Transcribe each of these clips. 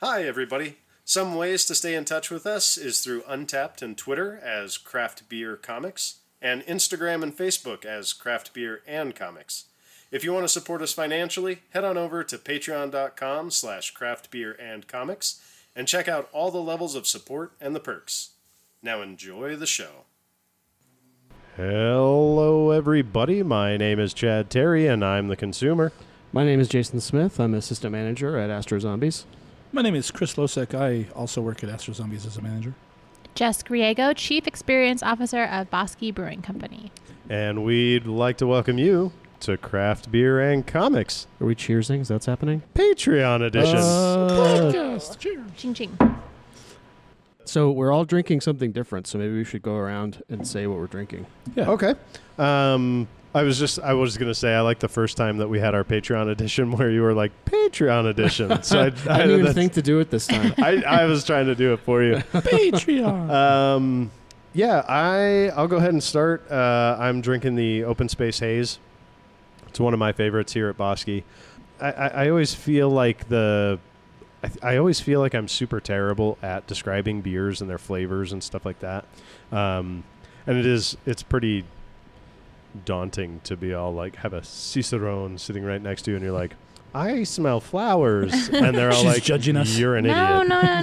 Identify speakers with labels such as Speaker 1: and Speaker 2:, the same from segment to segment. Speaker 1: Hi, everybody. Some ways to stay in touch with us is through Untapped and Twitter as Craft Beer Comics, and Instagram and Facebook as Craft Beer and Comics. If you want to support us financially, head on over to patreon.com slash craftbeerandcomics and check out all the levels of support and the perks. Now enjoy the show. Hello, everybody. My name is Chad Terry, and I'm the consumer.
Speaker 2: My name is Jason Smith. I'm assistant manager at Astro Zombies.
Speaker 3: My name is Chris Losek. I also work at Astro Zombies as a manager.
Speaker 4: Jess Griego, Chief Experience Officer of Bosky Brewing Company.
Speaker 1: And we'd like to welcome you to Craft Beer and Comics
Speaker 2: Are we cheersing? Is that what's happening?
Speaker 1: Patreon Edition.
Speaker 2: Uh,
Speaker 4: Ching ching.
Speaker 2: So we're all drinking something different. So maybe we should go around and say what we're drinking.
Speaker 3: Yeah.
Speaker 1: okay. Um, I was just I was gonna say I like the first time that we had our Patreon edition where you were like Patreon edition. So I,
Speaker 2: I
Speaker 1: I,
Speaker 2: didn't even
Speaker 1: that's-
Speaker 2: think to do it this time.
Speaker 1: I, I was trying to do it for you.
Speaker 3: Patreon.
Speaker 4: Uh,
Speaker 1: Um, yeah, I I'll go ahead and start. Uh, I'm drinking the Open Space Haze. It's one of my favorites here at Bosky. I, I, I always feel like the I, th- I always feel like I'm super terrible at describing beers and their flavors and stuff like that. Um, and it is it's pretty daunting to be all like have a cicerone sitting right next to you and you're like I smell flowers and they're all
Speaker 3: She's
Speaker 1: like
Speaker 3: judging us.
Speaker 1: You're an
Speaker 4: No,
Speaker 1: idiot.
Speaker 4: no, no,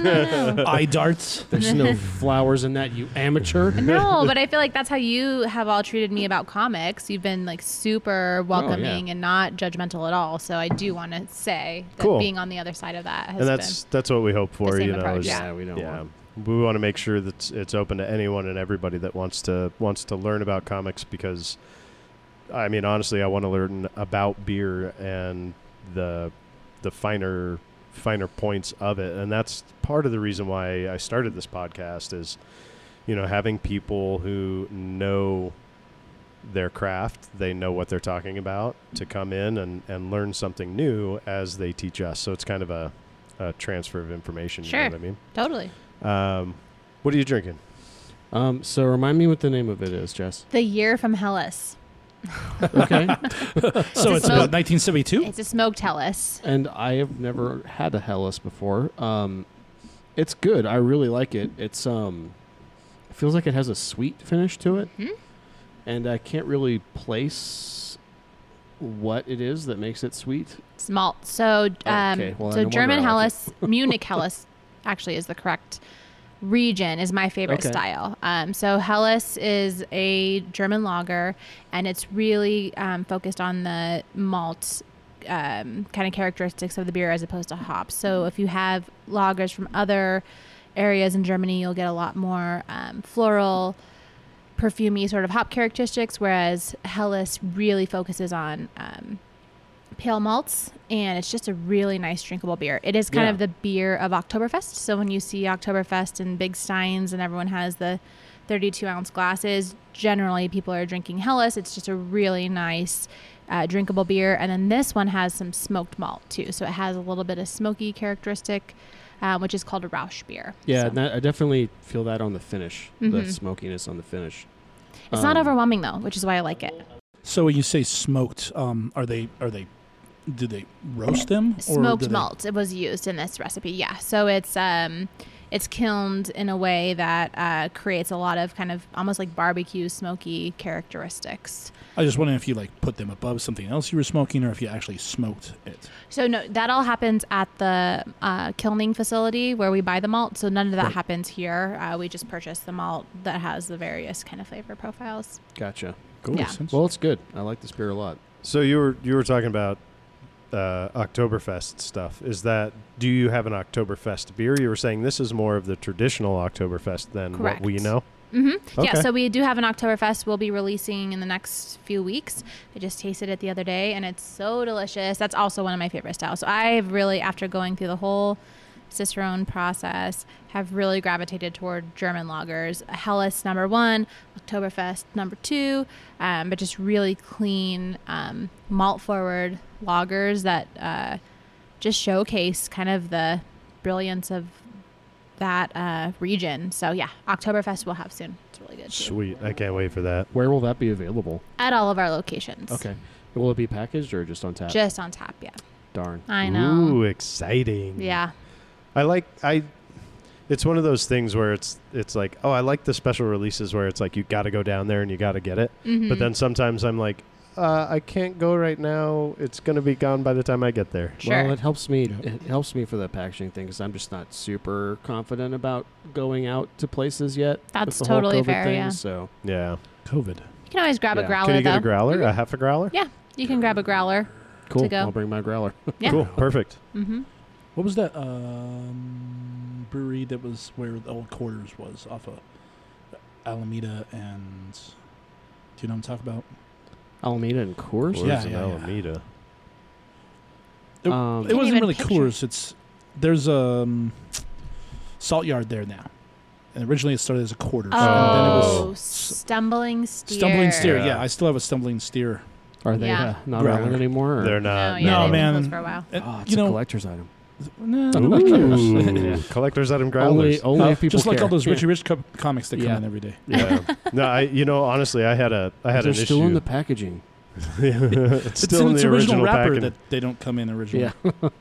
Speaker 4: no, no.
Speaker 3: Eye darts.
Speaker 2: There's no flowers in that, you amateur.
Speaker 4: No, but I feel like that's how you have all treated me about comics. You've been like
Speaker 1: Oh,
Speaker 4: super welcoming and not judgmental at all. So I do want to say that
Speaker 1: Cool.
Speaker 4: being on the other side of that has
Speaker 1: And that's that's what we hope for,
Speaker 4: same
Speaker 1: you know.
Speaker 4: approach.
Speaker 1: is-
Speaker 2: yeah, we don't.
Speaker 1: yeah
Speaker 2: want-
Speaker 1: we want to make sure that it's- it's open to anyone and everybody that wants to wants to learn about comics because i mean honestly i want to learn about beer and the the finer finer points of it and that's part of the reason why i started this podcast is you know having people who know their craft they know what they're talking about to come in and and learn something new as they teach us so it's kind of a, a transfer of information you
Speaker 4: Sure.
Speaker 1: know what i mean
Speaker 4: been totally
Speaker 1: um, what are you drinking?
Speaker 2: Um, so remind me what the name of it is, Jess.
Speaker 4: the year from Hellas.
Speaker 2: Okay.
Speaker 3: So it's
Speaker 4: a
Speaker 3: about 1972.
Speaker 4: It's a smoked Hellas.
Speaker 2: and I have never had a Hellas before. Um, it's good. I really like it. It's um, it feels like it has a sweet finish to it,
Speaker 4: Mhm.
Speaker 2: and I can't really place what it is that makes it sweet.
Speaker 4: It's malt. So, um,
Speaker 2: Okay, well,
Speaker 4: so
Speaker 2: no
Speaker 4: German
Speaker 2: wonder I like
Speaker 4: Hellas, Munich Hellas, actually is the correct region. Is my favorite
Speaker 2: Okay.
Speaker 4: style. Um, so Hellas is a German lager, and it's really um, focused on the malt um, kind of characteristics of the beer as opposed to hops. So if you have lagers from other areas in Germany, you'll get a lot more um, floral, perfumey sort of hop characteristics, whereas Hellas really focuses on um, pale malts, and it's just a really nice drinkable beer. It is kind
Speaker 2: Yeah.
Speaker 4: of the beer of Oktoberfest. So when you see Oktoberfest and big steins, and everyone has the 32 ounce glasses, generally people are drinking Hellas. It's just a really nice uh, drinkable beer. And then this one has some smoked malt too. So it has a little bit of smoky characteristic, uh, which is called a Rausch beer.
Speaker 2: Yeah,
Speaker 4: So-
Speaker 2: and that, I definitely feel that on the finish,
Speaker 4: Mhm.
Speaker 2: the smokiness on the finish.
Speaker 4: It's not
Speaker 2: Um,
Speaker 4: overwhelming though, which is why I like it.
Speaker 3: So when you say smoked, um, are they are they do they roast them
Speaker 4: smoked
Speaker 3: do they-
Speaker 4: malt it was used in this recipe yeah so it's um it's kilned in a way that uh, creates a lot of kind of almost like barbecue smoky characteristics
Speaker 3: I was just wondering if you like put them above something else you were smoking, or if you actually smoked it.
Speaker 4: so no that all happens at the uh, kilning facility where we buy the malt so none of that
Speaker 3: Right.
Speaker 4: happens here uh, we just purchase the malt that has the various kind of flavor profiles
Speaker 2: Gotcha.
Speaker 3: Cool.
Speaker 4: Yeah.
Speaker 3: Sense.
Speaker 2: Well, it's good. I like this beer a lot.
Speaker 1: So you were you were talking about uh, Oktoberfest stuff. Is that do you have an Oktoberfest beer? You were saying this is more of the traditional Oktoberfest than
Speaker 4: Correct.
Speaker 1: what we know.
Speaker 4: hmm Yeah,
Speaker 1: Okay.
Speaker 4: so we do have an Oktoberfest we'll be releasing in the next few weeks. I just tasted it the other day and it's so delicious. That's also one of my favorite styles. So I've really, after going through the whole Cicerone process, have really gravitated toward German lagers. Hellas number one, Oktoberfest number two, um, but just really clean, um, malt forward lagers that uh, just showcase kind of the brilliance of that uh, region. So yeah, Oktoberfest we'll have soon. It's really good. Too.
Speaker 1: Sweet, I can't wait for that.
Speaker 2: Where will that be available?
Speaker 4: At all of our locations.
Speaker 2: Okay. Will it be packaged or just on tap?
Speaker 4: Just on top, yeah.
Speaker 2: Darn.
Speaker 4: I know.
Speaker 1: Ooh, exciting.
Speaker 4: Yeah.
Speaker 1: I like I. It's one of those things where it's it's like oh I like the special releases where it's like you got to go down there and you got to get it.
Speaker 4: Mm-hmm.
Speaker 1: But then sometimes I'm like uh, I can't go right now. It's gonna be gone by the time I get there.
Speaker 4: Mm-hmm. sure.
Speaker 2: Well, it helps me.
Speaker 3: Yep.
Speaker 2: It helps me for the packaging thing because I'm just not super confident about going out to places yet. with
Speaker 4: That's
Speaker 2: the whole
Speaker 4: totally
Speaker 2: COVID
Speaker 4: fair,
Speaker 2: thing,
Speaker 4: yeah.
Speaker 2: So
Speaker 1: Yeah.
Speaker 3: COVID.
Speaker 4: you can always grab
Speaker 2: Yeah.
Speaker 4: a growler
Speaker 1: Can you
Speaker 4: though. Mm-hmm.
Speaker 1: get a growler? A half a growler?
Speaker 4: You can grab a growler.
Speaker 2: cool.
Speaker 4: go.
Speaker 2: I'll bring my growler.
Speaker 4: Yeah.
Speaker 1: Cool. Perfect.
Speaker 4: hmm
Speaker 3: What was that um, brewery that was where the old quarters was off of Alameda and? Do you know what I'm talking about?
Speaker 2: Alameda and Coors.
Speaker 1: Or
Speaker 3: Yeah,
Speaker 1: is it
Speaker 3: yeah, yeah.
Speaker 1: Alameda?
Speaker 3: It-
Speaker 2: Um,
Speaker 3: it
Speaker 4: Can't
Speaker 3: wasn't
Speaker 4: even
Speaker 3: really
Speaker 4: picture.
Speaker 3: Coors. It's there's a um, salt yard there now, and originally it started as a quarter.
Speaker 4: Oh,
Speaker 3: and then it was
Speaker 1: Oh.
Speaker 4: stumbling steer.
Speaker 3: stumbling steer.
Speaker 1: Yeah.
Speaker 3: Yeah. I still have a stumbling steer.
Speaker 2: Are they
Speaker 4: Yeah.
Speaker 2: uh, not
Speaker 3: Growler.
Speaker 2: around anymore? or-
Speaker 1: They're
Speaker 4: No,
Speaker 1: not.
Speaker 4: yeah,
Speaker 3: No,
Speaker 4: they've been
Speaker 3: man.
Speaker 4: closed For a while.
Speaker 2: Oh, it's
Speaker 3: you
Speaker 2: a
Speaker 3: know,
Speaker 2: collector's item.
Speaker 3: no,
Speaker 1: Ooh, collectors out in growlers.
Speaker 2: Only, only
Speaker 3: Uh,
Speaker 2: if people
Speaker 3: just like
Speaker 2: care.
Speaker 3: all those
Speaker 2: Yeah.
Speaker 3: Richie Rich co- comics that
Speaker 2: Yeah.
Speaker 3: come in every day.
Speaker 1: Yeah. no, I. You know, honestly, I had a. I had
Speaker 2: They're
Speaker 1: an
Speaker 2: still
Speaker 1: issue.
Speaker 2: in the packaging.
Speaker 1: it's still in,
Speaker 3: its
Speaker 1: the
Speaker 3: original, wrapper
Speaker 1: packet.
Speaker 3: that they don't come in originally.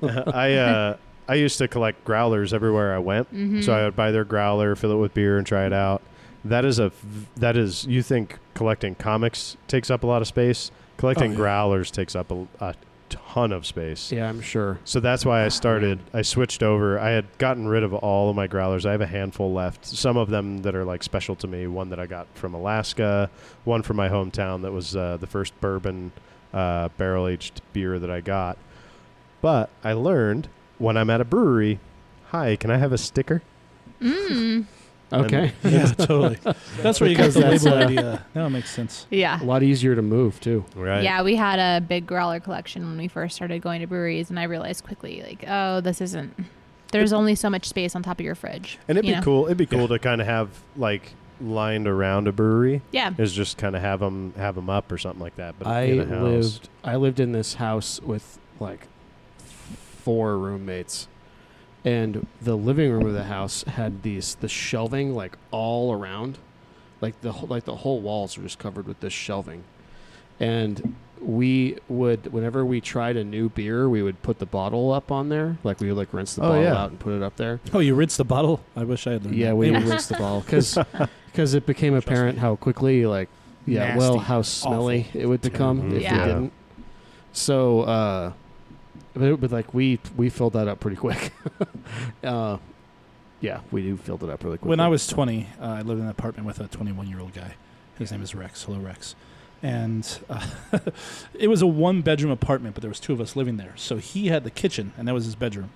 Speaker 2: Yeah.
Speaker 1: I uh, I used to collect growlers everywhere I went.
Speaker 4: Mm-hmm.
Speaker 1: So I would buy their growler, fill it with beer, and try it out. That is a f- that is you think collecting comics takes up a lot of space. Collecting
Speaker 3: Oh, yeah.
Speaker 1: growlers takes up a, a ton of space.
Speaker 2: Yeah, I'm sure.
Speaker 1: So that's why I started. I switched over. I had gotten rid of all of my growlers. I have a handful left. Some of them that are like special to me. One that I got from Alaska. One from my hometown that was uh, the first bourbon uh, barrel aged beer that I got. But I learned when I'm at a brewery, hi, can I have a sticker?
Speaker 4: Mm.
Speaker 2: Okay.
Speaker 3: Yeah, totally. That's where you got
Speaker 2: Because
Speaker 3: the
Speaker 2: that's,
Speaker 3: label
Speaker 2: uh,
Speaker 3: idea. Now it makes sense.
Speaker 4: Yeah.
Speaker 2: a lot easier to move too.
Speaker 1: Right.
Speaker 4: Yeah, we had a big growler collection when we first started going to breweries, and I realized quickly, like, oh, this isn't. There's only so much space on top of your fridge.
Speaker 1: And it'd
Speaker 4: you
Speaker 1: be
Speaker 4: know?
Speaker 1: cool. It'd be cool to kind of have like lined around a brewery
Speaker 4: Yeah.
Speaker 1: is just kind of have them have 'em up or something like that. But
Speaker 2: I
Speaker 1: in a house.
Speaker 2: lived I lived in this house with like four roommates. And the living room of the house had these the shelving like all around. Like the whole- like the whole walls were just covered with this shelving. And we would whenever we tried a new beer, we would put the bottle up on there. Like we would like rinse the
Speaker 1: Oh,
Speaker 2: bottle
Speaker 1: yeah.
Speaker 2: out and put it up there.
Speaker 3: Oh, you rinse the bottle? I wish I had learned.
Speaker 2: Mm-hmm. Yeah,
Speaker 3: that.
Speaker 2: we would
Speaker 3: Anyway,
Speaker 2: rinse the ball because it became
Speaker 3: Trust
Speaker 2: apparent how quickly like yeah well
Speaker 3: Nasty.
Speaker 2: how smelly it would become
Speaker 1: Mhm.
Speaker 2: if
Speaker 4: Yeah.
Speaker 2: it didn't. So, uh, but, it, but like we we filled that up pretty quick. uh, yeah, we do filled it up really quick.
Speaker 3: when I was 20, uh, I lived in an apartment with a 21 year old guy. His name is Rex. Hello, Rex. And uh, it was a one bedroom apartment, but there was two of us living there. So he had the kitchen, and that was his bedroom,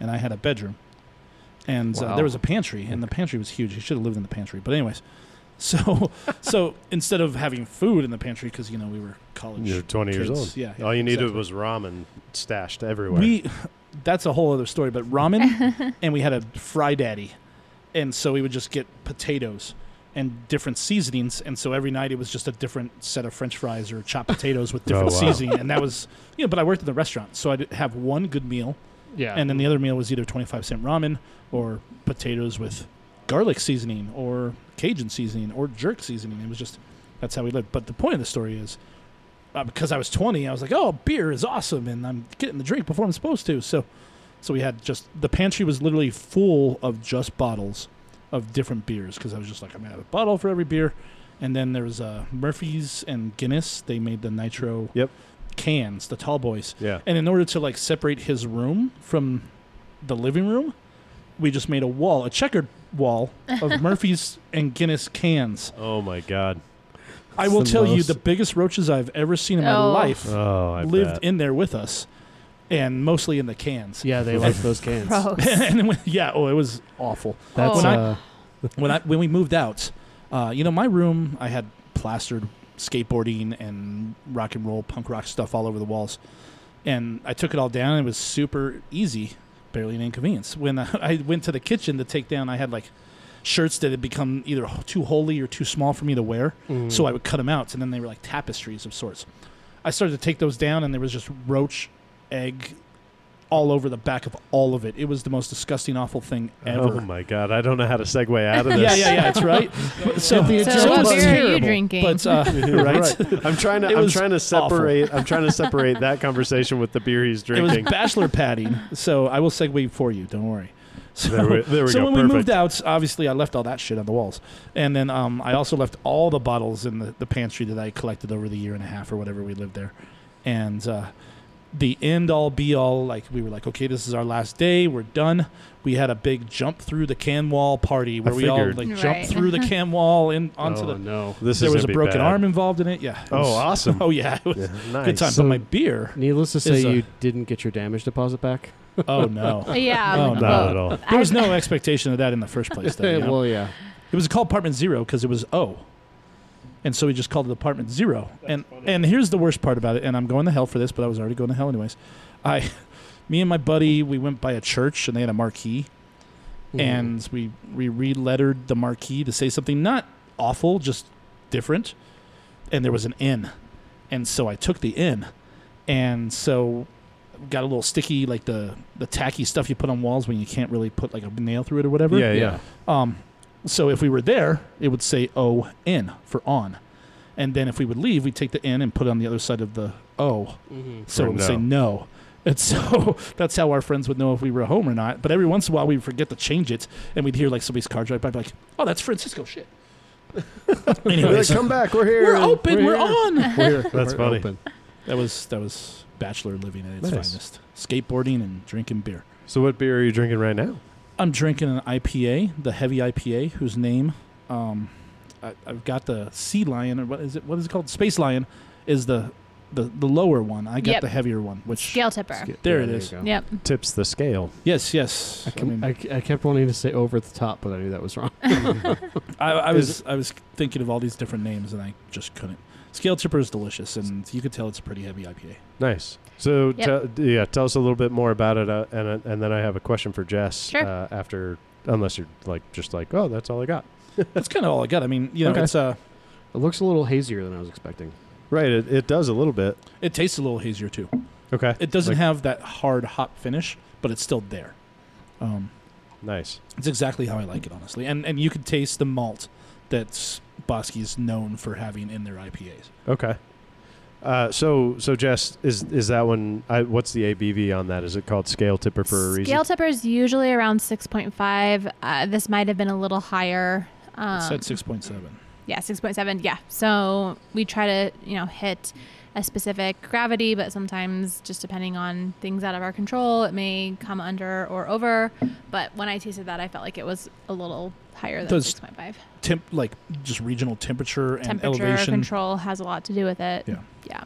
Speaker 3: and I had a bedroom, and uh,
Speaker 2: Wow.
Speaker 3: there was a pantry, and the pantry was huge. He should have lived in the pantry, but anyways. So, so instead of having food in the pantry because you know we were college,
Speaker 1: You're 20 years
Speaker 3: kids.
Speaker 1: old.
Speaker 3: Yeah, yeah,
Speaker 1: All you needed
Speaker 3: exactly.
Speaker 1: was ramen stashed everywhere.
Speaker 3: We, that's a whole other story. But ramen, and we had a fry daddy, and so we would just get potatoes and different seasonings, and so every night it was just a different set of French fries or chopped potatoes with
Speaker 1: Oh,
Speaker 3: different
Speaker 1: wow.
Speaker 3: seasoning, and that was you know. But I worked in the restaurant, so I'd have one good meal,
Speaker 2: yeah,
Speaker 3: and then the other meal was either twenty five cent ramen or potatoes with garlic seasoning or Cajun seasoning or jerk seasoning. It was just that's how we lived. But the point of the story is uh, because I was 20, I was like, oh, beer is awesome, and I'm getting the drink before I'm supposed to. So, so we had just the pantry was literally full of just bottles of different beers because I was just like, I'm gonna have a bottle for every beer. And then there was uh, Murphy's and Guinness. They made the nitro
Speaker 1: Yep.
Speaker 3: cans, the tall boys.
Speaker 1: yeah.
Speaker 3: And in order to like separate his room from the living room, we just made a wall, a checkered wall of Murphy's and Guinness cans.
Speaker 1: Oh my god.
Speaker 3: I
Speaker 2: It's
Speaker 3: will
Speaker 2: the
Speaker 3: tell you
Speaker 2: most-
Speaker 3: the biggest roaches I've ever seen in my
Speaker 4: Oh.
Speaker 3: life
Speaker 1: Oh, I
Speaker 3: lived
Speaker 1: bet.
Speaker 3: in there with us, and mostly in the cans.
Speaker 2: yeah, they like those cans.
Speaker 4: Gross.
Speaker 3: and when, yeah, oh, it was awful.
Speaker 2: That's
Speaker 4: When
Speaker 3: I-
Speaker 2: uh,
Speaker 3: When I when we moved out, uh, you know, my room I had plastered skateboarding and rock and roll, punk rock stuff all over the walls, and I took it all down. and It was super easy, barely an inconvenience. When I, I went to the kitchen to take down, I had like shirts that had become either too holy or too small for me to wear.
Speaker 2: mm,
Speaker 3: So I would cut them out, and then they were like tapestries of sorts. I started to take those down, and there was just roach egg all over the back of all of it. It was the most disgusting, awful thing
Speaker 1: Oh
Speaker 3: ever.
Speaker 1: my god. I don't know how to segue out of this.
Speaker 3: yeah, yeah, yeah, that's right. But- so,
Speaker 2: Cynthia
Speaker 4: So
Speaker 2: Jones.
Speaker 3: it
Speaker 4: what
Speaker 3: was
Speaker 4: beer are you
Speaker 3: terrible,
Speaker 4: drinking?
Speaker 3: But uh, right,
Speaker 1: I'm trying to.
Speaker 3: It
Speaker 1: I'm
Speaker 3: was
Speaker 1: trying to
Speaker 3: awful.
Speaker 1: separate. I'm trying to separate that conversation with the beer he's
Speaker 3: it was
Speaker 1: drinking.
Speaker 3: bachelor padding. So I will segue for you. Don't worry. So,
Speaker 1: There we, there we
Speaker 3: so
Speaker 1: go.
Speaker 3: when
Speaker 1: Perfect.
Speaker 3: we moved out, obviously I left all that shit on the walls, and then um, I also left all the bottles in the, the pantry that I collected over the year and a half or whatever we lived there, and uh, the end all be all. Like we were like, okay, this is our last day. We're done. We had a big jump through the can wall party where we all like
Speaker 1: figured.
Speaker 3: jumped
Speaker 4: Right.
Speaker 3: through the can wall and onto
Speaker 2: oh,
Speaker 3: the.
Speaker 2: no.
Speaker 1: This
Speaker 3: there
Speaker 1: is
Speaker 3: was
Speaker 1: gonna
Speaker 3: a
Speaker 1: be
Speaker 3: broken
Speaker 1: bad.
Speaker 3: arm involved in it. Yeah. it
Speaker 1: Oh,
Speaker 3: was-
Speaker 1: awesome.
Speaker 3: Oh yeah, it was
Speaker 1: Yeah, nice.
Speaker 3: good time.
Speaker 2: So-
Speaker 3: but my beer.
Speaker 2: Needless to say,
Speaker 3: It's a-
Speaker 2: you didn't get your damage deposit back.
Speaker 3: Oh no.
Speaker 4: Uh, Yeah.
Speaker 3: Oh,
Speaker 1: Not
Speaker 3: no.
Speaker 4: well,
Speaker 1: at all.
Speaker 3: There was
Speaker 4: I've-
Speaker 3: no expectation of that in the first place. Though, you know?
Speaker 2: well, yeah.
Speaker 3: It was called apartment zero because it was O. And so we just called it apartment zero. and and here's the worst part about it, and I'm going to hell for this, but I was already going to hell anyways. I me and my buddy, we went by a church and they had a marquee
Speaker 2: Mm-hmm.
Speaker 3: and we we re-lettered the marquee to say something not awful, just different. And there was an N, and so I took the N, and so got a little sticky, like the the tacky stuff you put on walls when you can't really put like a nail through it or whatever.
Speaker 1: Yeah, yeah.
Speaker 2: Yeah.
Speaker 3: Um, so if we were there, it would say O N for on, and then if we would leave, we'd take the N and put it on the other side of the O.
Speaker 2: Mhm.
Speaker 3: So
Speaker 1: Or
Speaker 3: it would
Speaker 1: no.
Speaker 3: say no. And so that's how our friends would know if we were home or not. But every once in a while, we'd forget to change it, and we'd hear like somebody's car drive by, be like, "Oh, that's Francisco." Shit.
Speaker 1: Really,
Speaker 3: Anyways,
Speaker 1: come back. We're here.
Speaker 3: we're open. We're, on.
Speaker 2: We're-
Speaker 1: That's
Speaker 2: we're
Speaker 1: funny.
Speaker 2: open.
Speaker 3: That was that was bachelor living at its
Speaker 1: Nice.
Speaker 3: finest. Skateboarding and drinking beer.
Speaker 1: So what beer are you drinking right now?
Speaker 3: I'm drinking an IPA, the heavy IPA, whose name um, I, I've got the Sea Lion or what is it? What is it called? Space Lion is the the, the lower one. I got
Speaker 4: Yep.
Speaker 3: the heavier one, which
Speaker 4: Scale tipper.
Speaker 3: There
Speaker 2: Yeah,
Speaker 3: it
Speaker 2: you
Speaker 3: is.
Speaker 2: go.
Speaker 4: Yep.
Speaker 1: Tips the scale.
Speaker 3: yes, yes.
Speaker 2: I,
Speaker 3: I
Speaker 2: can-
Speaker 3: mean-
Speaker 2: I c- I kept wanting to say over the top, but I knew that was wrong.
Speaker 3: I, I
Speaker 2: Is
Speaker 3: was I was thinking of all these different names and I just couldn't. Scale Chipper is delicious, and you could tell it's a pretty heavy IPA.
Speaker 1: Nice. So
Speaker 4: Yep.
Speaker 1: te- yeah, tell us a little bit more about it, uh, and uh, and then I have a question for Jess.
Speaker 4: Sure.
Speaker 1: Uh, after, unless you're like just like, oh, that's all I got.
Speaker 3: That's kind of all I got. I mean, you know,
Speaker 1: Okay.
Speaker 3: it's uh,
Speaker 2: It looks a little hazier than I was expecting.
Speaker 1: Right. It, it does a little bit.
Speaker 3: it tastes a little hazier too.
Speaker 1: Okay.
Speaker 3: It doesn't
Speaker 1: Like-
Speaker 3: have that hard hop finish, but it's still there. Um,
Speaker 1: Nice.
Speaker 3: it's exactly how I like it, honestly. And and you could taste the malt that Bosky's known for having in their IPAs.
Speaker 1: Okay. Uh, so so Jess, is is that one? I, what's the ABV on that? Is it called scale tipper for a reason?
Speaker 4: Scale tipper is usually around 6.5. Uh, this might have been a little higher. Um,
Speaker 3: It said six point seven.
Speaker 4: Yeah, 6.7. Yeah. So we try to, you know, hit a specific gravity, but sometimes just depending on things out of our control, it may come under or over. But when I tasted that, I felt like it was a little higher than
Speaker 3: Does
Speaker 4: 6.5.
Speaker 3: Temp like just regional temperature and
Speaker 4: Temperature
Speaker 3: elevation.
Speaker 4: control has a lot to do with it.
Speaker 3: Yeah.
Speaker 4: Yeah.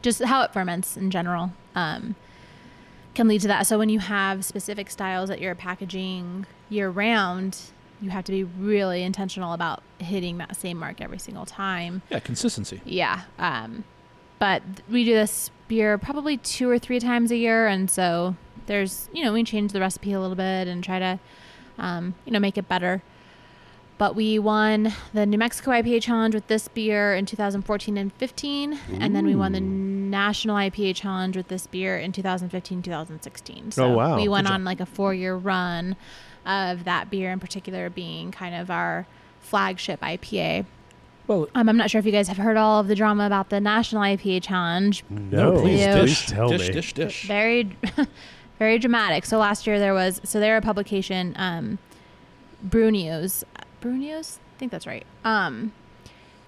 Speaker 4: Just how it ferments in general um, can lead to that. So when you have specific styles that you're packaging year round, you have to be really intentional about hitting that same mark every single time.
Speaker 3: Yeah, consistency.
Speaker 4: Yeah. Um, but we do this beer probably two or three times a year. And so there's, you know, we change the recipe a little bit and try to, um, you know, make it better. But we won the New Mexico IPA Challenge with this beer in 2014 and 15. And then we won the
Speaker 1: Ooh.
Speaker 4: National IPA Challenge with this beer in 2015, 2016. So
Speaker 1: Oh, wow.
Speaker 4: we went
Speaker 1: Good job.
Speaker 4: on like a four year run of that beer in particular being kind of our flagship IPA.
Speaker 3: Well,
Speaker 4: Um, I'm not sure if you guys have heard all of the drama about the National IPA Challenge.
Speaker 1: No,
Speaker 3: please
Speaker 4: Yeah.
Speaker 3: dish,
Speaker 1: tell
Speaker 3: dish,
Speaker 1: me.
Speaker 3: dish, dish.
Speaker 4: Very, very dramatic. So last year there was so they're a publication, um, Brew News, Brew News, I think that's right. Um,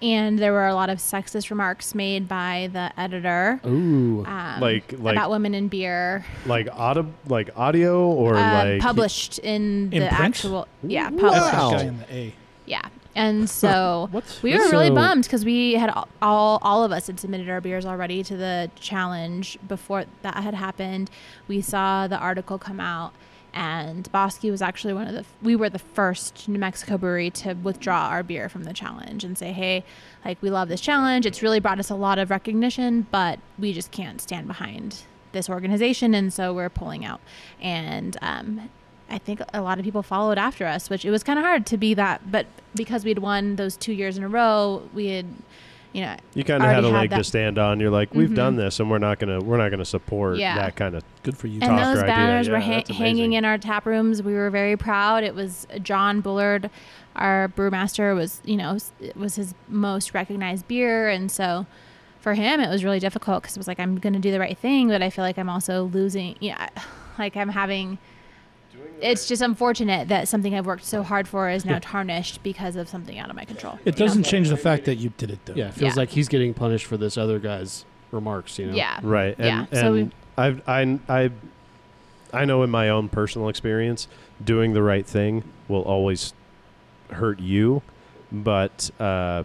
Speaker 4: and there were a lot of sexist remarks made by the editor.
Speaker 2: Ooh.
Speaker 4: Um,
Speaker 1: Oh, Like- like-
Speaker 4: about women in beer,
Speaker 1: Like audio, like audio, or
Speaker 4: um,
Speaker 1: like
Speaker 4: published in the
Speaker 3: In print?
Speaker 4: actual yeah
Speaker 1: Wow.
Speaker 4: published
Speaker 1: Wow.
Speaker 3: Guy in the A.
Speaker 4: yeah. And so
Speaker 3: What?
Speaker 4: We were really
Speaker 2: So-
Speaker 4: bummed because we had all, all all of us had submitted our beers already to the challenge before that had happened. We saw the article come out, and Bosky was actually one of the we were the first New Mexico brewery to withdraw our beer from the challenge and say, hey, like we love this challenge. It's really brought us a lot of recognition, but we just can't stand behind this organization, and so we're pulling out. And um, I think a lot of people followed after us, which it was kind of hard to be that. But because we'd won those two years in a row, we had, you know,
Speaker 1: You kind of
Speaker 4: already
Speaker 1: had a
Speaker 4: had
Speaker 1: leg to
Speaker 4: that-
Speaker 1: stand on. You're like, we've
Speaker 4: Mhm.
Speaker 1: done this, and we're not gonna we're not gonna support
Speaker 4: Yeah.
Speaker 1: that kind of.
Speaker 3: Good for you.
Speaker 1: talk
Speaker 4: and those
Speaker 1: or idea.
Speaker 4: banners
Speaker 1: Yeah,
Speaker 4: were ha-
Speaker 1: that's amazing.
Speaker 4: hanging in our tap rooms. We were very proud. It was John Bullard, our brewmaster, was you know s- it was his most recognized beer, and so for him it was really difficult because it was like I'm going to do the right thing, but I feel like I'm also losing. Yeah, like I'm having it's just unfortunate that something I've worked so hard for is now tarnished because of something out of my control.
Speaker 3: It
Speaker 4: you know?
Speaker 3: doesn't change the fact that you did it though.
Speaker 2: Yeah, it feels
Speaker 4: Yeah.
Speaker 2: like he's getting punished for this other guy's remarks. You know.
Speaker 4: Yeah.
Speaker 1: Right.
Speaker 4: Yeah,
Speaker 1: And,
Speaker 4: so
Speaker 1: and I've, I, I, I know in my own personal experience, doing the right thing will always hurt you, but uh,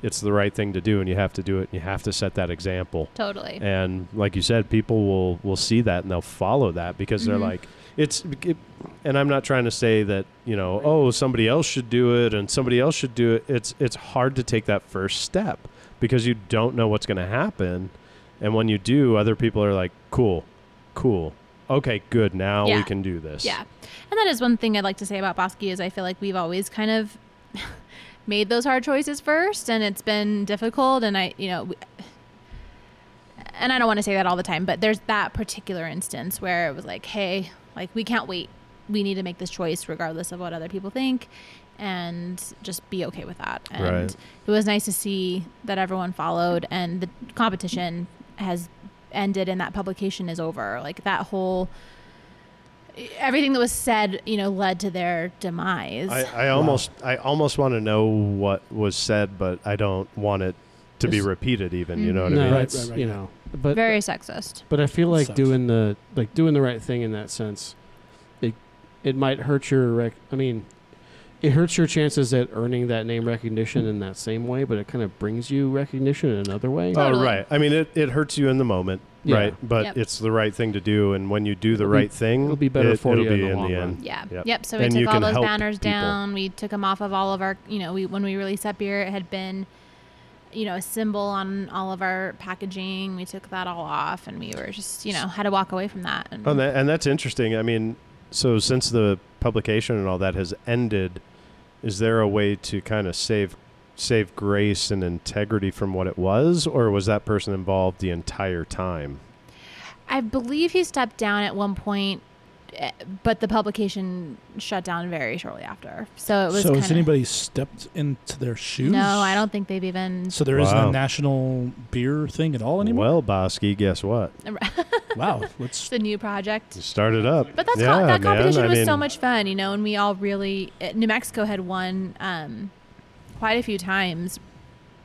Speaker 1: it's the right thing to do, and you have to do it. And you have to set that example.
Speaker 4: Totally.
Speaker 1: And like you said, people will will see that and they'll follow that because
Speaker 4: Mhm.
Speaker 1: they're like, it's. It, and I'm not trying to say that you know, oh, somebody else should do it and somebody else should do it. It's it's hard to take that first step because you don't know what's going to happen, and when you do, other people are like, cool, cool, okay, good. Now
Speaker 4: Yeah.
Speaker 1: we can do this.
Speaker 4: Yeah. And that is one thing I'd like to say about Bosky is I feel like we've always kind of made those hard choices first and it's been difficult and I, you know, we- and I don't want to say that all the time, but there's that particular instance where it was like, hey, like we can't wait. We need to make this choice regardless of what other people think and just be okay with that. And
Speaker 1: Right.
Speaker 4: it was nice to see that everyone followed and the competition has ended and that publication is over. Like that whole everything that was said, you know, led to their demise.
Speaker 1: I, I almost I almost want to know what was said, but I don't want it to be
Speaker 2: It's-
Speaker 1: repeated. Even
Speaker 4: Mm-hmm.
Speaker 1: you know what
Speaker 2: No,
Speaker 1: I mean?
Speaker 3: Right,
Speaker 2: it's
Speaker 3: right, right.
Speaker 2: you know, but
Speaker 4: Very sexist.
Speaker 2: but I feel like
Speaker 3: Sucks.
Speaker 2: doing the like doing the right thing in that sense, it it might hurt your rec- I mean, it hurts your chances at earning that name recognition in that same way, but it kind of brings you recognition in another way.
Speaker 1: Oh,
Speaker 4: Totally.
Speaker 1: right. I mean, it, it hurts you in the moment,
Speaker 2: Yeah.
Speaker 1: right? But
Speaker 4: Yep.
Speaker 1: it's the right thing to do. And when you do the
Speaker 2: It'll be-
Speaker 1: right thing,
Speaker 2: it'll be better
Speaker 1: it,
Speaker 2: for
Speaker 1: it'll
Speaker 2: you in
Speaker 1: be
Speaker 2: the
Speaker 1: in
Speaker 2: long
Speaker 1: the
Speaker 2: run.
Speaker 1: end.
Speaker 4: Yeah.
Speaker 1: Yep.
Speaker 4: Yep. So we
Speaker 1: And you
Speaker 4: took all
Speaker 1: can
Speaker 4: those
Speaker 1: help
Speaker 4: banners
Speaker 1: people.
Speaker 4: down. We took them off of all of our, you know, we when we released that beer, it had been, you know, a symbol on all of our packaging. We took that all off, and we were just, you know, had to walk away from that. And
Speaker 1: Oh, And, that, and that's interesting. I mean, so since the publication and all that has ended, is there a way to kind of save save grace and integrity from what it was, or was that person involved the entire time?
Speaker 4: I believe he stepped down at one point, eh, but the publication shut down very shortly after. So it was.
Speaker 3: so
Speaker 4: kinda,
Speaker 3: has anybody stepped into their shoes?
Speaker 4: No, I don't think they've even.
Speaker 3: So there not
Speaker 1: Wow.
Speaker 3: a national beer thing at all anymore.
Speaker 1: Well, Bosky, guess what?
Speaker 3: wow, let's
Speaker 4: It's a new project.
Speaker 1: You started up.
Speaker 4: But that's
Speaker 1: yeah,
Speaker 4: how, that
Speaker 1: man.
Speaker 4: competition
Speaker 1: I
Speaker 4: was so
Speaker 1: mean,
Speaker 4: much fun, you know, and we all really it- New Mexico had won um, quite a few times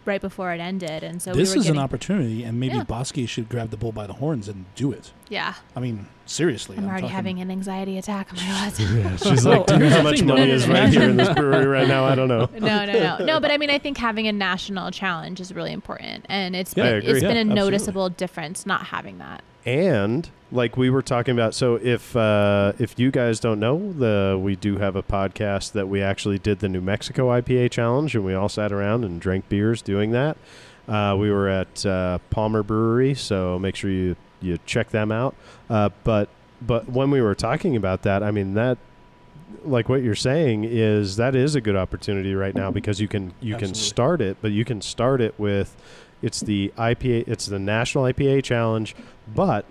Speaker 4: right before it ended, and so
Speaker 3: this
Speaker 4: we were
Speaker 3: is
Speaker 4: getting,
Speaker 3: an opportunity, and maybe
Speaker 4: Yeah.
Speaker 3: Bosky should grab the bull by the horns and do it.
Speaker 4: yeah.
Speaker 3: I mean, seriously,
Speaker 4: I'm, already
Speaker 3: talking-
Speaker 4: having an anxiety attack. Oh my god.
Speaker 1: She's like,
Speaker 2: Oh,
Speaker 1: do you know how much
Speaker 4: though.
Speaker 1: money is right here in this brewery right now? I don't know.
Speaker 4: no, no, no, no. But I mean, I think having a national challenge is really important, and it's
Speaker 1: Yeah, I
Speaker 4: been,
Speaker 1: agree.
Speaker 4: it's been
Speaker 3: Yeah,
Speaker 4: a
Speaker 3: absolutely.
Speaker 4: noticeable difference not having that.
Speaker 1: and like we were talking about so if uh, if you guys don't know the we do have a podcast that we actually did the new mexico ipa challenge and we all sat around and drank beers doing that uh, we were at uh, palmer brewery so make sure you you check them out uh, but but when we were talking about that i mean that like what you're saying is that is a good opportunity right now because you can you can
Speaker 3: Absolutely.
Speaker 1: start it but you can start it with it's the IPA it's the national IPA challenge but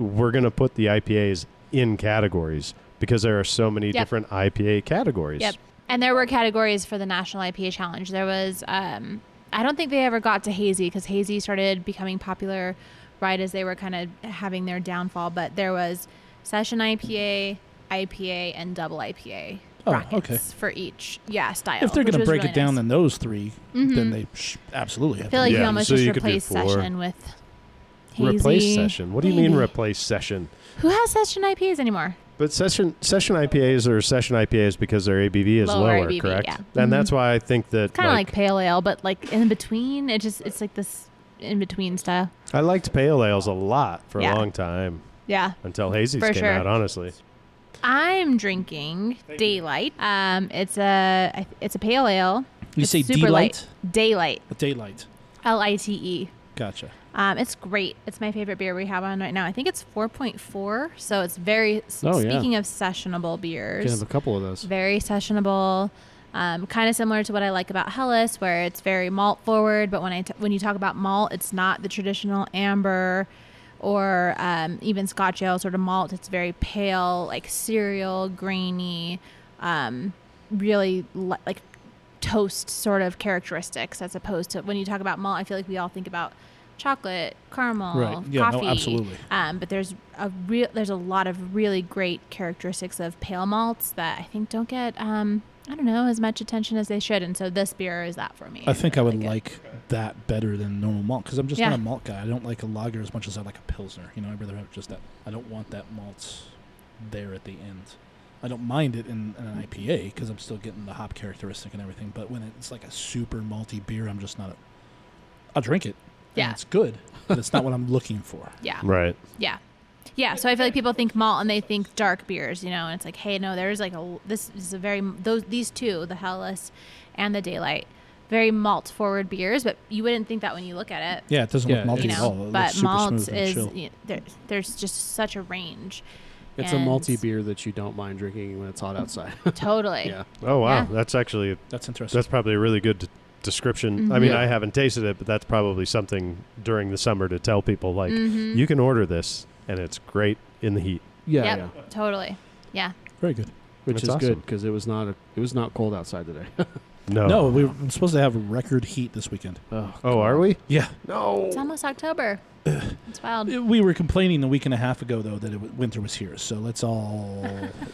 Speaker 1: we're going to put the IPAs in categories because there are so many
Speaker 4: Yep.
Speaker 1: different IPA categories.
Speaker 4: Yep. And there were categories for the National IPA Challenge. There was, um, I don't think they ever got to hazy because hazy started becoming popular right as they were kind of having their downfall. But there was session IPA, IPA, and double IPA
Speaker 3: Oh,
Speaker 4: brackets
Speaker 3: okay.
Speaker 4: for each yeah style.
Speaker 3: If they're going
Speaker 4: which
Speaker 3: to
Speaker 4: was
Speaker 3: break
Speaker 4: really
Speaker 3: it down
Speaker 4: nice.
Speaker 3: in those 3 then
Speaker 4: Mhm.
Speaker 3: they sh- absolutely
Speaker 4: I
Speaker 3: have.
Speaker 4: feel like
Speaker 1: Yeah,
Speaker 4: you almost
Speaker 1: so
Speaker 4: just
Speaker 1: you could do
Speaker 4: replace
Speaker 1: four.
Speaker 4: session with hazy.
Speaker 1: Replace session. What do you mean
Speaker 4: Maybe.
Speaker 1: replace session?
Speaker 4: Who has session IPAs anymore?
Speaker 1: But session session IPAs are session IPAs because their ABV is
Speaker 4: Lower
Speaker 1: lower,
Speaker 4: ABV,
Speaker 1: correct?
Speaker 4: yeah.
Speaker 1: And that's why I think that
Speaker 4: Kind of like, pale ale, but like in between. It just it's like this in between style.
Speaker 1: I liked pale ales a lot for
Speaker 4: Yeah.
Speaker 1: a long time
Speaker 4: Yeah.
Speaker 1: until hazies
Speaker 4: For
Speaker 1: came
Speaker 4: sure.
Speaker 1: out. Honestly,
Speaker 4: I'm drinking daylight. Um, it's a I- it's a pale ale.
Speaker 3: You
Speaker 4: It's
Speaker 3: say
Speaker 4: super
Speaker 3: delight,
Speaker 4: Daylight,
Speaker 3: daylight.
Speaker 4: L I T E.
Speaker 3: Gotcha.
Speaker 4: Um, it's great. It's my favorite beer we have on right now. I think it's 4.4, so it's very. s-
Speaker 2: Oh, yeah.
Speaker 4: speaking of
Speaker 2: Can
Speaker 4: sessionable
Speaker 2: have
Speaker 4: beers,
Speaker 2: a couple of those.
Speaker 4: very sessionable. Um, kind of similar to what I like about Hellas, where it's very malt forward. But when I t- when you talk about malt, it's not the traditional amber or um, even Scotch ale sort of malt. It's very pale, like cereal, grainy, um, really li- like toast sort of characteristics, as opposed to when you talk about malt. I feel like we all think about chocolate, caramel,
Speaker 3: right. Yeah,
Speaker 4: coffee.
Speaker 3: no, absolutely.
Speaker 4: Um, but there's a real there's a lot of really great characteristics of pale malts that I think don't get um, I don't know as much attention as they should, and so this beer is that for me.
Speaker 3: I think I
Speaker 4: really
Speaker 3: would
Speaker 4: like. it.
Speaker 3: like that better than normal malt because I'm just
Speaker 4: Yeah.
Speaker 3: not a malt guy. I don't like a lager as much as I like a pilsner. You know, I'd rather have just that. I don't want that malt there at the end. I don't mind it in, in an IPA because I'm still getting the hop characteristic and everything. But when it's like a super malty beer, I'm just not. A, I'll drink it. and
Speaker 4: Yeah.
Speaker 3: it's good, but it's not what I'm looking for.
Speaker 4: Yeah,
Speaker 1: Right.
Speaker 4: yeah, yeah. So I feel like people think malt and they think dark beers, you know, and it's like, hey, no, there's like a this is a very those these two, the Hellas and the Daylight, very malt forward beers, but you wouldn't think that when you look at it.
Speaker 3: Yeah, it doesn't
Speaker 2: Yeah,
Speaker 3: look malty
Speaker 4: you
Speaker 3: at
Speaker 4: know,
Speaker 3: all. It looks
Speaker 4: but
Speaker 3: super
Speaker 4: malts
Speaker 3: smooth and
Speaker 4: is
Speaker 3: chill.
Speaker 4: you know, there, there's just such a range.
Speaker 2: It's
Speaker 4: And-
Speaker 2: a malty beer that you don't mind drinking when it's hot outside.
Speaker 4: Totally.
Speaker 2: yeah.
Speaker 1: Oh wow,
Speaker 4: Yeah.
Speaker 1: that's actually
Speaker 3: That's interesting.
Speaker 1: that's probably a really good d- description. I mean,
Speaker 2: Mhm.
Speaker 4: Mm-hmm.
Speaker 1: I haven't tasted it, but that's probably something during the summer to tell people like
Speaker 4: Mhm.
Speaker 1: you can order this and it's great in the heat.
Speaker 2: Yeah,
Speaker 4: Yep.
Speaker 2: yeah.
Speaker 4: Totally. Yeah.
Speaker 3: Very good.
Speaker 2: Which
Speaker 1: That's
Speaker 2: is good
Speaker 1: awesome.
Speaker 2: because it was not a, it was not cold outside today.
Speaker 1: No.
Speaker 3: No, we were supposed to have record heat this weekend.
Speaker 2: oh,
Speaker 1: Oh, are we?
Speaker 3: Yeah,
Speaker 1: No.
Speaker 4: It's almost October. It's wild.
Speaker 3: Uh, We were complaining a week and a half ago, though, that it, w- winter was here. So let's all,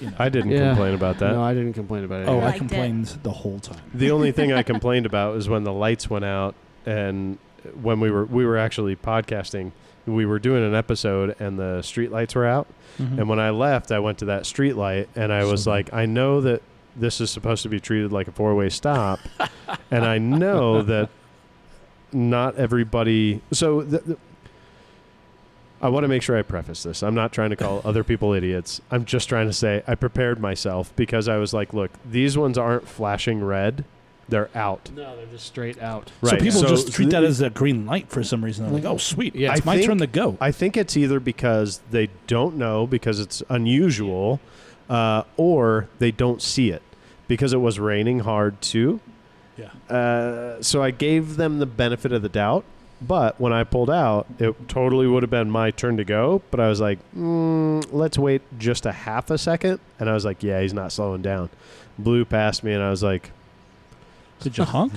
Speaker 3: you know.
Speaker 1: I didn't
Speaker 2: Yeah.
Speaker 1: complain about that.
Speaker 2: No, I didn't complain about it.
Speaker 3: oh,
Speaker 4: I
Speaker 3: I
Speaker 4: liked it.
Speaker 3: complained the whole time.
Speaker 1: The only thing I complained about was when the lights went out and when we were we were actually podcasting, we were doing an episode and the street lights were out.
Speaker 3: Mm-hmm.
Speaker 1: And when I left, I went to that street light and I was
Speaker 3: So-
Speaker 1: like, I know that this is supposed to be treated like a four way stop. and I know that not everybody. So th- th- I want to make sure I preface this. I'm not trying to call other people idiots. I'm just trying to say I prepared myself because I was like, look, these ones aren't flashing red, they're out.
Speaker 2: No, they're just straight out.
Speaker 3: So
Speaker 1: Right.
Speaker 3: people
Speaker 1: So-
Speaker 3: just
Speaker 1: so
Speaker 3: treat that
Speaker 1: th-
Speaker 3: as a green light for some reason. They're like, oh, sweet.
Speaker 2: Yeah.
Speaker 3: Yeah,
Speaker 1: I
Speaker 3: it's my
Speaker 1: think-
Speaker 3: turn to go.
Speaker 1: I think it's either because they don't know because it's unusual, uh, or they don't see it because it was raining hard too.
Speaker 3: yeah.
Speaker 1: Uh, so I gave them the benefit of the doubt. But when I pulled out, it totally would have been my turn to go. But I was like, mm, let's wait just a half a second. And I was like, yeah, he's not slowing down. Blew past me, and I was like,
Speaker 3: Did you honk?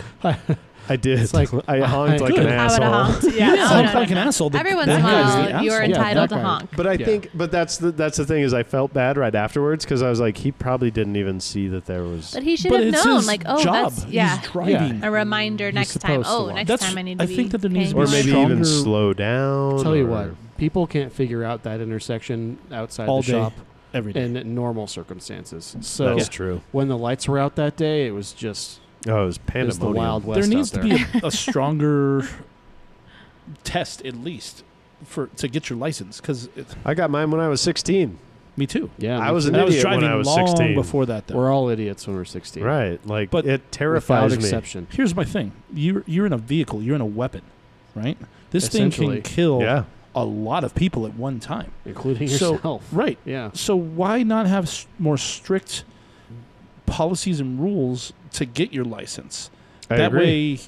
Speaker 1: I did.
Speaker 2: It's like-
Speaker 1: I honked like an
Speaker 3: Good.
Speaker 4: I would have
Speaker 1: asshole.
Speaker 4: honked. Yeah.
Speaker 3: you
Speaker 4: No,
Speaker 3: honk
Speaker 4: no, no,
Speaker 3: like
Speaker 4: no.
Speaker 3: an asshole. The-
Speaker 4: Every once
Speaker 3: that
Speaker 4: in a
Speaker 3: guy is the
Speaker 4: while, you are
Speaker 3: asshole.
Speaker 2: Yeah,
Speaker 4: entitled
Speaker 2: that
Speaker 4: to
Speaker 2: guy.
Speaker 4: honk.
Speaker 1: But I
Speaker 2: Yeah.
Speaker 1: think, but that's the that's the thing is, I felt bad right afterwards because I was like, he probably didn't even see that there was.
Speaker 4: But he should
Speaker 3: But
Speaker 4: have
Speaker 3: it's
Speaker 4: known,
Speaker 3: his
Speaker 4: like, oh,
Speaker 3: job.
Speaker 4: that's yeah,
Speaker 3: He's driving.
Speaker 4: a reminder next time.
Speaker 2: supposed to
Speaker 4: Oh,
Speaker 2: walk.
Speaker 4: next
Speaker 3: That's-
Speaker 4: time I need to
Speaker 3: I
Speaker 4: be.
Speaker 3: think that there needs to
Speaker 4: paying
Speaker 1: or
Speaker 3: be
Speaker 4: attention.
Speaker 1: maybe
Speaker 3: stronger-
Speaker 1: even slow down.
Speaker 2: Tell you
Speaker 1: or-
Speaker 2: what, people can't figure out that intersection outside
Speaker 3: All
Speaker 2: the
Speaker 3: day.
Speaker 2: shop
Speaker 3: Every day.
Speaker 2: in normal circumstances. So
Speaker 1: that's true.
Speaker 2: when the lights were out that day, it was just
Speaker 1: Oh, it was
Speaker 2: it was the
Speaker 1: pandemonium.
Speaker 2: wild west.
Speaker 3: there needs
Speaker 2: out there.
Speaker 3: to be a, a stronger test, at least, for to get your license. Because
Speaker 1: I got mine when I was 16.
Speaker 3: me too.
Speaker 2: yeah,
Speaker 1: I
Speaker 2: me
Speaker 1: was
Speaker 2: too.
Speaker 1: an
Speaker 3: And I was
Speaker 1: idiot when
Speaker 3: driving
Speaker 1: I was
Speaker 3: long
Speaker 1: 16.
Speaker 3: before that, though.
Speaker 2: We're all idiots when we're sixteen,
Speaker 1: Right. Like,
Speaker 3: But
Speaker 1: it
Speaker 2: Without
Speaker 1: terrifies me.
Speaker 2: exception.
Speaker 3: Here's my thing. You're you're in a vehicle. You're in a weapon, right? This thing
Speaker 2: Essentially.
Speaker 3: can kill
Speaker 1: Yeah.
Speaker 3: a lot of people at one time.
Speaker 2: including
Speaker 3: So-
Speaker 2: yourself.
Speaker 3: Right.
Speaker 2: Yeah,
Speaker 3: So why not have s- more strict policies and rules to get your license?
Speaker 1: I
Speaker 3: that
Speaker 1: agree.
Speaker 3: way.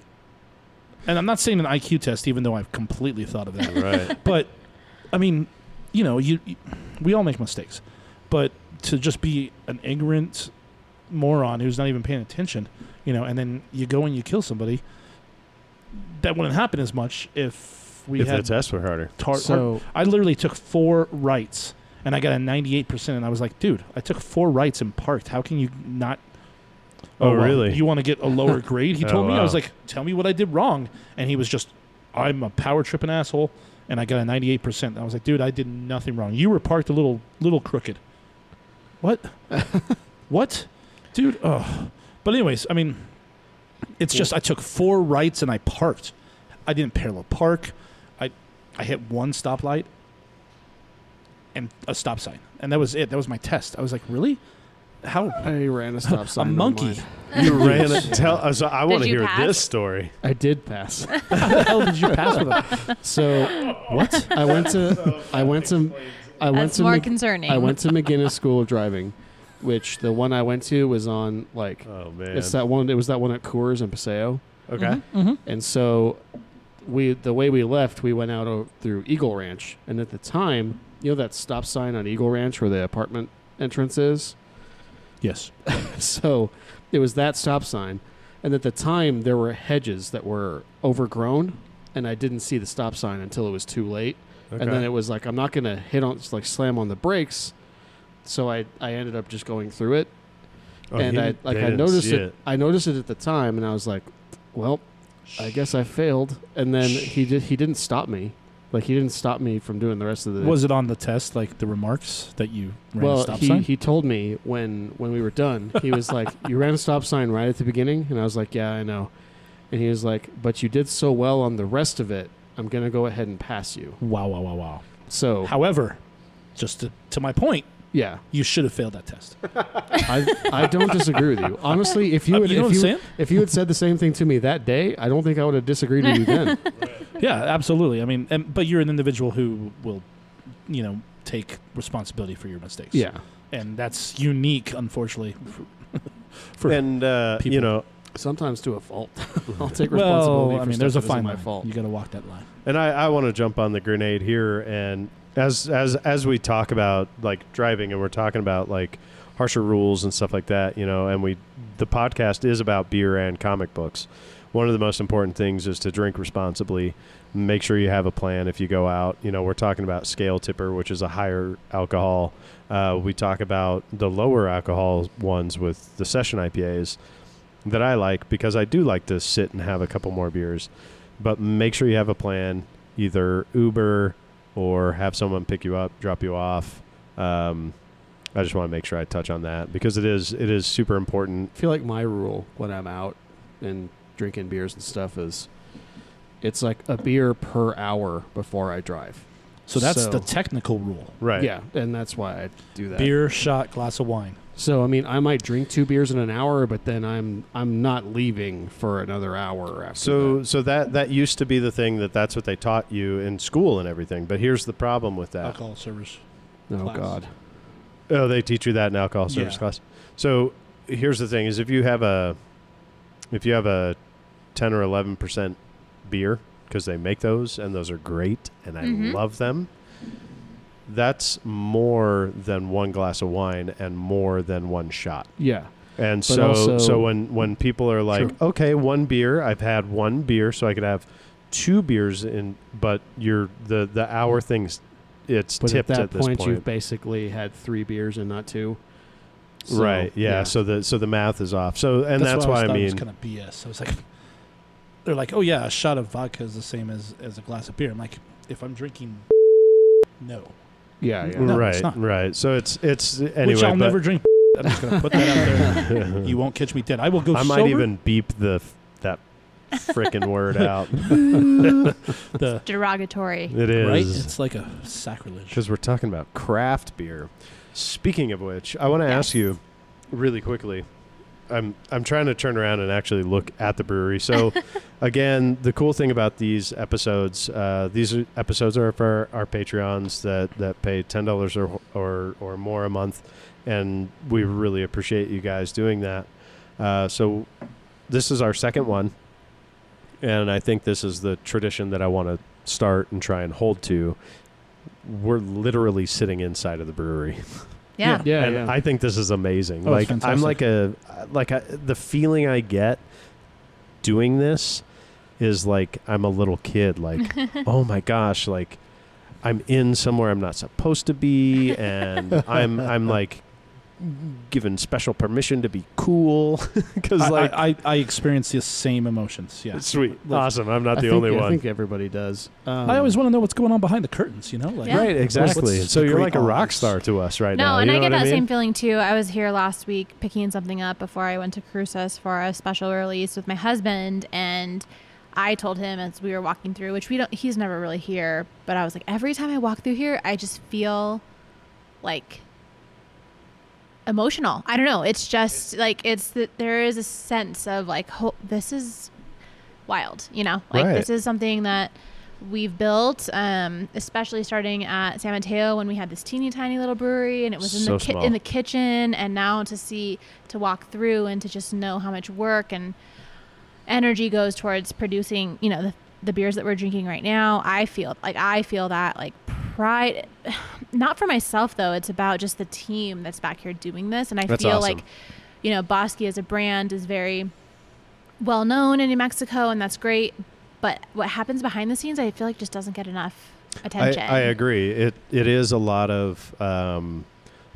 Speaker 3: And I'm not saying an IQ test, even though I've completely thought of that.
Speaker 1: right.
Speaker 3: but I mean, you know, you, you we all make mistakes, but to just be an ignorant moron who's not even paying attention, you know, and then you go and you kill somebody, that wouldn't happen as much if we
Speaker 1: if the
Speaker 3: had
Speaker 1: tests were harder.
Speaker 3: tar-
Speaker 2: So-
Speaker 3: tar- I literally took four rights and I got a 98% and I was like, dude, I took four rights and parked. How can you not
Speaker 1: Oh,
Speaker 3: well,
Speaker 1: really?
Speaker 3: You want to get a lower grade? He
Speaker 1: Oh,
Speaker 3: told me. I was
Speaker 1: wow.
Speaker 3: like, tell me what I did wrong. And he was just, I'm a power tripping asshole. And I got a 98%. I was like, dude, I did nothing wrong. You were parked a little, little crooked. What? what? Dude, oh. But, anyways, I mean, it's just, I took four rights and I parked. I didn't parallel park. I, I hit one stoplight and a stop sign. And that was it. That was my test. I was like, really? How?
Speaker 2: I ran a stop sign.
Speaker 3: a
Speaker 2: on
Speaker 3: monkey.
Speaker 2: mine.
Speaker 1: You ran it. Tell us. I want to
Speaker 4: Did you
Speaker 1: hear
Speaker 4: pass?
Speaker 1: this story.
Speaker 2: I did pass.
Speaker 3: How the hell did you pass with a
Speaker 2: So
Speaker 3: What?
Speaker 2: I went to I went to I went
Speaker 4: That's
Speaker 2: to
Speaker 4: more
Speaker 2: Mc-
Speaker 4: concerning.
Speaker 2: I went to McGinnis School of Driving, which the one I went to was on like
Speaker 1: Oh man.
Speaker 2: it's that one. It was that one at Coors and Paseo,
Speaker 1: okay.
Speaker 2: Mm-hmm.
Speaker 4: Mhm.
Speaker 2: and so we the way we left, we went out o- through Eagle Ranch, and at the time, you know that stop sign on Eagle Ranch where the apartment entrance is.
Speaker 3: Yes.
Speaker 2: so it was that stop sign, and at the time there were hedges that were overgrown and I didn't see the stop sign until it was too late.
Speaker 1: Okay.
Speaker 2: And then it was like I'm not gonna hit on like slam on the brakes, so I I ended up just going through it.
Speaker 1: Oh,
Speaker 2: and
Speaker 1: he-
Speaker 2: I like
Speaker 1: they
Speaker 2: I
Speaker 1: didn't
Speaker 2: noticed
Speaker 1: see
Speaker 2: it. I noticed it at the time, and I was like, well, I guess I failed. And then he did he didn't stop me, like he didn't stop me from doing the rest of the
Speaker 3: Was it on the test, like the remarks that you ran
Speaker 2: well,
Speaker 3: a stop
Speaker 2: he,
Speaker 3: sign?
Speaker 2: he told me when when we were done, he was like, "You ran a stop sign right at the beginning," and I was like, "Yeah, I know." And he was like, "But you did so well on the rest of it. I'm gonna go ahead and pass you."
Speaker 3: wow, wow, wow, wow.
Speaker 2: So
Speaker 3: However, just to, to my point,
Speaker 2: yeah,
Speaker 3: you should have failed that test.
Speaker 2: I
Speaker 4: Mm-hmm.
Speaker 2: I don't disagree with you. Honestly, if
Speaker 3: Uh,
Speaker 2: you had,
Speaker 3: you know
Speaker 2: if
Speaker 3: what I'm
Speaker 2: you
Speaker 3: saying?
Speaker 2: if you had said the same thing to me that day, I don't think I would have disagreed with you then.
Speaker 3: Yeah, absolutely. I mean, and, but you're an individual who will, you know, take responsibility for your mistakes.
Speaker 2: yeah,
Speaker 3: and that's unique, unfortunately. for- For
Speaker 1: and uh, you
Speaker 3: people.
Speaker 1: know,
Speaker 2: sometimes to a fault. I'll take responsibility.
Speaker 3: well,
Speaker 2: for
Speaker 3: I mean,
Speaker 2: stuff
Speaker 3: there's a
Speaker 2: that isn't
Speaker 3: fine
Speaker 2: my
Speaker 3: line.
Speaker 2: fault.
Speaker 3: You got to walk that line.
Speaker 1: and I, I want to jump on the grenade here, and as as as we talk about like driving, and we're talking about like harsher rules and stuff like that, you know, and we the podcast is about beer and comic books. One of the most important things is to drink responsibly. Make sure you have a plan if you go out. You know, we're talking about scale tipper, which is a higher alcohol. Uh, we talk about the lower alcohol ones with the session IPAs that I like because I do like to sit and have a couple more beers. But make sure you have a plan, either Uber or have someone pick you up, drop you off. Um, I just want to make sure I touch on that because it is it is super important
Speaker 2: I feel like my rule when I'm out and drinking beers and stuff is it's like a beer per hour before I drive.
Speaker 3: So that's
Speaker 2: So-
Speaker 3: the technical rule:
Speaker 1: Right.
Speaker 2: Yeah, and that's why I do that.
Speaker 3: beer, shot, glass of wine.
Speaker 2: So I mean, I might drink two beers in an hour, but then I'm I'm not leaving for another hour after.
Speaker 1: So
Speaker 2: that.
Speaker 1: so that that used to be the thing that that's what they taught you in school and everything. But here's the problem with that.
Speaker 3: Alcohol servers.
Speaker 2: oh
Speaker 3: class.
Speaker 2: god,
Speaker 1: Oh, they teach you that in alcohol service
Speaker 3: Yeah.
Speaker 1: class. So here's the thing: is if you have a if you have a ten or eleven percent beer because they make those and those are great and I
Speaker 4: Mhm.
Speaker 1: love them. That's more than one glass of wine and more than one shot.
Speaker 2: yeah,
Speaker 1: And so,
Speaker 2: also-
Speaker 1: so when when people are like,
Speaker 2: Sure.
Speaker 1: okay, one beer, I've had one beer, so I could have two beers in, but you're the the hour things, it's
Speaker 2: but at
Speaker 1: tipped at,
Speaker 2: that
Speaker 1: this
Speaker 2: point,
Speaker 1: point,
Speaker 2: you've basically had three beers and not two. So,
Speaker 1: right? Yeah, So the so the math is off. So and that's,
Speaker 3: why
Speaker 1: why I
Speaker 3: thought it was
Speaker 1: mean,
Speaker 3: kind of BS. I was like, they're like, oh yeah, a shot of vodka is the same as as a glass of beer. I'm like, if I'm drinking, no,
Speaker 2: yeah, yeah.
Speaker 3: No, it's
Speaker 1: right,
Speaker 3: not.
Speaker 1: right. So it's it's anyway.
Speaker 3: which I'll
Speaker 1: but
Speaker 3: never drink. I'm just gonna put that out there. you won't catch me dead. I will go.
Speaker 1: I might
Speaker 3: sober.
Speaker 1: even beep the f- that frickin' word out.
Speaker 3: the
Speaker 4: Derogatory.
Speaker 1: It
Speaker 3: right.
Speaker 1: is
Speaker 3: It's like a sacrilege.
Speaker 1: because we're talking about craft beer. Speaking of which, I want to ask you really quickly. I'm I'm trying to turn around and actually look at the brewery. So, again, the cool thing about these episodes, uh, these are- episodes are for our Patreons that that pay ten dollars or, or or more a month, and we really appreciate you guys doing that. Uh, so, this is our second one, and I think this is the tradition that I want to start and try and hold to. We're literally sitting inside of the brewery
Speaker 4: Yeah.
Speaker 2: yeah,
Speaker 1: and
Speaker 2: yeah.
Speaker 1: I think this is amazing.
Speaker 3: Oh,
Speaker 1: like
Speaker 3: it's
Speaker 1: I'm
Speaker 3: fantastic.
Speaker 1: like a like a, the feeling I get doing this is like I'm a little kid. Like oh my gosh, like I'm in somewhere I'm not supposed to be, and I'm I'm like given special permission to be cool because
Speaker 3: I,
Speaker 1: like
Speaker 3: I, I, I experience the same emotions. Yeah.
Speaker 1: sweet,
Speaker 2: Like,
Speaker 1: awesome. I'm not
Speaker 2: I
Speaker 1: the
Speaker 2: think-
Speaker 1: only
Speaker 2: I
Speaker 1: one.
Speaker 2: think everybody does. Um,
Speaker 3: I always want to know what's going on behind the curtains. You know, like
Speaker 4: Yeah.
Speaker 1: Right, exactly.
Speaker 3: What's
Speaker 1: So
Speaker 3: the
Speaker 1: you're
Speaker 3: great
Speaker 1: like a rock
Speaker 3: odds?
Speaker 1: star to us right
Speaker 4: No,
Speaker 1: now.
Speaker 4: and
Speaker 1: you
Speaker 4: I
Speaker 1: know
Speaker 4: get
Speaker 1: what
Speaker 4: that
Speaker 1: I mean?
Speaker 4: same feeling too. I was here last week picking something up before I went to Cruces for a special release with my husband, and I told him as we were walking through, which we don't, he's never really here, but I was like, every time I walk through here, I just feel like emotional. I don't know. It's just like it's that there is a sense of like ho- this is wild, you know. Like
Speaker 1: Right.
Speaker 4: this is something that we've built um especially starting at San Mateo when we had this teeny tiny little brewery and it was in
Speaker 1: So
Speaker 4: the ki-
Speaker 1: small.
Speaker 4: in the kitchen and now to see to walk through and to just know how much work and energy goes towards producing, you know, the, the beers that we're drinking right now. I feel like I feel that like pride, not for myself though. It's about just the team that's back here doing this, and I
Speaker 1: That's
Speaker 4: feel
Speaker 1: awesome.
Speaker 4: like, you know, Bosky as a brand is very well known in New Mexico, and that's great. But what happens behind the scenes, I feel like just doesn't get enough
Speaker 1: I,
Speaker 4: attention.
Speaker 1: I agree. It it is a lot of um,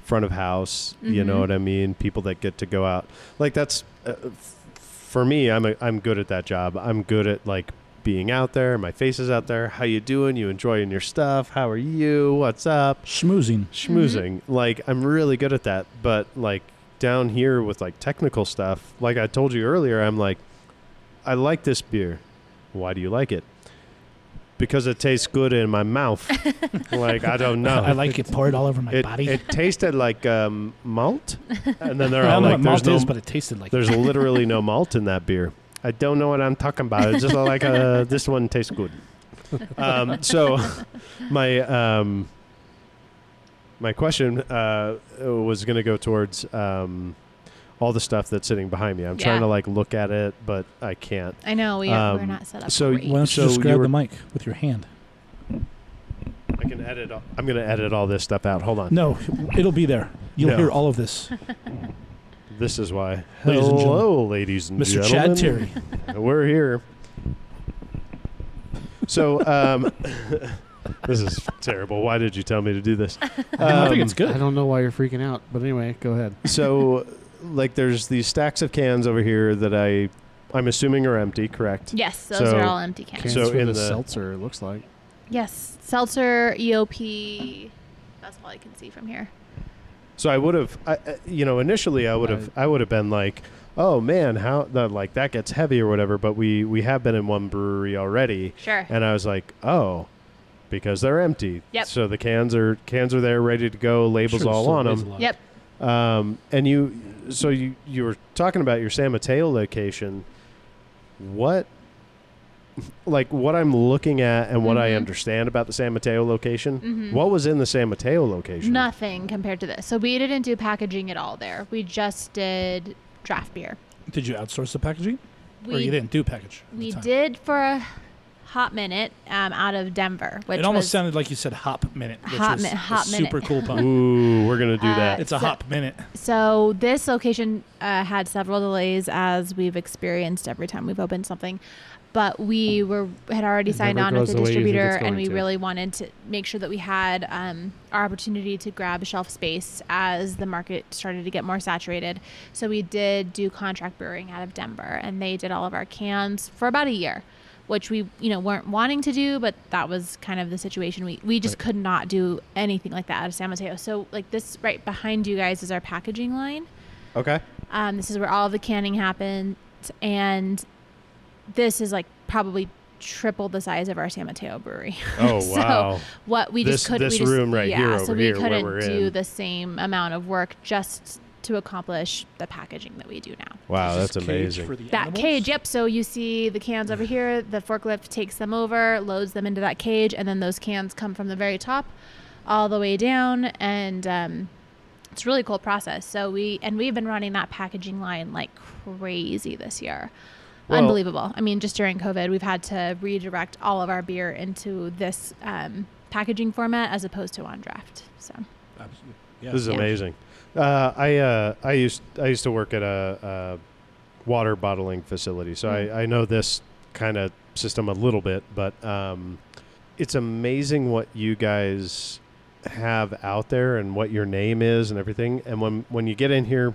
Speaker 1: front of house. You know
Speaker 4: Mhm.
Speaker 1: what I mean? People that get to go out like that's uh, f- for me. I'm a, I'm good at that job. I'm good at like being out there. My face is out there. How you doing? You enjoying your stuff? How are you? What's up?
Speaker 3: Schmoozing.
Speaker 1: schmoozing.
Speaker 3: Mm-hmm.
Speaker 1: Like I'm really good at that, but like down here with like technical stuff, like I told you earlier, I'm like I like this beer. Why do you like it? Because it tastes good in my mouth. like I don't know.
Speaker 3: I like it poured all over my
Speaker 1: it,
Speaker 3: body.
Speaker 1: it tasted like um, malt, and then they're
Speaker 3: I
Speaker 1: all
Speaker 3: don't know
Speaker 1: like,
Speaker 3: what malt
Speaker 1: "There's no,
Speaker 3: is, but it tasted like
Speaker 1: there's literally no malt in that beer." I don't know what I'm talking about. It's just like uh, this one tastes good. Um, so, my um, my question uh, was going to go towards um, all the stuff that's sitting behind me. I'm trying
Speaker 4: Yeah.
Speaker 1: to like look at it, but I can't.
Speaker 4: I know we we're
Speaker 1: Um,
Speaker 4: not set up.
Speaker 1: so
Speaker 4: great.
Speaker 1: when-
Speaker 3: Why don't you
Speaker 1: So
Speaker 3: just
Speaker 1: you
Speaker 3: grab
Speaker 1: were-
Speaker 3: the mic with your hand?
Speaker 1: I can edit. all- I'm going to edit all this stuff out. Hold on.
Speaker 3: No, it'll be there. You'll
Speaker 1: No.
Speaker 3: hear all of this,
Speaker 1: This is why.
Speaker 3: Ladies and
Speaker 1: Hello, ladies and
Speaker 3: Mr.
Speaker 1: gentlemen.
Speaker 3: Chad Terry.
Speaker 1: We're here. So, um, this is terrible. Why did you tell me to do this?
Speaker 3: I think
Speaker 1: Um,
Speaker 3: it's good.
Speaker 2: I don't know why you're freaking out, but anyway, go ahead.
Speaker 1: So, like, there's these stacks of cans over here that I, I'm assuming are empty. Correct.
Speaker 4: yes, those
Speaker 1: so-
Speaker 4: are all empty cans.
Speaker 2: Cans
Speaker 1: So
Speaker 2: for
Speaker 1: in
Speaker 2: the,
Speaker 1: the-
Speaker 2: seltzer, it looks like.
Speaker 4: Yes, seltzer, EOP. That's all I can see from here.
Speaker 1: So I would have, I, I- you know, initially I would have, I would have been like, oh man, how that like that gets heavy or whatever. But we we have been in one brewery already,
Speaker 4: Sure.
Speaker 1: and I was like, oh, because they're empty.
Speaker 4: Yep.
Speaker 1: So the cans are cans are there, ready to go. Labels
Speaker 3: Sure,
Speaker 1: all
Speaker 3: still
Speaker 1: on
Speaker 3: weighs
Speaker 1: them.
Speaker 3: a lot.
Speaker 4: Yep.
Speaker 1: Um, and you, so you you were talking about your San Mateo location. What, like what I'm looking at and what I
Speaker 4: Mhm.
Speaker 1: understand about the San Mateo location.
Speaker 4: Mhm.
Speaker 1: What was in the San Mateo location?
Speaker 4: Nothing compared to this. So we didn't do packaging at all there. We just did draft beer.
Speaker 3: Did you outsource the packaging,
Speaker 4: We
Speaker 3: or you didn't do package? at the
Speaker 4: we
Speaker 3: time?
Speaker 4: did for a hot minute um, out of Denver, which
Speaker 3: It almost
Speaker 4: was,
Speaker 3: sounded like you said hop minute, which
Speaker 4: Hop
Speaker 3: was
Speaker 4: mi-
Speaker 3: a
Speaker 4: hop minute.
Speaker 3: super cool pun.
Speaker 1: Ooh, we're gonna do
Speaker 4: Uh,
Speaker 1: that.
Speaker 3: It's a
Speaker 4: So-
Speaker 3: hop minute.
Speaker 4: So this location uh, had several delays, as we've experienced every time we've opened something. But we were had already
Speaker 2: It
Speaker 4: signed
Speaker 2: never
Speaker 4: on with
Speaker 2: goes
Speaker 4: the
Speaker 2: the way you think
Speaker 4: distributor,
Speaker 2: it's
Speaker 4: and
Speaker 2: going
Speaker 4: we
Speaker 2: to.
Speaker 4: really wanted to make sure that we had um, our opportunity to grab shelf space as the market started to get more saturated. So we did do contract brewing out of Denver, and they did all of our cans for about a year. Which we, you know, weren't wanting to do, but that was kind of the situation. We we just could not do anything like that out of San Mateo. So like this right behind you guys is our packaging line.
Speaker 1: okay.
Speaker 4: Um, this is where all the canning happens, and this is like probably triple the size of our San Mateo brewery.
Speaker 1: Oh
Speaker 4: So,
Speaker 1: wow.
Speaker 4: what we just
Speaker 1: This-
Speaker 4: couldn't
Speaker 1: this
Speaker 4: we just,
Speaker 1: room right
Speaker 4: yeah,
Speaker 1: here
Speaker 4: so
Speaker 1: over
Speaker 4: we
Speaker 1: here where
Speaker 4: couldn't
Speaker 1: we're
Speaker 4: do
Speaker 1: in.
Speaker 4: the same amount of work just to accomplish the packaging that we do now.
Speaker 1: wow,
Speaker 3: This
Speaker 1: that's
Speaker 3: is cage
Speaker 1: amazing.
Speaker 3: for the
Speaker 4: That
Speaker 3: animals.
Speaker 4: cage, yep. So you see the cans over here. The forklift takes them over, loads them into that cage, and then those cans come from the very top, all the way down, and um, it's a really cool process. So we and we've been running that packaging line like crazy this year.
Speaker 1: Well-
Speaker 4: Unbelievable. I mean, just during COVID, we've had to redirect all of our beer into this um, packaging format as opposed to on draft. So
Speaker 3: Absolutely. Yeah.
Speaker 1: This is
Speaker 4: Yeah.
Speaker 1: amazing. Uh, I uh, I used I used to work at a, a water bottling facility, so
Speaker 4: Mm.
Speaker 1: I, I know this kind of system a little bit, but um, it's amazing what you guys have out there and what your name is and everything. And when when you get in here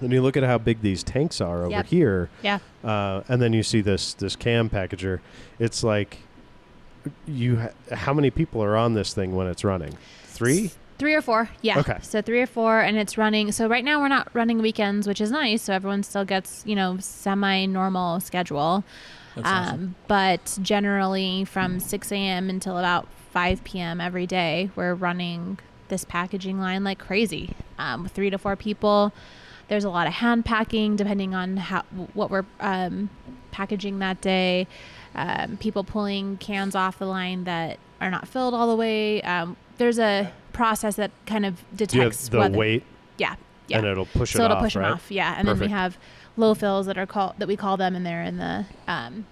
Speaker 1: and you look at how big these tanks are over
Speaker 4: Yep.
Speaker 1: here,
Speaker 4: yeah,
Speaker 1: uh, and then you see this this cam packager, it's like you ha- how many people are on this thing when it's running? Three.
Speaker 4: Three or four, yeah.
Speaker 1: Okay.
Speaker 4: So three or four, and it's running. So right now we're not running weekends, which is nice. So everyone still gets you know semi-normal schedule.
Speaker 3: That's awesome.
Speaker 4: Um, But generally from 6 a.m. until about 5 p.m. every day, we're running this packaging line like crazy. Um, three to four people. There's a lot of hand packing depending on how what we're um, packaging that day. Um, people pulling cans off the line that are not filled all the way. Um, there's a process that kind of
Speaker 1: Do you have
Speaker 4: detects
Speaker 1: the
Speaker 4: whether,
Speaker 1: weight
Speaker 4: Yeah, yeah
Speaker 1: and it'll push
Speaker 4: so
Speaker 1: it
Speaker 4: it'll
Speaker 1: off,
Speaker 4: push
Speaker 1: right?
Speaker 4: them off yeah and then we
Speaker 1: Perfect.
Speaker 4: have low fills that are called that we call them and they're in the um,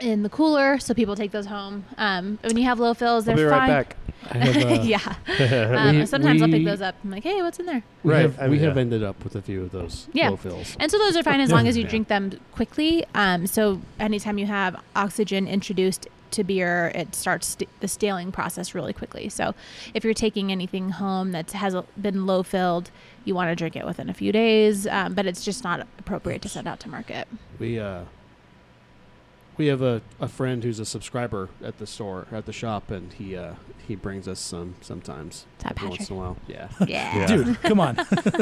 Speaker 4: in the cooler, so people take those home. Um, when you have low fills,
Speaker 1: I'll
Speaker 4: they're
Speaker 1: be right
Speaker 4: fine.
Speaker 1: back.
Speaker 2: I have, uh,
Speaker 4: yeah.
Speaker 1: yeah,
Speaker 4: Um,
Speaker 2: We-
Speaker 4: sometimes I'll pick
Speaker 2: we-
Speaker 4: those up. I'm like, hey, what's in there?
Speaker 2: We
Speaker 1: Right,
Speaker 2: have,
Speaker 1: I
Speaker 2: we
Speaker 1: mean,
Speaker 2: have
Speaker 1: yeah.
Speaker 2: ended up with a few of those
Speaker 4: Yeah.
Speaker 2: low fills.
Speaker 4: And so those are fine as long as you
Speaker 2: Yeah.
Speaker 4: drink them quickly. Um, so anytime you have oxygen introduced to beer, it starts st- the staling process really quickly. So if you're taking anything home that has a- been low filled, you want to drink it within a few days, um, but it's just not appropriate to send out to market.
Speaker 2: We uh, we have a, a friend who's a subscriber at the store at the shop, and he uh, he brings us some sometimes
Speaker 4: Is that
Speaker 2: every once
Speaker 4: Patrick?
Speaker 2: in a while. Yeah,
Speaker 4: Yeah.
Speaker 3: Dude, come on.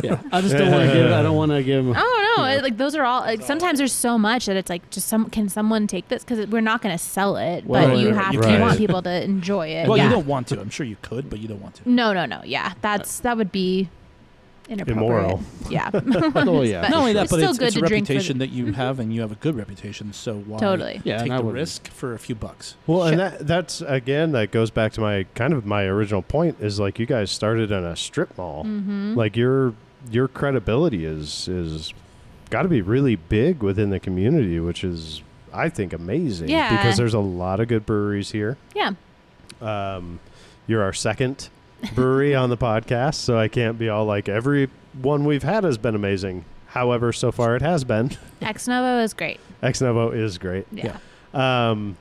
Speaker 2: yeah. I just don't want to give. I don't want to give him.
Speaker 4: Oh no!
Speaker 2: Yeah.
Speaker 4: Like those are all. Like, sometimes there's so much that it's like, just some. Can someone take this? Because we're not going to sell it,
Speaker 2: Well,
Speaker 4: but
Speaker 2: right,
Speaker 4: you
Speaker 2: right,
Speaker 4: have
Speaker 1: you
Speaker 4: to
Speaker 1: can't.
Speaker 4: you want people to enjoy it.
Speaker 3: Well,
Speaker 4: yeah.
Speaker 3: you don't want to. I'm sure you could, but you don't want to.
Speaker 4: No, no, no. Yeah, that's that would be inappropriate.
Speaker 1: Immoral.
Speaker 4: Yeah,
Speaker 2: Oh yeah,
Speaker 4: But-
Speaker 2: for
Speaker 3: Not only
Speaker 2: sure.
Speaker 3: that,
Speaker 4: It's
Speaker 3: but
Speaker 4: still
Speaker 3: it's, it's a
Speaker 4: good to drink for
Speaker 3: reputation
Speaker 4: the-
Speaker 3: that you have, and you have a good reputation. So why
Speaker 4: totally.
Speaker 2: yeah,
Speaker 3: take
Speaker 2: and I
Speaker 3: the
Speaker 2: wouldn't-
Speaker 3: risk for a few bucks?
Speaker 1: Well,
Speaker 4: Sure.
Speaker 1: and that that's again that goes back to my kind of my original point is like you guys started in a strip mall.
Speaker 4: Mm-hmm.
Speaker 1: Like your your credibility is is got to be really big within the community, which is I think amazing
Speaker 4: Yeah.
Speaker 1: because there's a lot of good breweries here.
Speaker 4: yeah,
Speaker 1: Um, you're our second brewery on the podcast, so I can't be all like every one we've had has been amazing. However, so far it has been.
Speaker 4: Ex Novo is great.
Speaker 1: Ex Novo is great.
Speaker 4: Yeah.
Speaker 3: Yeah.
Speaker 1: Um,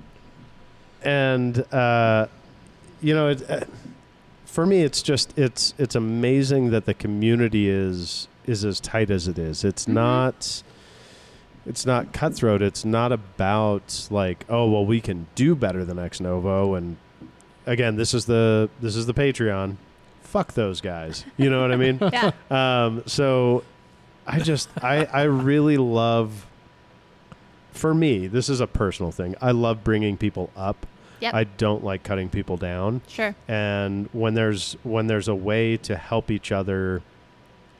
Speaker 1: and uh, you know, it, uh, for me, it's just it's it's amazing that the community is is as tight as it is. It's
Speaker 4: Mhm.
Speaker 1: not. It's not cutthroat. It's not about like, oh well, we can do better than Ex Novo. And again, this is the this is the Patreon. Fuck those guys. You know what I mean?
Speaker 4: Yeah.
Speaker 1: Um, so I just I I really love for me, this is a personal thing. I love bringing people up.
Speaker 4: Yep.
Speaker 1: I don't like cutting people down.
Speaker 4: Sure.
Speaker 1: And when there's when there's a way to help each other,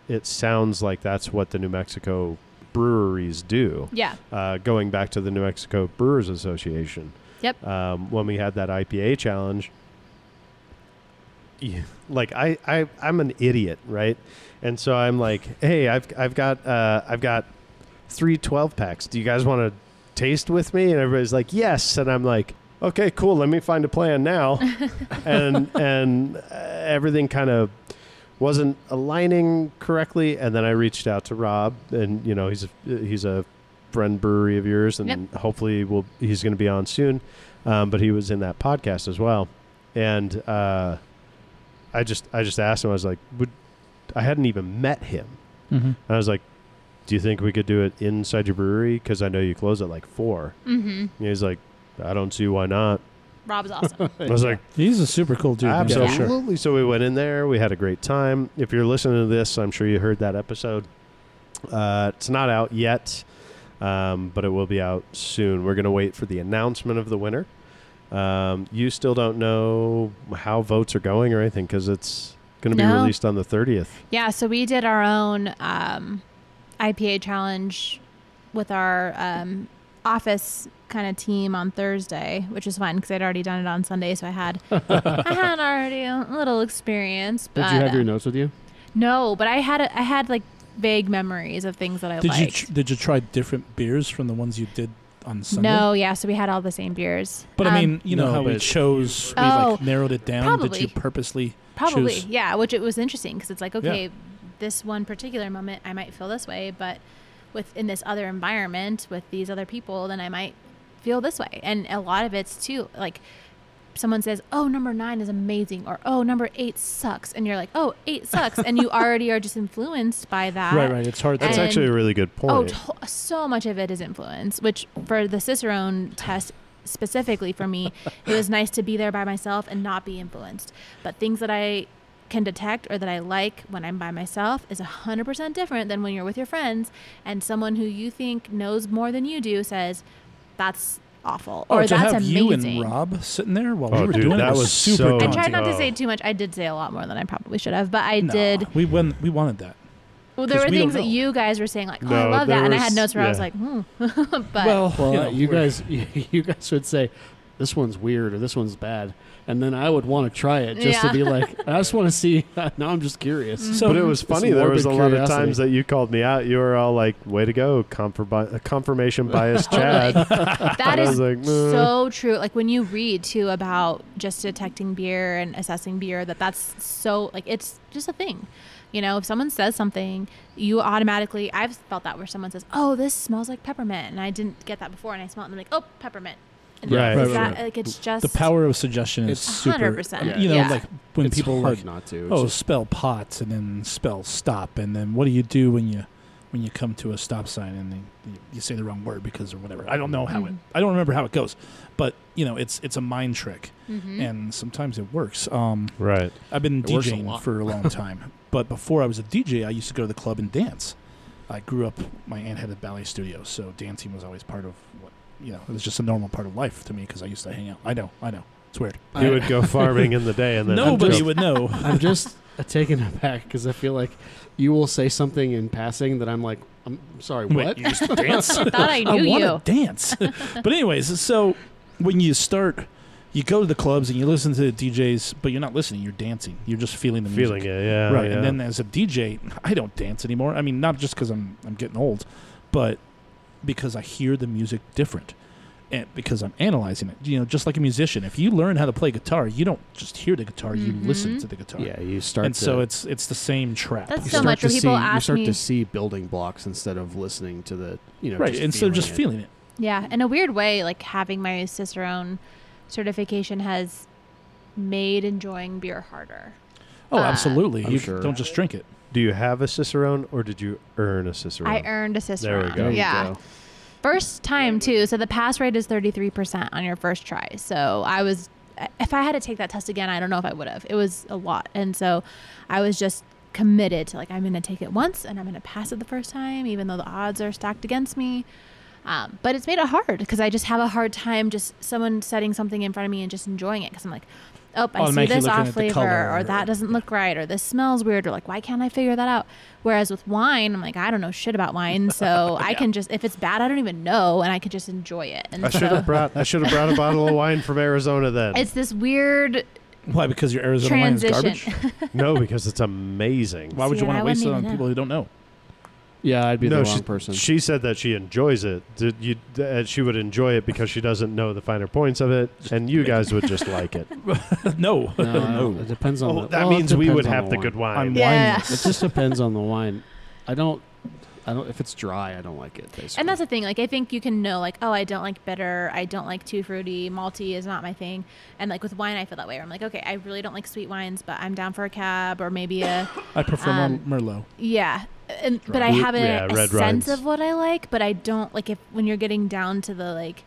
Speaker 1: it sounds like that's what the New Mexico breweries do.
Speaker 4: Yeah.
Speaker 1: Uh, going back to the New Mexico Brewers Association.
Speaker 4: Yep.
Speaker 1: Um, when we had that IPA challenge, yeah, like I, I I'm an idiot, right? And so I'm like, hey, I've I've got uh, I've got three 12 packs. Do you guys want to taste with me? And everybody's like, yes. And I'm like, okay, cool. Let me find a plan now. and and uh, everything kind of wasn't aligning correctly. And then I reached out to Rob, and you know he's a, he's a friend brewery of yours, and
Speaker 4: Yep.
Speaker 1: hopefully we'll, he's going to be on soon. Um, but he was in that podcast as well, and uh, I just I just asked him. I was like, would I hadn't even met him.
Speaker 3: Mm-hmm.
Speaker 1: And I was like, "Do you think we could do it inside your brewery? Because I know you close at like four.
Speaker 4: Mm-hmm.
Speaker 1: And he's like, "I don't see why not."
Speaker 4: Rob's awesome.
Speaker 1: I was like,
Speaker 3: He's a super cool dude. man.
Speaker 1: "Absolutely!" So we went in there. We had a great time. If you're listening to this, I'm sure you heard that episode. Uh, it's not out yet, um, but it will be out soon. We're gonna wait for the announcement of the winner. Um, you still don't know how votes are going or anything because it's going to be
Speaker 4: No.
Speaker 1: released on the 30th.
Speaker 4: yeah. So we did our own um, IPA challenge with our um, office kind of team on Thursday, which was fun because I'd already done it on Sunday, so I had I had already a little experience.
Speaker 2: Did
Speaker 4: But
Speaker 2: you have your
Speaker 4: um,
Speaker 2: notes with you?
Speaker 4: no? But I had a, I had like vague memories of things that I
Speaker 3: Did you
Speaker 4: liked.
Speaker 3: tr- did you try different beers from the ones you did on Sunday?
Speaker 4: No, yeah, so we had all the same beers.
Speaker 3: But I
Speaker 4: Um,
Speaker 3: mean, you know
Speaker 2: No,
Speaker 3: how we
Speaker 2: but-
Speaker 3: chose, we
Speaker 4: Oh,
Speaker 3: like narrowed it down. Did
Speaker 4: probably.
Speaker 3: you purposely?
Speaker 4: probably,
Speaker 3: choose-
Speaker 4: yeah. Which it was interesting because it's like, okay, this one particular moment, I might feel this way, but with in this other environment with these other people, then I might feel this way. And a lot of it's too like someone says, "Oh, number nine is amazing," or "Oh, number eight sucks," and you're like, "Oh, eight sucks," and you already are just influenced by that.
Speaker 3: right, right. It's hard.
Speaker 1: That's
Speaker 4: And-
Speaker 1: actually a really good point.
Speaker 4: Oh, to- so much of it is influence, which for the Cicerone test specifically for me, it was nice to be there by myself and not be influenced. But things that I can detect or that I like when I'm by myself is 100% different than when you're with your friends and someone who you think knows more than you do says, that's awful
Speaker 3: oh,
Speaker 4: or
Speaker 3: to
Speaker 4: that's
Speaker 3: have
Speaker 4: amazing.
Speaker 3: you and Rob sitting there while
Speaker 1: Oh,
Speaker 3: we were
Speaker 1: dude,
Speaker 3: doing
Speaker 1: that
Speaker 3: it
Speaker 1: was
Speaker 3: super.
Speaker 1: so-
Speaker 4: I
Speaker 1: daunting.
Speaker 4: tried not to
Speaker 1: Oh.
Speaker 4: say too much. I did say a lot more than I probably should have, but I
Speaker 3: No,
Speaker 4: did.
Speaker 3: We won. We wanted that.
Speaker 4: Well, there
Speaker 3: 'cause
Speaker 4: were
Speaker 3: we don't
Speaker 4: things that
Speaker 3: know.
Speaker 4: you guys were saying like, "Oh, I
Speaker 1: No,
Speaker 4: love that,"
Speaker 1: there
Speaker 4: and I
Speaker 1: was-
Speaker 4: had notes where I was
Speaker 1: yeah.
Speaker 4: like, "Hmm," but
Speaker 3: well,
Speaker 2: Well, you,
Speaker 3: know, we're-
Speaker 2: guys, you, guys would say this one's weird or this one's bad, and then I would want to try it just
Speaker 4: Yeah.
Speaker 2: to be like, I just want to see. now I'm just curious.
Speaker 3: So
Speaker 1: but it was
Speaker 2: It's
Speaker 1: funny. There was a
Speaker 2: morbid
Speaker 1: lot of
Speaker 2: curiosity.
Speaker 1: times that you called me out. You were all like, "Way to go, confirmi- confirmation bias, Chad."
Speaker 4: That
Speaker 1: I was
Speaker 4: is
Speaker 1: like, "Nah."
Speaker 4: so true. Like when you read too about just detecting beer and assessing beer, that that's so like it's just a thing. You know, if someone says something, you automatically. I've felt that where someone says, "Oh, this smells like peppermint," and I didn't get that before, and I smell it, and I'm like, "Oh, peppermint." And
Speaker 1: Right.
Speaker 4: it's
Speaker 3: Right,
Speaker 4: that-
Speaker 3: right,
Speaker 4: Like it's just
Speaker 3: the power of suggestion is
Speaker 2: It's
Speaker 3: super.
Speaker 4: 100%,
Speaker 3: You know,
Speaker 4: yeah.
Speaker 3: like when
Speaker 2: It's
Speaker 3: people
Speaker 2: hard
Speaker 3: like,
Speaker 2: not to. It's
Speaker 3: oh,
Speaker 2: just-
Speaker 3: spell pots and then spell stop, and then what do you do when you when you come to a stop sign and then you, you say the wrong word because or whatever? I don't know how it.
Speaker 4: Mhm.
Speaker 3: I don't remember how it goes, but you know, it's it's a mind trick,
Speaker 4: Mhm.
Speaker 3: and sometimes it works. Um,
Speaker 1: right.
Speaker 3: I've been
Speaker 2: It works a
Speaker 3: DJing
Speaker 2: lot.
Speaker 3: for a long time, but before I was a DJ, I used to go to the club and dance. I grew up; my aunt had a ballet studio, so dancing was always part of what you know. It was just a normal part of life to me because I used to hang out. I know, I know, it's weird.
Speaker 1: He
Speaker 2: I-
Speaker 1: would go farming in the day, and then
Speaker 3: Nobody
Speaker 1: just-
Speaker 3: would know.
Speaker 2: I'm just uh, taken aback because I feel like you will say something in passing that I'm like, I'm sorry,
Speaker 3: Wait,
Speaker 2: what?
Speaker 3: you used to dance?
Speaker 4: I thought I knew
Speaker 3: want to
Speaker 4: you.
Speaker 3: dance. but anyways, so when you start, you go to the clubs and you listen to the DJs, but you're not listening. You're dancing. You're just feeling the music.
Speaker 1: feeling it. Yeah.
Speaker 3: right
Speaker 1: yeah.
Speaker 3: and then as a dj i don't dance anymore i mean not just because i'm i'm getting old but because i hear the music different and because i'm analyzing it you know just like a musician if you learn how to play guitar you don't just hear the guitar you listen
Speaker 4: Mhm.
Speaker 3: to the guitar
Speaker 2: Yeah, you start.
Speaker 3: and
Speaker 2: to,
Speaker 3: so it's it's the same trap
Speaker 4: That's
Speaker 2: you
Speaker 4: so
Speaker 2: start
Speaker 4: much
Speaker 2: to
Speaker 4: where people
Speaker 2: see, you
Speaker 4: ask
Speaker 2: start
Speaker 4: me-
Speaker 2: to see building blocks instead of listening to the you know
Speaker 3: right
Speaker 2: just
Speaker 3: instead of just
Speaker 2: it.
Speaker 3: feeling it
Speaker 4: Yeah, in a weird way, like having my Cicerone certification has made enjoying beer harder.
Speaker 3: oh
Speaker 4: Uh,
Speaker 3: absolutely
Speaker 2: I'm
Speaker 3: you
Speaker 2: sure.
Speaker 3: don't just drink it
Speaker 1: do you have a cicerone, or did you earn a cicerone?
Speaker 4: I earned a
Speaker 1: There
Speaker 4: Cicerone.
Speaker 1: we go.
Speaker 2: There you
Speaker 4: yeah.
Speaker 2: go.
Speaker 4: First time too. So the pass rate is 33% on your first try. So I was if I had to take that test again, I don't know if I would have. It was a lot. And so I was just committed to like I'm going to take it once and I'm going to pass it the first time even though the odds are stacked against me. Um, but it's made it hard because I just have a hard time just someone setting something in front of me and just enjoying it because I'm like, oh, I see
Speaker 3: Automatically
Speaker 4: this
Speaker 3: looking
Speaker 4: off
Speaker 3: at the
Speaker 4: flavor
Speaker 3: color
Speaker 4: or
Speaker 3: or-
Speaker 4: that doesn't look right or this smells weird or like why can't I figure that out? Whereas with wine, I'm like I don't know shit about wine, so I can just if it's bad, I don't even know, and I could just enjoy it. And
Speaker 1: I should
Speaker 4: so
Speaker 1: have brought. I should have brought a bottle of wine from Arizona then.
Speaker 4: it's this weird
Speaker 3: why because your arizona wine is
Speaker 4: transition.
Speaker 3: garbage
Speaker 1: no, because it's amazing.
Speaker 3: why would
Speaker 4: See,
Speaker 3: you want
Speaker 4: I
Speaker 3: to waste it
Speaker 4: wouldn't
Speaker 3: on
Speaker 4: even
Speaker 3: people who don't know
Speaker 2: Yeah, I'd be
Speaker 1: no,
Speaker 2: the wrong
Speaker 1: she,
Speaker 2: person.
Speaker 1: she said that she enjoys it. Did you? That she would enjoy it because she doesn't know the finer points of it, and you guys would just like it.
Speaker 3: no
Speaker 2: no, I don't- it depends on.
Speaker 1: Oh,
Speaker 2: the,
Speaker 1: that
Speaker 2: well, it
Speaker 1: means we would
Speaker 2: depends on
Speaker 1: have the good wine.
Speaker 3: i'm
Speaker 4: Yeah.
Speaker 3: wineless.
Speaker 2: It just depends on the wine. I don't. I don't. If it's dry, I don't like it. Basically.
Speaker 4: And that's the thing. Like, I think you can know, like, oh, I don't like bitter. I don't like too fruity. Malty is not my thing. And, like, with wine, I feel that way. Where I'm like, okay, I really don't like sweet wines, but I'm down for a cab or maybe a,
Speaker 3: i prefer
Speaker 4: Um,
Speaker 3: merlot
Speaker 4: yeah. And, but I
Speaker 1: Blue-
Speaker 4: have a,
Speaker 1: yeah,
Speaker 4: a
Speaker 1: red wines.
Speaker 4: sense of what I like, but I don't, like, if when you're getting down to the, like,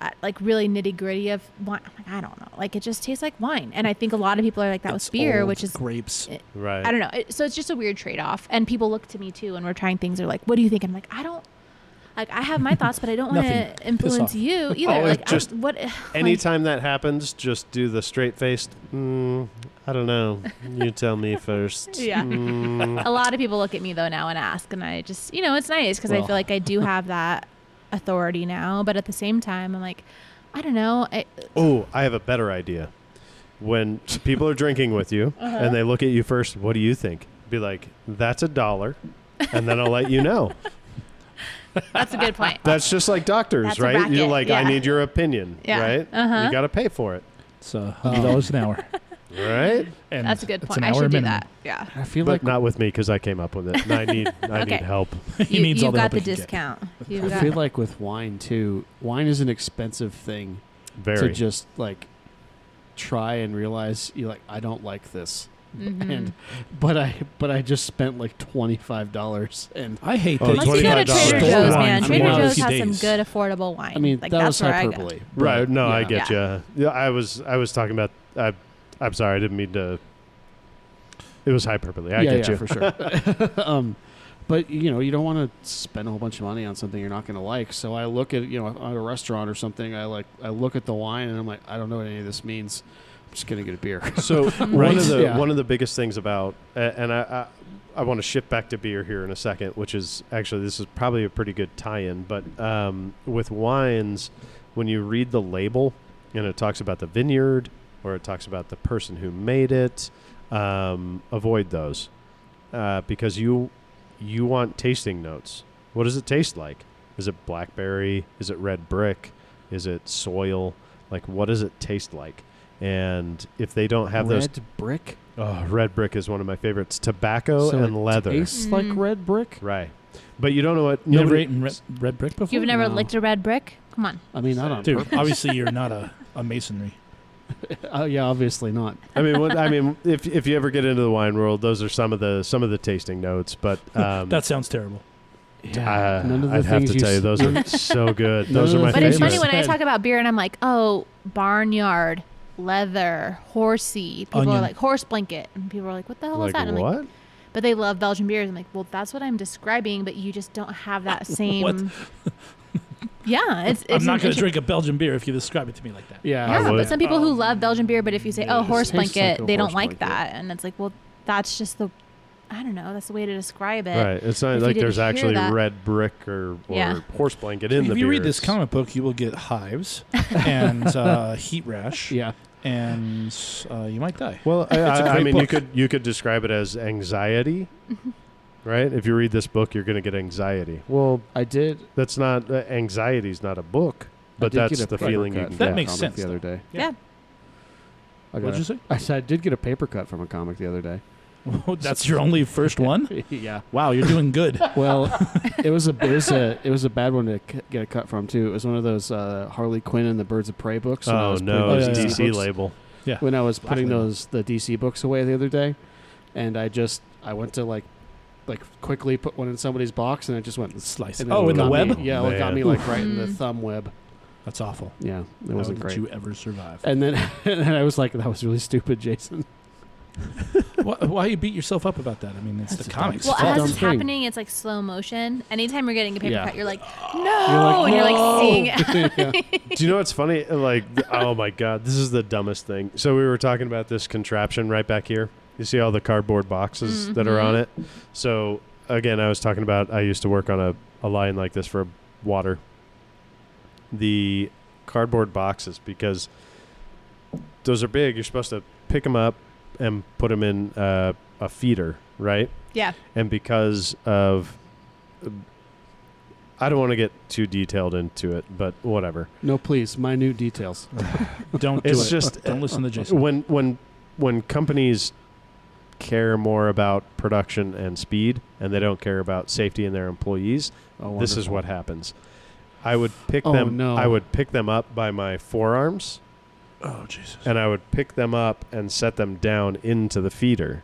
Speaker 4: uh, like really nitty gritty of wine, I'm like, I don't know. Like, it just tastes like wine. And I think a lot of people are like that
Speaker 3: It's
Speaker 4: with beer,
Speaker 3: old
Speaker 4: which is
Speaker 3: grapes
Speaker 1: Right.
Speaker 4: I don't know. It- So it's just a weird trade off. And people look to me too when we're trying things. They're like, "What do you think?" And I'm like, "I don't." Like I have my thoughts, but I don't want
Speaker 3: Nothing.
Speaker 4: to influence
Speaker 3: off.
Speaker 4: you either.
Speaker 1: Oh,
Speaker 4: like
Speaker 1: it's just
Speaker 4: I, what? like,
Speaker 1: Anytime that happens, just do the straight faced. Mm, I don't know. You tell me first.
Speaker 4: Yeah.
Speaker 1: Mm.
Speaker 4: a lot of people look at me though now and ask, and I just you know it's nice because
Speaker 2: Well.
Speaker 4: I feel like I do have that authority now. But at the same time, I'm like, I don't know. I,
Speaker 1: Oh, I have a better idea. When people are drinking with you and they look at you first, what do you think? Be like, that's a dollar. And then I'll let you know.
Speaker 4: that's a good point.
Speaker 1: That's just like doctors,
Speaker 4: That's a
Speaker 1: right? You're
Speaker 4: racket,
Speaker 1: like, I
Speaker 4: yeah.
Speaker 1: need your opinion,
Speaker 4: Yeah,
Speaker 1: right?
Speaker 4: uh-huh.
Speaker 1: You got to pay for it,
Speaker 3: It's uh,
Speaker 1: Oh.
Speaker 3: hundred dollars an hour.
Speaker 1: right?
Speaker 3: And
Speaker 4: that's a good
Speaker 3: it's
Speaker 4: point.
Speaker 3: an
Speaker 4: I should
Speaker 3: hour
Speaker 4: do
Speaker 3: minimum.
Speaker 4: that. Yeah,
Speaker 2: I feel
Speaker 1: but
Speaker 2: like
Speaker 1: not with me because I came up with it. And I need, I
Speaker 4: Okay.
Speaker 1: need help.
Speaker 3: He
Speaker 4: you,
Speaker 3: needs
Speaker 4: you
Speaker 3: all the help
Speaker 4: got the
Speaker 3: he can get.
Speaker 4: discount. You
Speaker 2: I
Speaker 4: got
Speaker 2: feel like with wine too. Wine is an expensive thing
Speaker 1: Very.
Speaker 2: to just like try and realize you like I don't like this.
Speaker 4: Mhm.
Speaker 2: And but I but I just spent like twenty five dollars and
Speaker 3: I hate
Speaker 1: Oh,
Speaker 3: that.
Speaker 4: Unless you go to
Speaker 1: $25
Speaker 4: Trader
Speaker 1: store
Speaker 4: Joe's,
Speaker 1: wine
Speaker 4: man.
Speaker 2: for
Speaker 4: Trader
Speaker 2: one of
Speaker 4: Joe's
Speaker 2: those
Speaker 4: has
Speaker 3: days.
Speaker 4: some good affordable wine.
Speaker 2: I mean
Speaker 4: like,
Speaker 2: that
Speaker 4: that's
Speaker 2: was
Speaker 4: where I go.
Speaker 2: hyperbole. but
Speaker 1: Right. No, I
Speaker 2: yeah.
Speaker 1: get ya. you. I was I was talking about. I, I'm sorry. I didn't mean to. It was hyperbole. I
Speaker 2: yeah,
Speaker 1: get
Speaker 2: yeah,
Speaker 1: you.
Speaker 2: for sure. um, but you know, you don't want to spend a whole bunch of money on something you're not going to like. So I look at you know at a restaurant or something. I like I look at the wine and I'm like, I don't know what any of this means. I'm just going to get a beer.
Speaker 1: So
Speaker 4: Mm-hmm.
Speaker 2: Right.
Speaker 1: one of the
Speaker 2: Yeah.
Speaker 1: one of the biggest things about, a- and I I, I want to shift back to beer here in a second, which is actually this is probably a pretty good tie-in. But um, with wines, when you read the label, and it talks about the vineyard or it talks about the person who made it. Um, avoid those uh, because you you want tasting notes. What does it taste like? Is it blackberry? Is it red brick? Is it soil? Like what does it taste like? And if they don't have
Speaker 2: red
Speaker 1: those,
Speaker 2: brick.
Speaker 1: oh, red brick is one of my favorites. Tobacco
Speaker 2: so
Speaker 1: and
Speaker 2: it
Speaker 1: leather,
Speaker 2: tastes like
Speaker 4: Mm.
Speaker 2: red brick.
Speaker 1: right? But you don't know what.
Speaker 3: You never
Speaker 1: nobody-
Speaker 3: eaten red, red brick before?
Speaker 4: You've never
Speaker 2: No.
Speaker 4: licked a red brick? Come on.
Speaker 2: I mean, not on
Speaker 3: Dude,
Speaker 2: purpose.
Speaker 3: obviously you're not a, a masonry.
Speaker 2: oh yeah, obviously not.
Speaker 1: I mean, what, I mean, if if you ever get into the wine world, those are some of the some of the tasting notes. But um,
Speaker 3: That sounds terrible.
Speaker 2: Yeah,
Speaker 1: uh,
Speaker 2: none of the
Speaker 1: I'd have
Speaker 2: things
Speaker 1: to tell
Speaker 2: s-
Speaker 1: you, those are so good.
Speaker 2: None
Speaker 1: Those
Speaker 2: of
Speaker 1: are
Speaker 2: the
Speaker 1: my
Speaker 4: But
Speaker 1: favorites.
Speaker 4: it's funny when I
Speaker 3: Said-
Speaker 4: talk about beer and I'm like, oh, barnyard, leather, horsey. People are
Speaker 3: Onion.
Speaker 4: like, horse blanket. And people are like, what the hell
Speaker 1: like
Speaker 4: is that? And I'm like,
Speaker 1: what?
Speaker 4: but they love Belgian beers. I'm like, well, that's what I'm describing, but you just don't have that
Speaker 3: What?
Speaker 4: same. yeah, it's. it's
Speaker 3: I'm not
Speaker 4: an
Speaker 3: going to
Speaker 4: inter-
Speaker 3: drink a Belgian beer if you describe it to me like that.
Speaker 2: Yeah,
Speaker 1: I
Speaker 4: Yeah,
Speaker 1: would.
Speaker 4: but some people who love Belgian beer, but if you say,
Speaker 2: It
Speaker 4: oh,
Speaker 2: just
Speaker 4: horse
Speaker 2: tastes like
Speaker 4: blanket,
Speaker 2: a
Speaker 4: they don't
Speaker 2: horse
Speaker 4: like
Speaker 2: blanket.
Speaker 4: that, and it's like, well, that's just the. I don't know. That's the way to describe it.
Speaker 1: Right. It's not
Speaker 4: if you
Speaker 1: like
Speaker 4: didn't
Speaker 1: there's
Speaker 4: hear
Speaker 1: actually
Speaker 4: that-
Speaker 1: red brick or, or
Speaker 4: Yeah.
Speaker 1: horse blanket in
Speaker 3: if
Speaker 1: the
Speaker 3: you
Speaker 1: beer.
Speaker 3: read this
Speaker 1: It's-
Speaker 3: comic book, you will get hives and uh, heat rash,
Speaker 2: yeah.
Speaker 3: and uh, you might die.
Speaker 1: Well, I,
Speaker 3: It's a
Speaker 1: I, I
Speaker 3: great
Speaker 1: mean, you
Speaker 3: book.
Speaker 1: could you could describe it as anxiety, right? If you read this book, you're going to get anxiety. Well,
Speaker 2: I did.
Speaker 1: that's not uh, anxiety's not a book, but
Speaker 2: I did
Speaker 1: that's
Speaker 2: get a
Speaker 1: the
Speaker 2: paper
Speaker 1: feeling you
Speaker 2: cut
Speaker 1: can
Speaker 3: That
Speaker 2: from a
Speaker 1: get.
Speaker 3: makes
Speaker 2: comic
Speaker 3: sense,
Speaker 2: The other day,
Speaker 4: Yeah.
Speaker 2: I got
Speaker 3: What'd
Speaker 2: a-
Speaker 3: you say?
Speaker 2: I said I did get a paper cut from a comic the other day.
Speaker 3: That's your only first one.
Speaker 2: yeah.
Speaker 3: Wow, you're doing good.
Speaker 2: Well, it was a it was a it was a bad one to c- get a cut from too. It was one of those uh, Harley Quinn and the Birds of Prey books. when I
Speaker 1: Oh
Speaker 2: was
Speaker 1: no,
Speaker 2: putting
Speaker 1: it's
Speaker 2: those
Speaker 3: yeah, yeah.
Speaker 1: DC
Speaker 2: books-
Speaker 1: label.
Speaker 2: When I was
Speaker 3: Black
Speaker 2: putting
Speaker 3: label.
Speaker 2: those the DC books away the other day, and I just I went to like like quickly put one in somebody's box and it just went.
Speaker 3: Slice.
Speaker 2: and it
Speaker 3: Oh, in
Speaker 2: got
Speaker 3: the
Speaker 2: me-
Speaker 3: web.
Speaker 2: yeah, it
Speaker 1: Man.
Speaker 2: got me like right in the
Speaker 4: Mm.
Speaker 2: thumb web.
Speaker 3: That's awful.
Speaker 2: Yeah, it
Speaker 3: How
Speaker 2: wasn't
Speaker 3: did
Speaker 2: great.
Speaker 3: you ever survive?
Speaker 2: and then and then I was like, that was really stupid, Jason.
Speaker 3: why, why you beat yourself up about that? I mean, it's
Speaker 2: That's
Speaker 3: the
Speaker 2: a
Speaker 3: comics.
Speaker 4: Well,
Speaker 2: It's a
Speaker 4: as
Speaker 2: dumb
Speaker 4: it's
Speaker 2: thing.
Speaker 4: happening, it's like slow motion. Anytime you're getting a paper
Speaker 2: Yeah.
Speaker 4: cut, you're like, no,
Speaker 2: like,
Speaker 4: and you're
Speaker 2: "No!"
Speaker 4: like seeing it.
Speaker 1: Do you know what's funny? Like, th- oh my god, this is the dumbest thing. So we were talking about this contraption right back here. You see all the cardboard boxes that are on
Speaker 4: Mhm.
Speaker 1: it. So again, I was talking about I used to work on a, a line like this for water. The cardboard boxes because those are big. You're supposed to pick them up and put them in uh, a feeder, right?
Speaker 4: Yeah.
Speaker 1: and because of I don't want to get too detailed into it, but whatever.
Speaker 2: No, please, minute details.
Speaker 3: Don't do
Speaker 1: It's
Speaker 3: it.
Speaker 1: just
Speaker 3: Don't listen to Jason.
Speaker 1: when when when companies care more about production and speed and they don't care about safety in their employees,
Speaker 2: Oh,
Speaker 1: this is
Speaker 2: wonderful.
Speaker 1: what happens. I would pick
Speaker 2: Oh,
Speaker 1: them
Speaker 2: no.
Speaker 1: I would pick them up by my forearms
Speaker 3: Oh Jesus.
Speaker 1: and I would pick them up and set them down into the feeder.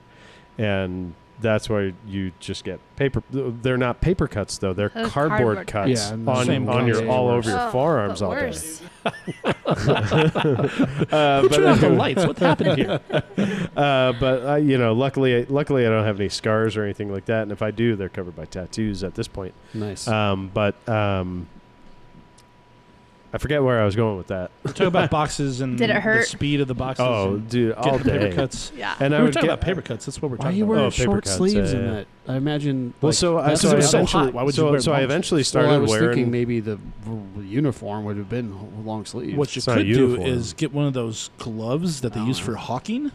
Speaker 1: And that's why you just get paper. They're not paper cuts though; they're
Speaker 4: Oh,
Speaker 1: cardboard,
Speaker 4: cardboard
Speaker 1: cuts
Speaker 2: Yeah, and the
Speaker 1: on,
Speaker 3: same
Speaker 1: on your
Speaker 3: concept.
Speaker 1: all over your
Speaker 4: Oh,
Speaker 1: forearms
Speaker 4: but
Speaker 1: all day.
Speaker 4: worse.
Speaker 1: Uh,
Speaker 3: Who turned off the
Speaker 1: anyway,
Speaker 3: lights? What happened here?
Speaker 1: uh, but I, you know, luckily, luckily, I don't have any scars or anything like that. And if I do, they're covered by tattoos at this point.
Speaker 2: Nice.
Speaker 1: Um, but um, I forget where I was going with that.
Speaker 3: Talk about boxes and
Speaker 4: Did it
Speaker 3: the
Speaker 4: hurt?
Speaker 3: speed of the boxes.
Speaker 1: Oh,
Speaker 3: and
Speaker 1: dude, all
Speaker 3: getting paper
Speaker 1: day.
Speaker 3: cuts.
Speaker 4: Yeah.
Speaker 1: And
Speaker 3: We
Speaker 1: I
Speaker 3: were
Speaker 1: would
Speaker 3: talking
Speaker 1: get-
Speaker 3: about paper cuts. That's what we're
Speaker 2: Why are
Speaker 3: talking
Speaker 2: you
Speaker 3: about.
Speaker 2: wearing
Speaker 1: Oh, paper
Speaker 2: short
Speaker 1: cuts,
Speaker 2: sleeves
Speaker 1: yeah,
Speaker 2: in
Speaker 1: yeah.
Speaker 2: that? I imagine.
Speaker 1: Well,
Speaker 2: like,
Speaker 1: so I
Speaker 2: that's
Speaker 1: so I
Speaker 3: because it was so
Speaker 1: eventually-
Speaker 3: hot. Why would you
Speaker 1: so-
Speaker 3: wear
Speaker 1: so I
Speaker 3: long
Speaker 1: eventually
Speaker 2: Well,
Speaker 1: started
Speaker 2: I was
Speaker 1: wearing
Speaker 2: thinking maybe the r- uniform would have been h- long sleeves.
Speaker 3: What you
Speaker 1: It's not
Speaker 3: could do
Speaker 1: uniform.
Speaker 3: is get one of those gloves that they
Speaker 2: Oh.
Speaker 3: use for hawking.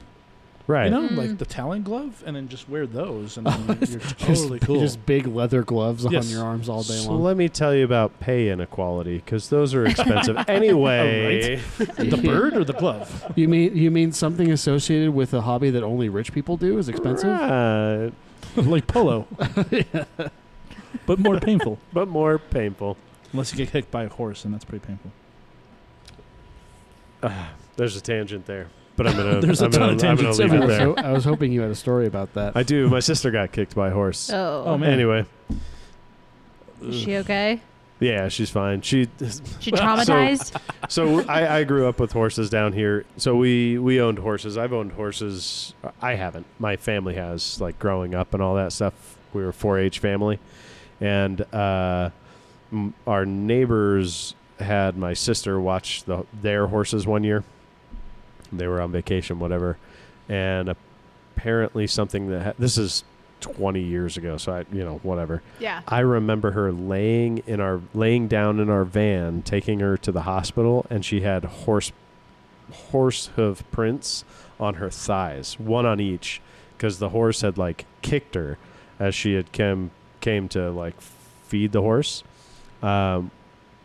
Speaker 1: right.
Speaker 3: You know,
Speaker 4: Mm.
Speaker 3: like the Talon glove, and then just wear those,
Speaker 4: Oh,
Speaker 3: and then you're totally
Speaker 2: just,
Speaker 3: cool.
Speaker 2: Just big leather gloves
Speaker 3: Yes.
Speaker 2: on your arms all day
Speaker 1: so
Speaker 2: long.
Speaker 1: let me tell you about pay inequality because those are expensive anyway.
Speaker 3: the bird or the glove?
Speaker 2: You mean you mean something associated with a hobby that only rich people do is expensive?
Speaker 1: Right.
Speaker 3: like polo, but more painful.
Speaker 1: but more painful.
Speaker 3: Unless you get kicked by a horse, and that's pretty painful.
Speaker 1: There's a tangent there, but I'm gonna.
Speaker 3: There's a
Speaker 1: I'm gonna,
Speaker 3: ton of
Speaker 1: I'm gonna
Speaker 3: tangents
Speaker 1: leave
Speaker 2: I,
Speaker 1: it
Speaker 2: was
Speaker 1: there.
Speaker 2: ho- I was hoping you had a story about that.
Speaker 1: I do. My sister got kicked by a horse.
Speaker 4: Oh.
Speaker 3: Oh, man.
Speaker 1: Anyway,
Speaker 4: Is she okay?
Speaker 1: yeah, she's fine. She
Speaker 4: She
Speaker 1: So-
Speaker 4: traumatized?
Speaker 1: so I, I grew up with horses down here. So we we owned horses. I've owned horses. I haven't. My family has, like growing up and all that stuff. We were a 4-H family, and uh, m- our neighbors had my sister watch the, their horses one year. They were on vacation, whatever, and apparently something that ha- this is twenty years ago. So I, you know, whatever.
Speaker 4: yeah.
Speaker 1: I remember her laying in our laying down in our van, taking her to the hospital, and she had horse horse hoof prints on her thighs, one on each, because the horse had like kicked her as she had came came to like feed the horse. Um,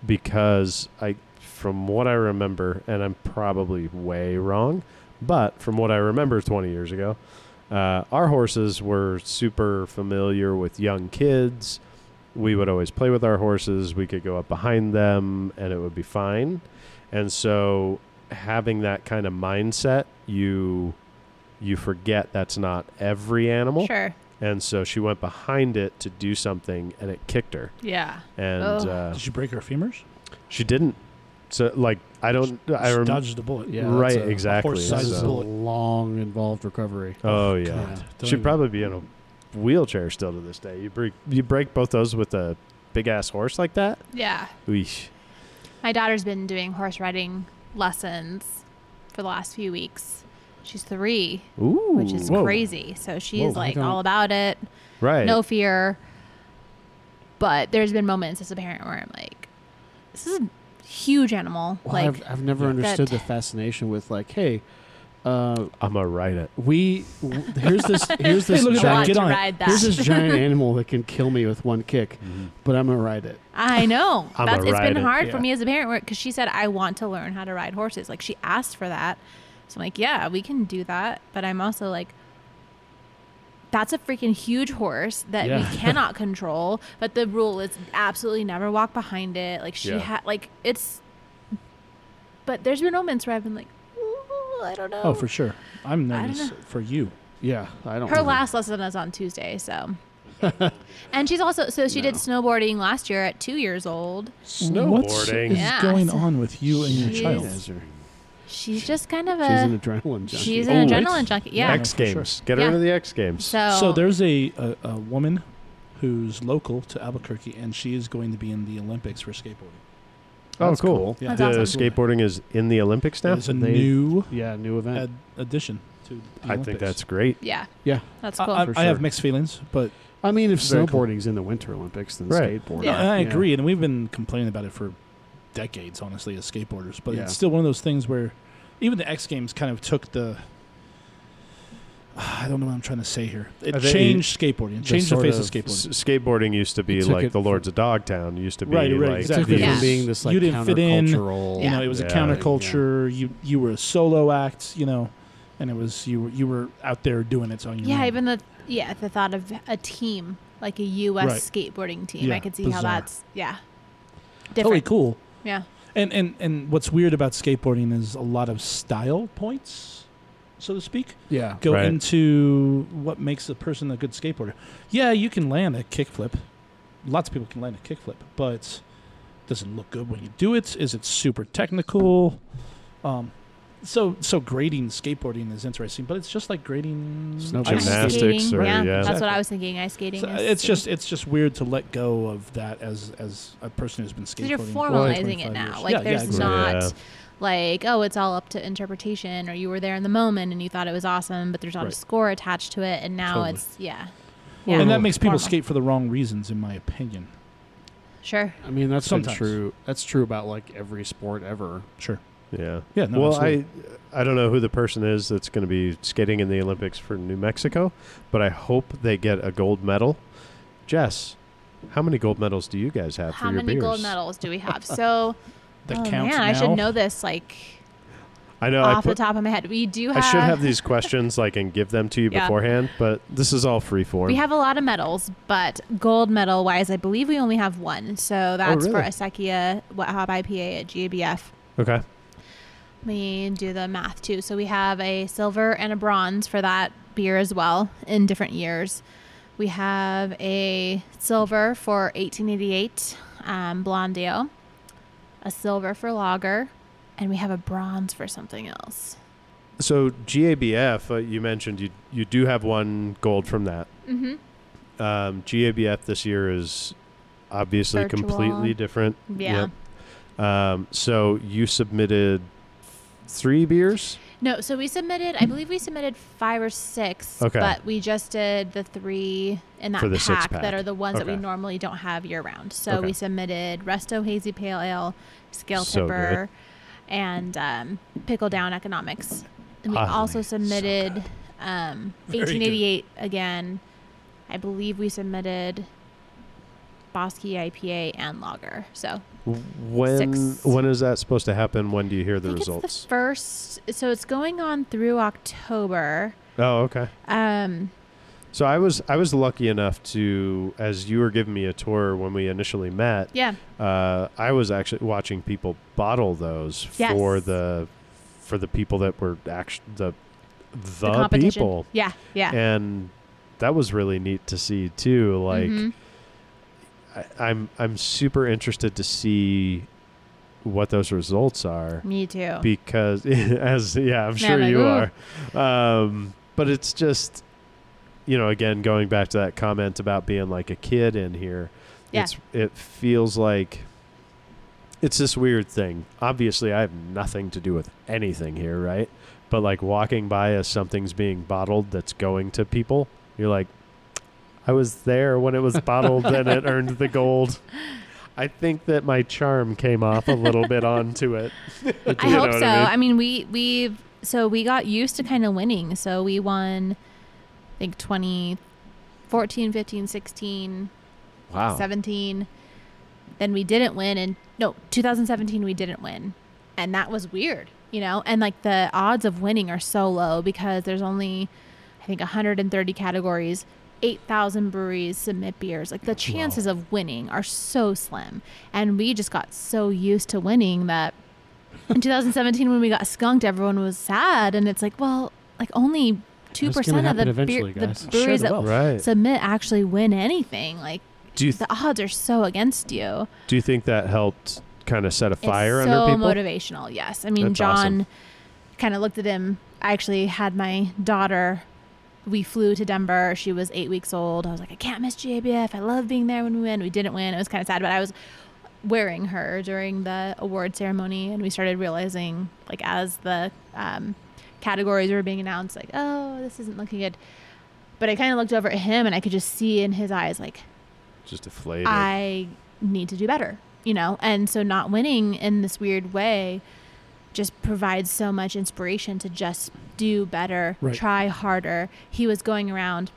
Speaker 1: because I, from what I remember, and I'm probably way wrong, but from what I remember 20 years ago, uh, our horses were super familiar with young kids. We would always play with our horses. We could go up behind them, and it would be fine. And so, having that kind of mindset, you you forget that's not every animal.
Speaker 4: Sure.
Speaker 1: And so she went behind it to do something, and it kicked her.
Speaker 4: Yeah.
Speaker 1: And
Speaker 4: Ugh.
Speaker 1: uh,
Speaker 3: Did you break her femurs?
Speaker 1: she didn't. So like I don't. I
Speaker 3: She
Speaker 1: rem-
Speaker 3: dodged a bullet.
Speaker 2: Yeah,
Speaker 1: right.
Speaker 2: that's a-
Speaker 1: Exactly.
Speaker 3: horse
Speaker 2: This
Speaker 3: size
Speaker 2: is
Speaker 3: Sizes
Speaker 2: a
Speaker 1: So-
Speaker 3: bullet.
Speaker 2: long, involved recovery.
Speaker 1: Oh yeah.
Speaker 2: God.
Speaker 3: don't
Speaker 1: She'd
Speaker 3: even-
Speaker 1: probably be in a wheelchair still to this day. You break you break both those with a big ass horse like that.
Speaker 4: Yeah.
Speaker 1: Eesh.
Speaker 4: My daughter's been doing horse riding lessons for the last few weeks. She's three,
Speaker 1: Ooh.
Speaker 4: which is
Speaker 3: Whoa.
Speaker 4: crazy. So she's
Speaker 2: Whoa, I
Speaker 4: like
Speaker 2: don't-
Speaker 4: all about it,
Speaker 1: right.
Speaker 4: no fear. But there's been moments as a parent where I'm like, this is a huge animal.
Speaker 2: Well,
Speaker 4: like,
Speaker 2: I've, I've never
Speaker 4: Yeah.
Speaker 2: understood
Speaker 4: that-
Speaker 2: the fascination with like, hey, uh,
Speaker 1: I'm gonna write it.
Speaker 2: we w- here's this here's
Speaker 3: Hey,
Speaker 2: this
Speaker 3: look at
Speaker 4: I
Speaker 3: that.
Speaker 2: giant,
Speaker 4: want
Speaker 3: Get
Speaker 4: to
Speaker 3: on it.
Speaker 4: ride
Speaker 2: here's
Speaker 4: that.
Speaker 2: this giant animal that can kill me with one kick, but I'm gonna ride it.
Speaker 4: I know.
Speaker 1: I'm
Speaker 4: That's,
Speaker 1: a
Speaker 4: it's been
Speaker 1: rider.
Speaker 4: hard for
Speaker 3: Yeah.
Speaker 4: me as a parent because she said, I want to learn how to ride horses. Like, she asked for that. So I'm like, yeah, we can do that. But I'm also like, that's a freaking huge horse that
Speaker 2: Yeah.
Speaker 4: we cannot control. But the rule is absolutely never walk behind it. Like, she
Speaker 1: Yeah.
Speaker 4: had, like, it's. But there's been moments where I've been like, "Ooh, I don't know.
Speaker 3: Oh, for sure. I'm
Speaker 4: I don't
Speaker 3: nervous for you.
Speaker 2: Yeah, Uh, I don't.
Speaker 4: Her
Speaker 2: know.
Speaker 4: last lesson is on Tuesday, so. and she's also so she did
Speaker 2: No.
Speaker 4: snowboarding last year at two years old.
Speaker 3: What is
Speaker 1: Snowboarding.
Speaker 4: Yeah.
Speaker 3: going on with you and your
Speaker 4: Jeez.
Speaker 3: child?
Speaker 2: She's an
Speaker 4: She's just kind of a
Speaker 2: adrenaline junkie.
Speaker 4: uh, She's
Speaker 1: Oh,
Speaker 4: an
Speaker 1: it's-
Speaker 4: adrenaline junkie. Yeah.
Speaker 3: Yeah.
Speaker 1: X
Speaker 3: for sure.
Speaker 1: Games. Get her
Speaker 4: Yeah.
Speaker 1: into the X Games.
Speaker 4: So,
Speaker 3: So there's a, a, a woman who's local to Albuquerque, and she is going to be in the Olympics for skateboarding.
Speaker 1: oh,
Speaker 2: that's
Speaker 1: cool.
Speaker 2: cool.
Speaker 3: Yeah.
Speaker 4: That's
Speaker 1: The
Speaker 4: awesome.
Speaker 1: skateboarding is in the Olympics now.
Speaker 3: It's a
Speaker 2: They-
Speaker 3: new
Speaker 2: yeah, new event.
Speaker 3: ad- addition to the
Speaker 1: I think
Speaker 3: Olympics.
Speaker 1: that's great.
Speaker 4: yeah.
Speaker 2: Yeah.
Speaker 4: That's
Speaker 3: I-
Speaker 4: cool.
Speaker 1: Uh,
Speaker 3: I,
Speaker 1: um,
Speaker 2: For
Speaker 3: I have
Speaker 2: sure.
Speaker 3: mixed feelings, but
Speaker 2: I mean, if
Speaker 1: Very cool.
Speaker 2: snowboarding's in the Winter Olympics, then
Speaker 1: Right.
Speaker 2: skateboarding.
Speaker 4: Yeah.
Speaker 3: I agree, and we've been complaining about it for decades, honestly, as skateboarders. But
Speaker 2: Yeah.
Speaker 3: it's still one of those things where even the X Games kind of took the. I don't know what I'm trying to say here.
Speaker 1: I
Speaker 3: It
Speaker 1: think
Speaker 3: changed skateboarding. It
Speaker 2: the
Speaker 3: changed the
Speaker 2: sort
Speaker 3: face of,
Speaker 2: of
Speaker 1: S-
Speaker 3: skateboarding.
Speaker 1: skateboarding used to be
Speaker 2: It took
Speaker 1: like
Speaker 2: it
Speaker 1: the Lords of Dogtown used to be
Speaker 3: Right, right,
Speaker 1: like
Speaker 2: It took
Speaker 3: exactly.
Speaker 2: it
Speaker 1: these-
Speaker 4: Yeah.
Speaker 2: from being this like
Speaker 3: You didn't fit in.
Speaker 2: countercultural.
Speaker 3: You know, it was a
Speaker 1: Yeah.
Speaker 3: counterculture. You you were a solo act. You know, and it was you were you were out there doing it on your
Speaker 4: yeah,
Speaker 3: own.
Speaker 4: even the yeah, the thought of a team, like a US
Speaker 3: Right.
Speaker 4: skateboarding team.
Speaker 3: Yeah,
Speaker 4: I could see
Speaker 3: bizarre.
Speaker 4: how that's yeah.
Speaker 3: totally
Speaker 4: Different.
Speaker 3: Oh, cool.
Speaker 4: Yeah.
Speaker 3: And and and what's weird about skateboarding is a lot of style points, so to speak,
Speaker 2: yeah.
Speaker 3: go
Speaker 1: Right.
Speaker 3: into what makes a person a good skateboarder. Yeah, you can land a kickflip. Lots of people can land a kickflip, but does it look good when you do it? Is it super technical? Um, so so grading skateboarding is interesting, but it's just like grading
Speaker 2: Snowboarding.
Speaker 3: ice skating.
Speaker 1: Gymnastics
Speaker 4: Skating,
Speaker 1: or-
Speaker 4: yeah,
Speaker 1: yeah.
Speaker 4: That's what
Speaker 3: Exactly.
Speaker 4: I was thinking. Ice skating
Speaker 3: So uh,
Speaker 4: is
Speaker 3: it's just it's just weird to let go of that as as a person who's been skateboarding.
Speaker 4: because you're
Speaker 3: for
Speaker 4: formalizing
Speaker 3: 25
Speaker 4: it now.
Speaker 3: years.
Speaker 4: Like
Speaker 3: Yeah, yeah,
Speaker 4: there's
Speaker 3: exactly.
Speaker 4: not
Speaker 1: Yeah.
Speaker 4: like, oh, it's all up to interpretation or you were there in the moment and you thought it was awesome, but there's not
Speaker 3: Right.
Speaker 4: a score attached to it and now
Speaker 3: Totally.
Speaker 4: it's yeah.
Speaker 2: Well,
Speaker 4: Yeah.
Speaker 3: and that makes people
Speaker 4: Formal.
Speaker 3: skate for the wrong reasons, in my opinion.
Speaker 4: Sure.
Speaker 2: I mean, that's been
Speaker 3: Sometimes.
Speaker 2: true. That's true about like every sport ever.
Speaker 3: Sure.
Speaker 1: Yeah.
Speaker 3: Yeah. No,
Speaker 1: well,
Speaker 3: absolutely.
Speaker 1: I I don't know who the person is that's going to be skating in the Olympics for New Mexico, but I hope they get a gold medal. Jess, how many gold medals do you guys have
Speaker 4: How
Speaker 1: for your
Speaker 4: many
Speaker 1: beers?
Speaker 4: gold medals do we have? So
Speaker 3: that
Speaker 4: oh,
Speaker 3: counts now.
Speaker 4: man, I should know this like
Speaker 1: I know I
Speaker 4: off
Speaker 1: put,
Speaker 4: the top of my head. We do
Speaker 1: I
Speaker 4: have.
Speaker 1: should have these questions like and give them to you
Speaker 4: Yeah.
Speaker 1: beforehand, but this is all free form.
Speaker 4: We have a lot of medals, but gold medal wise, I believe we only have one. So that's for
Speaker 1: Oh, really?
Speaker 4: Asakia Wet Hop IPA at GABF.
Speaker 1: okay.
Speaker 4: Let me do the math too. So we have a silver and a bronze for that beer as well in different years. We have a silver for 1888 um, Blondio, a silver for lager, and we have a bronze for something else.
Speaker 1: So GABF, uh, you mentioned you you do have one gold from that.
Speaker 4: Mm-hmm.
Speaker 1: Um, GABF this year is obviously
Speaker 4: Virtual.
Speaker 1: completely different.
Speaker 4: Yeah.
Speaker 1: Yep. Um, so you submitted three beers.
Speaker 4: No, so we submitted. I believe we submitted five or six,
Speaker 1: Okay.
Speaker 4: but we just did the three in that
Speaker 1: For the
Speaker 4: pack,
Speaker 1: six pack.
Speaker 4: that are the ones that
Speaker 1: Okay.
Speaker 4: we normally don't have year round. So
Speaker 1: Okay.
Speaker 4: we submitted Resto Hazy Pale Ale, Scale
Speaker 1: So
Speaker 4: Tipper, and um, pickle down economics. And we
Speaker 1: Ah,
Speaker 4: also
Speaker 1: so
Speaker 4: submitted um,
Speaker 3: Very good.
Speaker 4: 1888 again. I believe we submitted Bosky IPA and Lager. So
Speaker 1: When
Speaker 4: Six.
Speaker 1: when is that supposed to happen? When do you hear
Speaker 4: I
Speaker 1: the
Speaker 4: think it's
Speaker 1: results?
Speaker 4: the first. So it's going on through October.
Speaker 1: oh, okay.
Speaker 4: Um,
Speaker 1: So I was I was lucky enough to, as you were giving me a tour when we initially met,
Speaker 4: yeah,
Speaker 1: uh, I was actually watching people bottle those
Speaker 4: Yes.
Speaker 1: for the for the people that were actually the
Speaker 4: the,
Speaker 1: the,
Speaker 4: competition.
Speaker 1: people,
Speaker 4: Yeah, yeah.
Speaker 1: and that was really neat to see too. Like
Speaker 4: Mhm.
Speaker 1: I, I'm I'm super interested to see what those results are
Speaker 4: me too.
Speaker 1: because as yeah i'm
Speaker 4: Yeah,
Speaker 1: sure
Speaker 4: like,
Speaker 1: you
Speaker 4: ooh.
Speaker 1: are um, but it's just you know again going back to that comment about being like a kid in here
Speaker 4: Yeah.
Speaker 1: it's it feels like it's this weird thing obviously i have nothing to do with anything here right but like walking by as something's being bottled that's going to people you're like i was there when it was bottled and it earned the gold i think that my charm came off a little bit onto it
Speaker 4: I
Speaker 1: You know
Speaker 4: hope
Speaker 1: what
Speaker 4: so.
Speaker 1: I mean?
Speaker 4: I mean, we we've so we got used to kind of winning. So we won, I think 2014, 15, 16,
Speaker 2: Oh.
Speaker 1: wow
Speaker 4: 17. Then we didn't win, and no, 2017 we didn't win, and that was weird, you know. And like the odds of winning are so low because there's only, I think, 130 categories. 8,000 breweries submit beers. Like the chances of winning are so slim. And we just got so used to winning that in 2017 when we got skunked everyone was sad and it's like well like only 2% of
Speaker 2: happen
Speaker 4: the,
Speaker 2: eventually,
Speaker 4: beer,
Speaker 2: guys. Share
Speaker 4: the breweries
Speaker 3: the
Speaker 4: that
Speaker 3: wealth.
Speaker 1: right
Speaker 4: submit actually win anything like
Speaker 1: do you
Speaker 4: the odds are so against you
Speaker 1: Do you think that helped kind of set a fire
Speaker 4: it's
Speaker 1: under
Speaker 4: so
Speaker 1: people?
Speaker 4: motivational yes i mean
Speaker 1: That's
Speaker 4: john
Speaker 1: awesome.
Speaker 4: kind of looked at him i actually had my daughter we flew to denver she was eight weeks old i was like i can't miss gabf i love being there when we win we didn't win it was kind of sad but i was wearing her during the award ceremony and we started realizing like as the um, categories were being announced like oh this isn't looking good but i kind of looked over at him and i could just see in his eyes like
Speaker 1: Just deflated.
Speaker 4: I need to do better, you know? And so not winning in this weird way just provides so much inspiration to just do better,
Speaker 3: Right.
Speaker 4: try harder. He was going around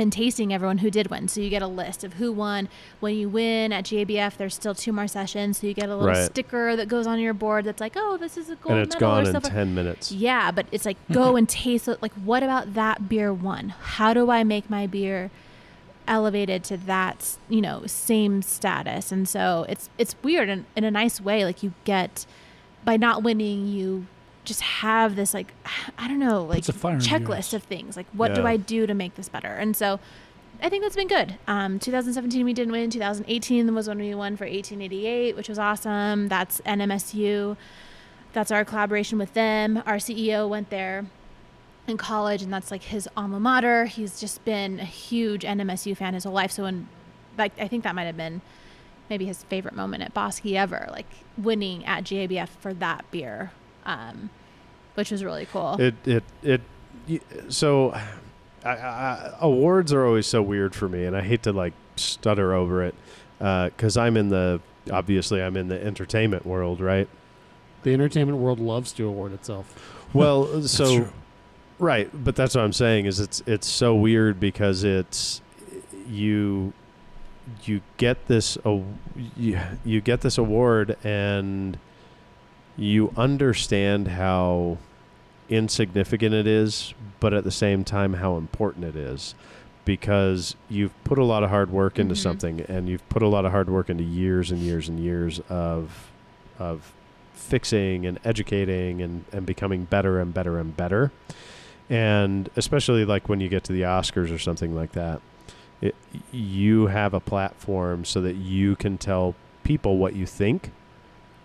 Speaker 4: and tasting everyone who did win. So you get a list of who won. When you win at GABF, there's still two more sessions. So you get a little
Speaker 1: Right.
Speaker 4: sticker that goes on your board that's like, oh, this is a gold
Speaker 1: and it's
Speaker 4: medal or
Speaker 1: gone in
Speaker 4: silver.
Speaker 1: 10 minutes.
Speaker 4: Yeah, but it's like go and taste it. Like, what about that beer one? How do I make my beer elevated to that you know same status? And so it's it's weird and in a nice way. Like you get by not winning, you just have this like I don't know like
Speaker 3: Puts a fire in your
Speaker 4: checklist
Speaker 3: ass.
Speaker 4: of things. Like what do
Speaker 1: Yeah.
Speaker 4: I do to make this better? And so. I think that's been good. Um, 2017 we didn't win. 2018 was when we won for 1888, which was awesome. That's NMSU that's our collaboration with them. Our CEO went there in college, and that's like his alma mater. He's just been a huge NMSU fan his whole life. So, when like I think that might have been maybe his favorite moment at Bosky ever, like winning at GABF for that beer, um, which was really cool.
Speaker 1: It, it, it, y- so I, I, awards are always so weird for me, and I hate to like stutter over it because I'm in the, obviously, I'm in the entertainment world, right?
Speaker 2: The entertainment world loves to award itself.
Speaker 1: Well,
Speaker 3: That's
Speaker 1: so.
Speaker 3: true.
Speaker 1: Right, but that's what I'm saying is it's it's so weird because it's you you get this aw- you, you get this award and you understand how insignificant it is, but at the same time how important it is because you've put a lot of hard work into
Speaker 4: Mhm.
Speaker 1: something and you've put a lot of hard work into years and years and years of of fixing and educating and, and becoming better and better and better. And especially like when you get to the Oscars or something like that, it, you have a platform so that you can tell people what you think.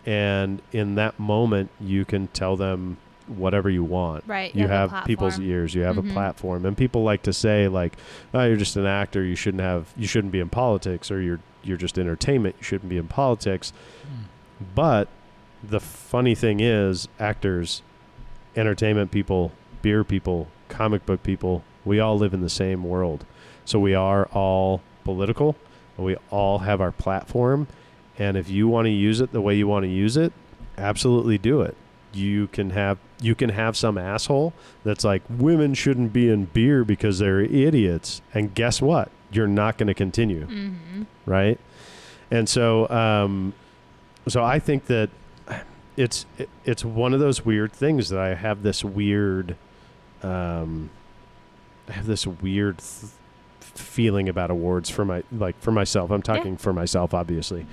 Speaker 1: And in that moment, you can tell them whatever you want.
Speaker 4: right.
Speaker 1: You
Speaker 4: a
Speaker 1: have, people's
Speaker 4: platform.
Speaker 1: ears. You have
Speaker 4: Mhm.
Speaker 1: a platform, and people like to say like, "Oh, you're just an actor. You shouldn't have. You shouldn't be in politics, or you're you're just entertainment. You shouldn't be in politics."
Speaker 3: Mm.
Speaker 1: But the funny thing is, actors, entertainment people, beer people, comic book people, we all live in the same world. So we are all political. and We all have our platform. And if you want to use it the way you want to use it, absolutely do it. You can have you can have some asshole that's like women shouldn't be in beer because they're idiots, and guess what? You're not going to continue,
Speaker 4: Mm-hmm.
Speaker 1: right? And so, um, so I think that it's it, it's one of those weird things that I have this weird, um, I have this weird th- feeling about awards for my like for myself. I'm
Speaker 4: Yeah.
Speaker 1: talking for myself, obviously,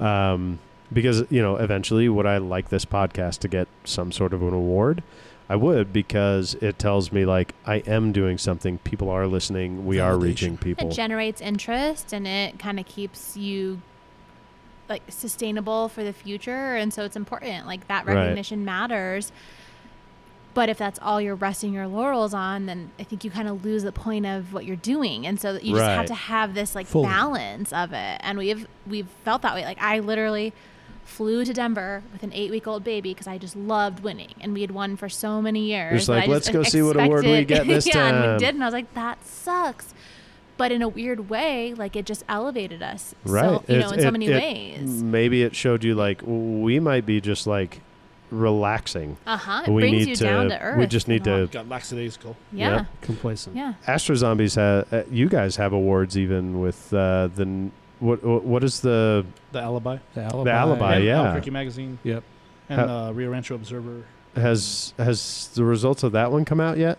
Speaker 1: um, because you know eventually would I like this podcast to get some sort of an award? I would because it tells me like I am doing something. People are listening. We are
Speaker 3: Validation.
Speaker 1: reaching people.
Speaker 4: It generates interest and it kind of keeps you like sustainable for the future, and so it's important. Like that
Speaker 1: Right.
Speaker 4: recognition matters. But if that's all you're resting your laurels on, then I think you kind of lose the point of what you're doing, and so that you just
Speaker 1: Right.
Speaker 4: have to have this like
Speaker 3: Fully.
Speaker 4: balance of it. And we've we've felt that way. Like I literally flew to Denver with an eight week old baby because I just loved winning, and we had won for so many years.
Speaker 1: Just
Speaker 4: that
Speaker 1: like,
Speaker 4: I
Speaker 1: "Let's go see what award we get
Speaker 4: expected-"
Speaker 1: this
Speaker 4: yeah, and
Speaker 1: time.
Speaker 4: we did, and I was like, that sucks. But in a weird way, like it just elevated us, so-
Speaker 1: Right.
Speaker 4: you
Speaker 1: It's-
Speaker 4: know, in so
Speaker 1: it-
Speaker 4: many
Speaker 1: it-
Speaker 4: ways.
Speaker 1: Maybe it showed you like we might be just like relaxing.
Speaker 4: Uh huh. It
Speaker 1: we
Speaker 4: brings
Speaker 1: need
Speaker 4: you
Speaker 1: to-
Speaker 4: down to earth.
Speaker 1: we just need
Speaker 4: and all-
Speaker 1: to-
Speaker 3: Got lackadaisical.
Speaker 4: Yeah.
Speaker 2: complacent.
Speaker 4: Yeah.
Speaker 1: Astro Zombies have uh, you guys have awards even with uh, the n- what what what is the
Speaker 3: The alibi.
Speaker 2: The alibi.
Speaker 1: Alibi, Uh,
Speaker 3: and
Speaker 1: yeah.
Speaker 3: Albuquerque Magazine.
Speaker 2: Yep.
Speaker 3: And
Speaker 1: How-
Speaker 3: uh, Rio Rancho Observer.
Speaker 1: has has the results of that one come out yet?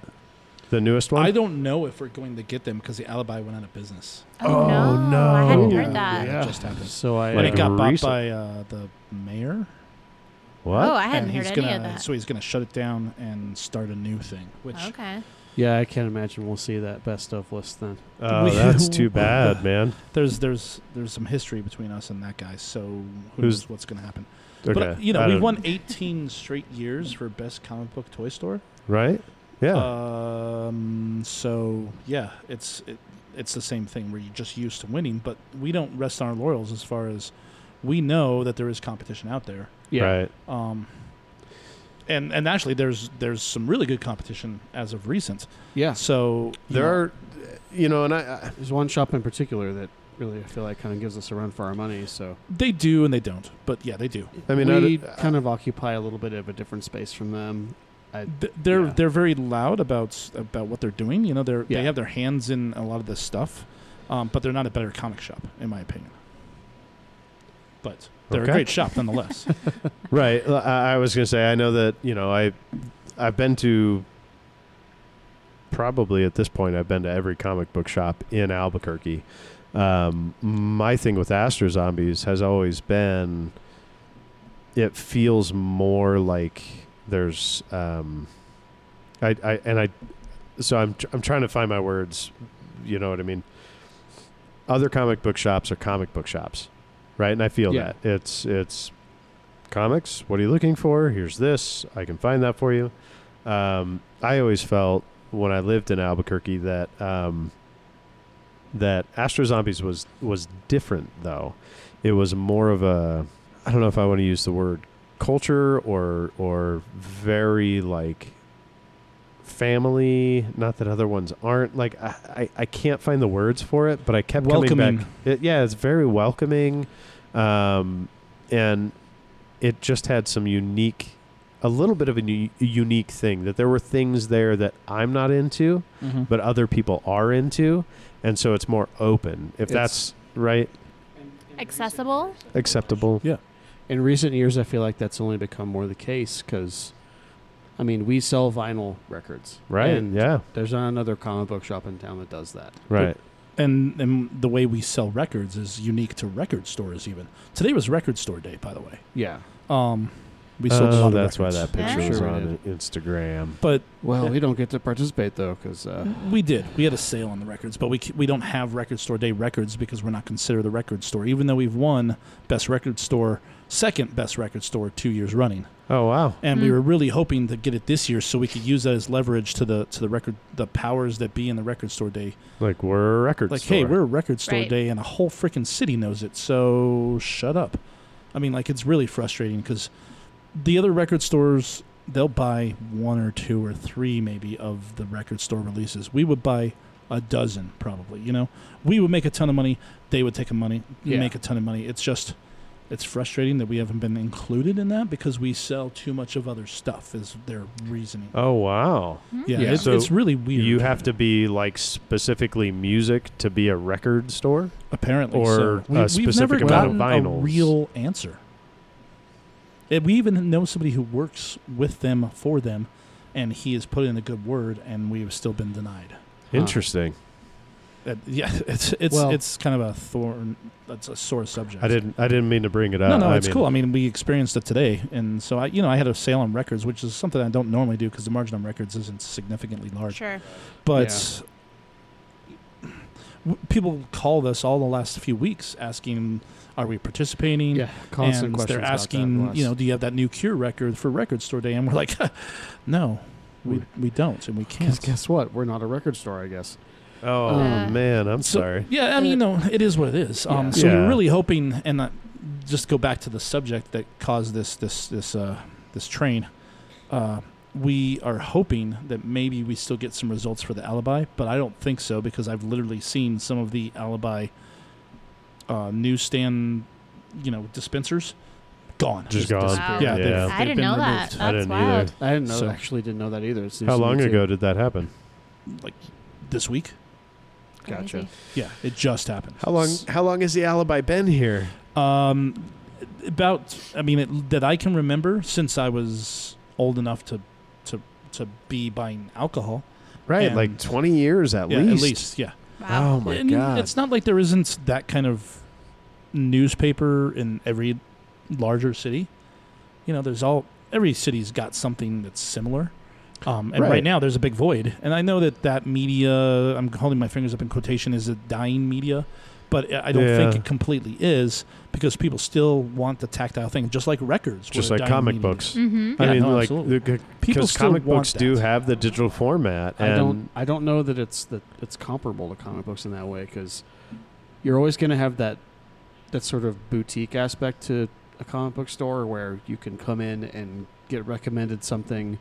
Speaker 1: The newest one.
Speaker 3: I don't know if we're going to get them because the alibi went out of business.
Speaker 4: Oh,
Speaker 1: Oh,
Speaker 4: no. I
Speaker 1: no.
Speaker 4: hadn't
Speaker 1: Yeah.
Speaker 4: heard that.
Speaker 3: Yeah. It just happened.
Speaker 2: So I um,
Speaker 1: Like
Speaker 3: And it got bought
Speaker 1: recent-
Speaker 3: by uh, the mayor.
Speaker 1: what?
Speaker 4: Oh, I hadn't
Speaker 3: and
Speaker 4: heard
Speaker 3: he's
Speaker 4: any
Speaker 3: gonna,
Speaker 4: of that.
Speaker 3: So he's going to shut it down and start a new thing, which
Speaker 4: Okay.
Speaker 2: yeah, I can't imagine we'll see that best of list then.
Speaker 1: Oh,
Speaker 3: we-
Speaker 1: that's too bad, man.
Speaker 3: there's there's there's some history between us and that guy. So who
Speaker 1: Who's-
Speaker 3: knows what's going to happen?
Speaker 1: Okay.
Speaker 3: But uh, you know,
Speaker 1: I
Speaker 3: we
Speaker 1: don't-
Speaker 3: won 18 straight years for best comic book toy store.
Speaker 1: right. Yeah.
Speaker 3: Uh, Um, so yeah, it's it, it's the same thing where you're just used to winning, but we don't rest on our laurels as far as we know that there is competition out there.
Speaker 1: Right.
Speaker 3: Um, and and actually, there's there's some really good competition as of recent.
Speaker 2: Yeah.
Speaker 3: So you
Speaker 1: There
Speaker 3: know,
Speaker 1: are, you know, and I, I
Speaker 2: There's one shop in particular that really I feel like kind of gives us a run for our money. So
Speaker 3: they do and they don't, but yeah, they do.
Speaker 1: I mean, I
Speaker 2: we
Speaker 1: d-
Speaker 2: kind of occupy a little bit of a different space from them.
Speaker 3: Th- They're
Speaker 2: Yeah.
Speaker 3: they're very loud about about what they're doing. You know, they're
Speaker 2: Yeah.
Speaker 3: they have their hands in a lot of this stuff, um, but they're not a better comic shop in my opinion. But they're
Speaker 1: Okay.
Speaker 3: a great shop nonetheless.
Speaker 1: Right. L- I, I was gonna say I know that you know I I've been to probably at this point I've been to every comic book shop in Albuquerque. Um, my thing with Astro Zombies has always been it feels more like there's um, I, I and I so I'm tr- I'm trying to find my words. You know what I mean. Other comic book shops are comic book shops, right? And I feel
Speaker 2: Yeah.
Speaker 1: that it's it's comics. What are you looking for? Here's this. I can find that for you. Um, I always felt when I lived in Albuquerque that um, that Astro Zombies was was different though. It was more of a I don't know if I want to use the word culture or or very like family. Not that other ones aren't. Like I, I, I can't find the words for it, but I kept coming
Speaker 3: Welcoming.
Speaker 1: back. It, yeah, it's very welcoming, um, and it just had some unique, a little bit of a nu- unique thing that there were things there that I'm not into,
Speaker 3: Mm-hmm.
Speaker 1: but other people are into, and so it's more open. If
Speaker 2: It's-
Speaker 1: that's right,
Speaker 4: Accessible.
Speaker 1: acceptable.
Speaker 2: In recent years, I feel like that's only become more the case because, I mean, we sell vinyl records,
Speaker 1: Right.
Speaker 2: And
Speaker 1: yeah.
Speaker 2: there's not another comic book shop in town that does that.
Speaker 1: Right.
Speaker 3: and and the way we sell records is unique to record stores. Even today was record store day, by the way.
Speaker 2: Yeah.
Speaker 3: Um, we sold a
Speaker 1: Oh,
Speaker 3: lot
Speaker 1: that's
Speaker 3: of
Speaker 1: why
Speaker 3: records.
Speaker 1: that
Speaker 4: Yeah.
Speaker 1: picture was
Speaker 2: Sure we
Speaker 1: on Instagram.
Speaker 3: But
Speaker 2: Well,
Speaker 3: Yeah.
Speaker 2: we don't get to participate though because uh,
Speaker 3: we did. We had a sale on the records, but we c- we don't have record store day records because we're not considered a record store, even though we've won best record store, second best record store two years running.
Speaker 1: Oh wow.
Speaker 3: And we
Speaker 4: Hmm.
Speaker 3: were really hoping to get it this year so we could use that as leverage to the to the record the powers that be in the record store day.
Speaker 1: Like we're a record
Speaker 3: like,
Speaker 1: store.
Speaker 3: hey, we're a record store
Speaker 4: Right.
Speaker 3: day, and a whole freaking city knows it. So shut up. I mean, like, it's really frustrating because the other record stores they'll buy one or two or three maybe of the record store releases. We would buy a dozen probably. You know, we would make a ton of money. They would take a money,
Speaker 2: Yeah.
Speaker 3: make a ton of money. It's just It's frustrating that we haven't been included in that because we sell too much of other stuff. Is their reasoning?
Speaker 1: Oh wow.
Speaker 4: Hmm?
Speaker 3: yeah,
Speaker 2: Yeah.
Speaker 3: It's,
Speaker 1: So
Speaker 3: it's really weird.
Speaker 1: You have to be like specifically music to be a record store.
Speaker 3: apparently,
Speaker 1: or
Speaker 3: so.
Speaker 1: a
Speaker 3: we, we've
Speaker 1: specific
Speaker 3: never
Speaker 1: amount of
Speaker 3: gotten
Speaker 1: vinyls.
Speaker 3: A real answer. And we even know somebody who works with them for them, and he has put in a good word, and we have still been denied.
Speaker 2: Huh.
Speaker 1: Interesting.
Speaker 3: Uh, yeah, it's it's
Speaker 2: Well-
Speaker 3: it's kind of a thorn. That's a sore subject.
Speaker 1: I didn't. I didn't mean to bring it up.
Speaker 3: No, no,
Speaker 1: I
Speaker 3: it's
Speaker 1: mean,
Speaker 3: cool. I mean, we experienced it today, and so I, you know, I had a sale on records, which is something I don't normally do because the margin on records isn't significantly large.
Speaker 4: Sure.
Speaker 3: But w people called us all the last few weeks asking, "Are we participating?"
Speaker 2: Yeah, constant
Speaker 3: and
Speaker 2: questions
Speaker 3: they're
Speaker 2: about that
Speaker 3: asking,
Speaker 2: last-
Speaker 3: you know, do you have that new Cure record for Record Store Day? And we're like, no, we we don't, and we
Speaker 2: Because
Speaker 3: can't.
Speaker 2: guess what? We're not a record store, I guess.
Speaker 1: Oh
Speaker 4: Uh,
Speaker 1: man, I'm
Speaker 3: So-
Speaker 1: sorry.
Speaker 3: Yeah, I mean, you know, it is what it is. Um,
Speaker 2: Yeah.
Speaker 3: so we
Speaker 1: Yeah.
Speaker 3: we're really hoping, and uh, just go back to the subject that caused this this this uh, this train. Uh, we are hoping that maybe we still get some results for the alibi, but I don't think so because I've literally seen some of the alibi uh, newsstand, you know, dispensers gone.
Speaker 1: Just gone.
Speaker 2: dis-
Speaker 4: Wow.
Speaker 1: Yeah.
Speaker 3: Yeah, They've,
Speaker 1: I
Speaker 3: they've
Speaker 4: I didn't
Speaker 3: been
Speaker 4: know that.
Speaker 3: removed.
Speaker 4: That's
Speaker 1: I didn't either.
Speaker 4: wild.
Speaker 2: I didn't know.
Speaker 3: So-
Speaker 2: actually, didn't know that either. It's news
Speaker 1: How
Speaker 2: to me,
Speaker 1: long
Speaker 2: too.
Speaker 1: ago did that happen?
Speaker 3: This week.
Speaker 2: Gotcha.
Speaker 4: Crazy.
Speaker 3: Yeah, it just happened.
Speaker 1: How long has the alibi been here?
Speaker 3: Um, about I mean it, that I can remember since I was old enough to to to be buying alcohol.
Speaker 1: Right,
Speaker 3: And-
Speaker 1: like 20 years at
Speaker 3: yeah,
Speaker 1: least.
Speaker 3: at least yeah.
Speaker 4: Wow.
Speaker 1: Oh my
Speaker 3: I mean,
Speaker 1: god.
Speaker 3: it's not like there isn't that kind of newspaper in every larger city. You know, there's all every city's got something that's similar. Um, and right.
Speaker 1: Right.
Speaker 3: now, there's a big void, and I know that that media. I'm holding my fingers up in quotation is a dying media, but I I don't think
Speaker 1: Yeah.
Speaker 3: it completely is because people still want the tactile thing, just like records, were
Speaker 1: Just
Speaker 3: a
Speaker 1: like
Speaker 3: dying
Speaker 1: comic
Speaker 3: media.
Speaker 1: books.
Speaker 4: Mm-hmm.
Speaker 1: I
Speaker 3: Yeah,
Speaker 1: mean,
Speaker 3: no,
Speaker 1: like
Speaker 3: absolutely. People
Speaker 1: because
Speaker 3: still
Speaker 1: comic
Speaker 3: want
Speaker 1: books do
Speaker 3: that.
Speaker 1: have the digital format, and
Speaker 2: I don't. I don't know that it's that it's comparable to comic books in that way because you're always going to have that that sort of boutique aspect to a comic book store where you can come in and get recommended something,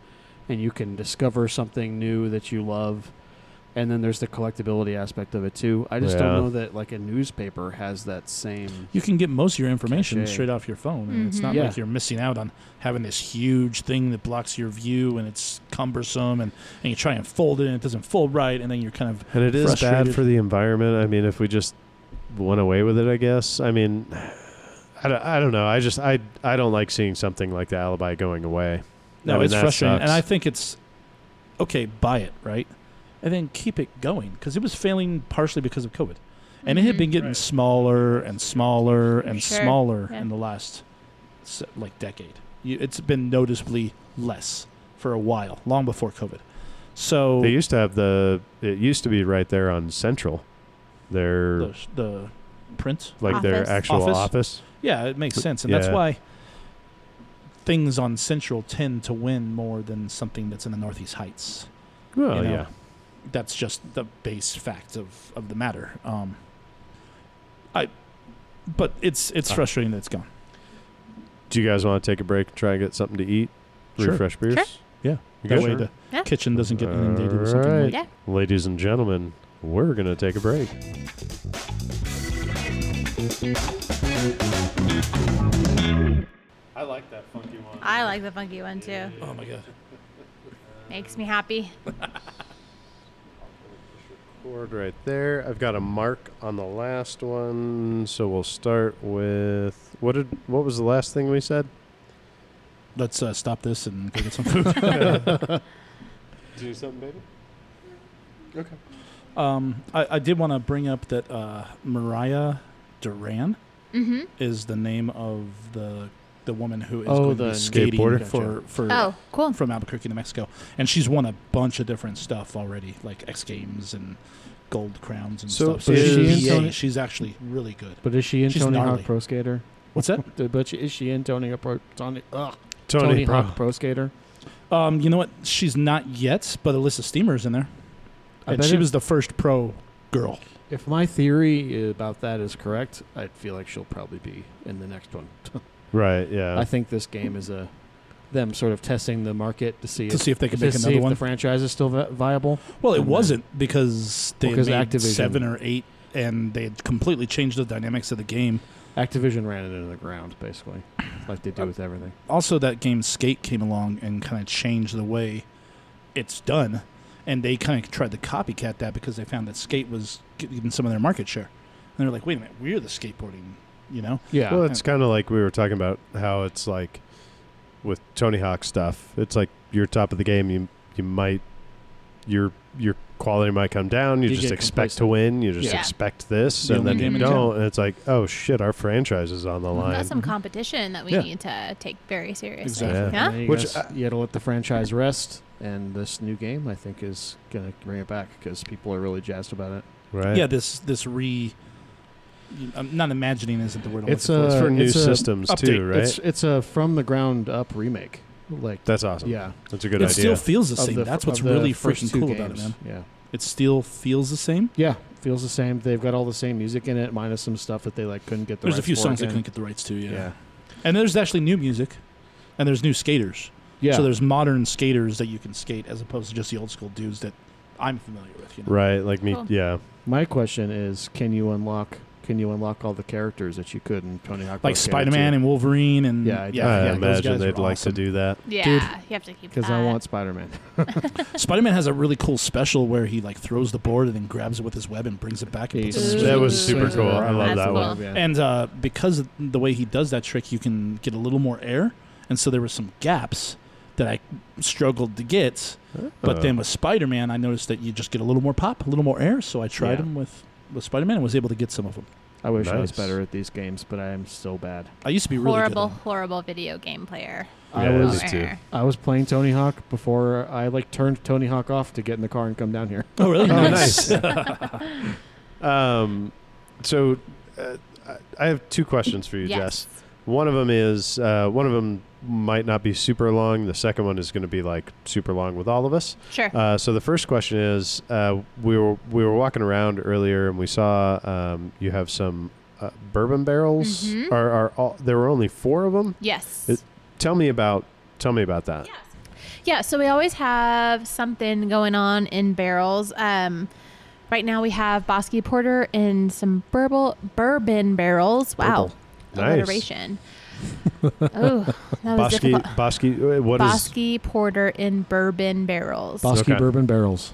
Speaker 2: and you can discover something new that you love. And then there's the collectability aspect of it too. I just
Speaker 1: Yeah.
Speaker 2: don't know that like a newspaper has that same.
Speaker 3: you can get most of your information
Speaker 2: Cachet.
Speaker 3: straight off your phone. And It's
Speaker 4: Mhm.
Speaker 3: not
Speaker 2: Yeah.
Speaker 3: like you're missing out on having this huge thing that blocks your view and it's cumbersome and, and you try and fold it and it doesn't fold right and then you're kind of
Speaker 1: and it is bad
Speaker 3: frustrated.
Speaker 1: for the environment. I mean, if we just went away with it, I guess. I mean, I don't, I don't know. I just I I don't like seeing something like the alibi going away.
Speaker 3: no,
Speaker 1: I mean,
Speaker 3: it's
Speaker 1: that
Speaker 3: frustrating. And
Speaker 1: sucks.
Speaker 3: I think it's okay, buy it, right? And then keep it going because it was failing partially because of COVID. And it had been getting
Speaker 1: Right.
Speaker 3: smaller and smaller and
Speaker 4: Mm-hmm. Sure.
Speaker 3: smaller
Speaker 4: Yeah.
Speaker 3: in the last s- like decade. You, it's been noticeably less for a while, long before COVID. So
Speaker 1: They used to have the. It used to be right there on Central. Their
Speaker 3: the, the print.
Speaker 1: like their
Speaker 4: Office.
Speaker 1: actual
Speaker 3: Office.
Speaker 1: office.
Speaker 3: Yeah, it makes
Speaker 1: But-
Speaker 3: sense, and that's
Speaker 1: yeah.
Speaker 3: why things on Central tend to win more than something that's in the Northeast Heights.
Speaker 1: Oh
Speaker 3: You know,
Speaker 1: yeah.
Speaker 3: That's just the base fact of, of the matter. Um, I, but it's it's
Speaker 1: Uh.
Speaker 3: frustrating that it's gone.
Speaker 1: Do you guys want to take a break and try and get something to eat?
Speaker 3: Sure.
Speaker 1: Refresh beers.
Speaker 4: Sure.
Speaker 1: Yeah. You
Speaker 3: That
Speaker 1: good?
Speaker 3: way the
Speaker 4: Yeah.
Speaker 3: kitchen doesn't get inundated with something.
Speaker 1: Alright.
Speaker 3: Like
Speaker 4: Yeah.
Speaker 1: Ladies and gentlemen, we're going to take a break. I like that funky one.
Speaker 4: I like the funky one too.
Speaker 3: Oh my god!
Speaker 4: Makes me happy.
Speaker 1: Cord right there. I've got a mark on the last one, so we'll start with what did what was the last thing we said?
Speaker 3: Let's uh, stop this and go get some food.
Speaker 1: Do something, baby. Okay.
Speaker 3: um, I, I did want to bring up that uh, Mariah Duran.
Speaker 4: Mm-hmm.
Speaker 3: is the name of the the woman who is
Speaker 2: Oh,
Speaker 3: going to
Speaker 2: the
Speaker 3: be skating
Speaker 1: skateboarder?
Speaker 3: for for
Speaker 4: Oh, cool.
Speaker 3: from Albuquerque, New Mexico, and she's won a bunch of different stuff already, like X Games and gold crowns and
Speaker 1: So
Speaker 3: stuff. So
Speaker 1: is
Speaker 3: she's,
Speaker 1: she in
Speaker 3: BA.
Speaker 2: Tony-
Speaker 3: she's actually really good.
Speaker 2: But is she in
Speaker 3: She's
Speaker 2: Tony
Speaker 3: gnarly.
Speaker 2: Hawk Pro Skater?
Speaker 3: What's that?
Speaker 2: But is she in Tony Hawk Pro, Tony, ugh,
Speaker 1: Tony,
Speaker 2: Tony
Speaker 1: Pro-
Speaker 2: Hawk Pro Skater?
Speaker 3: Um, you know what? She's not yet, but Alyssa Steamer's in there,
Speaker 2: I
Speaker 3: and
Speaker 2: bet
Speaker 3: she
Speaker 2: it-
Speaker 3: was the first pro girl.
Speaker 2: If my theory about that is correct, I feel like she'll probably be in the next one.
Speaker 1: Right, yeah.
Speaker 2: I think this game is a them sort of testing the market to see
Speaker 3: To
Speaker 2: if,
Speaker 3: see if they
Speaker 2: to
Speaker 3: could make
Speaker 2: see
Speaker 3: another
Speaker 2: if
Speaker 3: one.
Speaker 2: the franchise is still vi- viable.
Speaker 3: well, it
Speaker 2: and then-
Speaker 3: wasn't because they
Speaker 2: Well, 'cause
Speaker 3: made
Speaker 2: Activision-
Speaker 3: seven or eight and they had completely changed the dynamics of the game.
Speaker 2: Activision ran it into the ground, basically, like they do with everything.
Speaker 3: Also, that game Skate came along and kind of changed the way it's done, and they kind of tried to copycat that because they found that Skate was getting some of their market share, and they were like, "Wait a minute, we're the skateboarding," you know?
Speaker 2: Yeah.
Speaker 1: Well, it's kind of like we were talking about how it's like with Tony Hawk stuff. It's like you're top of the game. You you might your your quality might come down. You,
Speaker 2: You
Speaker 1: just
Speaker 2: get
Speaker 1: expect to
Speaker 2: complacent.
Speaker 1: win. You just
Speaker 4: Yeah.
Speaker 1: expect this,
Speaker 3: The
Speaker 1: and
Speaker 3: only
Speaker 1: then you
Speaker 4: game in
Speaker 1: don't.
Speaker 3: town.
Speaker 1: And it's like, oh shit, our franchise is on the
Speaker 3: Mhm.
Speaker 1: line.
Speaker 4: Mm-hmm. That's some competition that we
Speaker 3: Yeah.
Speaker 4: need to take very seriously.
Speaker 3: Exactly.
Speaker 4: Yeah.
Speaker 2: And you
Speaker 1: Which,
Speaker 2: guys-
Speaker 1: uh,
Speaker 2: you had to let the franchise rest, and this new game I think is gonna bring it back because people are really jazzed about it.
Speaker 1: right?
Speaker 3: Yeah, this this re. I'm not imagining isn't the word. I'm
Speaker 2: It's
Speaker 3: looking
Speaker 1: it's
Speaker 2: uh,
Speaker 1: for new
Speaker 2: it's a
Speaker 1: systems too,
Speaker 3: update.
Speaker 1: right?
Speaker 2: It's it's a from the ground up remake. Like
Speaker 1: That's awesome.
Speaker 2: yeah,
Speaker 1: that's a
Speaker 3: for.
Speaker 1: good
Speaker 3: It
Speaker 1: idea.
Speaker 3: still feels the
Speaker 2: of
Speaker 3: same.
Speaker 2: the-
Speaker 3: That's
Speaker 2: of
Speaker 3: what's
Speaker 2: the
Speaker 3: really
Speaker 2: first
Speaker 3: freaking
Speaker 2: two
Speaker 3: cool about it,
Speaker 2: games.
Speaker 3: man.
Speaker 2: Yeah,
Speaker 3: It still feels the same.
Speaker 2: yeah, feels the same. They've got all the same music in it, minus some stuff that they like couldn't get. The
Speaker 3: there's a
Speaker 2: rights
Speaker 3: few
Speaker 2: for
Speaker 3: songs they
Speaker 2: again.
Speaker 3: couldn't get the rights to, yeah. And there's actually new music, and there's new skaters.
Speaker 2: yeah, yeah.
Speaker 3: So there's modern skaters that you can skate as opposed to just the old school dudes that I'm familiar with. You know?
Speaker 1: right, like me.
Speaker 4: Cool.
Speaker 1: Yeah,
Speaker 2: My question is, can you unlock? Can you unlock all the characters that you could in Tony Hawk?
Speaker 3: Like Spider Man and Wolverine, and
Speaker 2: Yeah, I-
Speaker 1: I
Speaker 3: yeah, yeah, those
Speaker 1: imagine
Speaker 3: guys
Speaker 1: they'd
Speaker 3: are
Speaker 1: like
Speaker 3: awesome.
Speaker 1: to do that.
Speaker 4: Yeah,
Speaker 3: Dude.
Speaker 4: you have to keep
Speaker 2: Because
Speaker 4: that.
Speaker 2: I want Spider Man.
Speaker 3: Spider Man has a really cool special where he like throws the board and then grabs it with his web and brings it back. And puts it in
Speaker 4: Ooh.
Speaker 3: his
Speaker 4: That
Speaker 3: web.
Speaker 4: was super cool. I love that one.
Speaker 3: And uh, because of the way he does that trick, you can get a little more air, and so there were some gaps that I struggled to get. But
Speaker 1: Uh,
Speaker 3: then with Spider Man, I noticed that you just get a little more pop, a little more air. So I tried
Speaker 2: Yeah.
Speaker 3: them with with Spider Man and was able to get some of them.
Speaker 2: I wish I was
Speaker 1: Nice.
Speaker 2: better at these games, but I am so bad.
Speaker 3: I used to be really
Speaker 4: horrible,
Speaker 3: Good at 'em.
Speaker 4: horrible video game player.
Speaker 2: I
Speaker 1: Yeah,
Speaker 2: was
Speaker 1: me too.
Speaker 4: Horror.
Speaker 2: I was playing Tony Hawk before I like turned Tony Hawk off to get in the car and come down here.
Speaker 3: Oh really?
Speaker 1: Oh,
Speaker 3: nice.
Speaker 1: Um, so uh, I- I have two questions for you, Jess. One of them is uh, one of them might not be super long. The second one is going to be like super long with all of us.
Speaker 4: Sure.
Speaker 1: Uh, so the first question is: uh, we were we were walking around earlier, and we saw um, you have some uh, bourbon barrels.
Speaker 4: Mhm.
Speaker 1: Are, are all, there were only four of them?
Speaker 4: yes.
Speaker 1: it- Tell me about tell me about that.
Speaker 4: Yeah, so we always have something going on in barrels. Um, right now we have Bosky Porter in some burble, bourbon barrels. Wow.
Speaker 1: Nice.
Speaker 4: Alliteration. oh, that was
Speaker 1: Bosky
Speaker 4: difficult.
Speaker 1: Bosky, uh, what is
Speaker 4: Bosky Porter in bourbon barrels.
Speaker 2: Bosky
Speaker 1: Okay.
Speaker 2: bourbon barrels.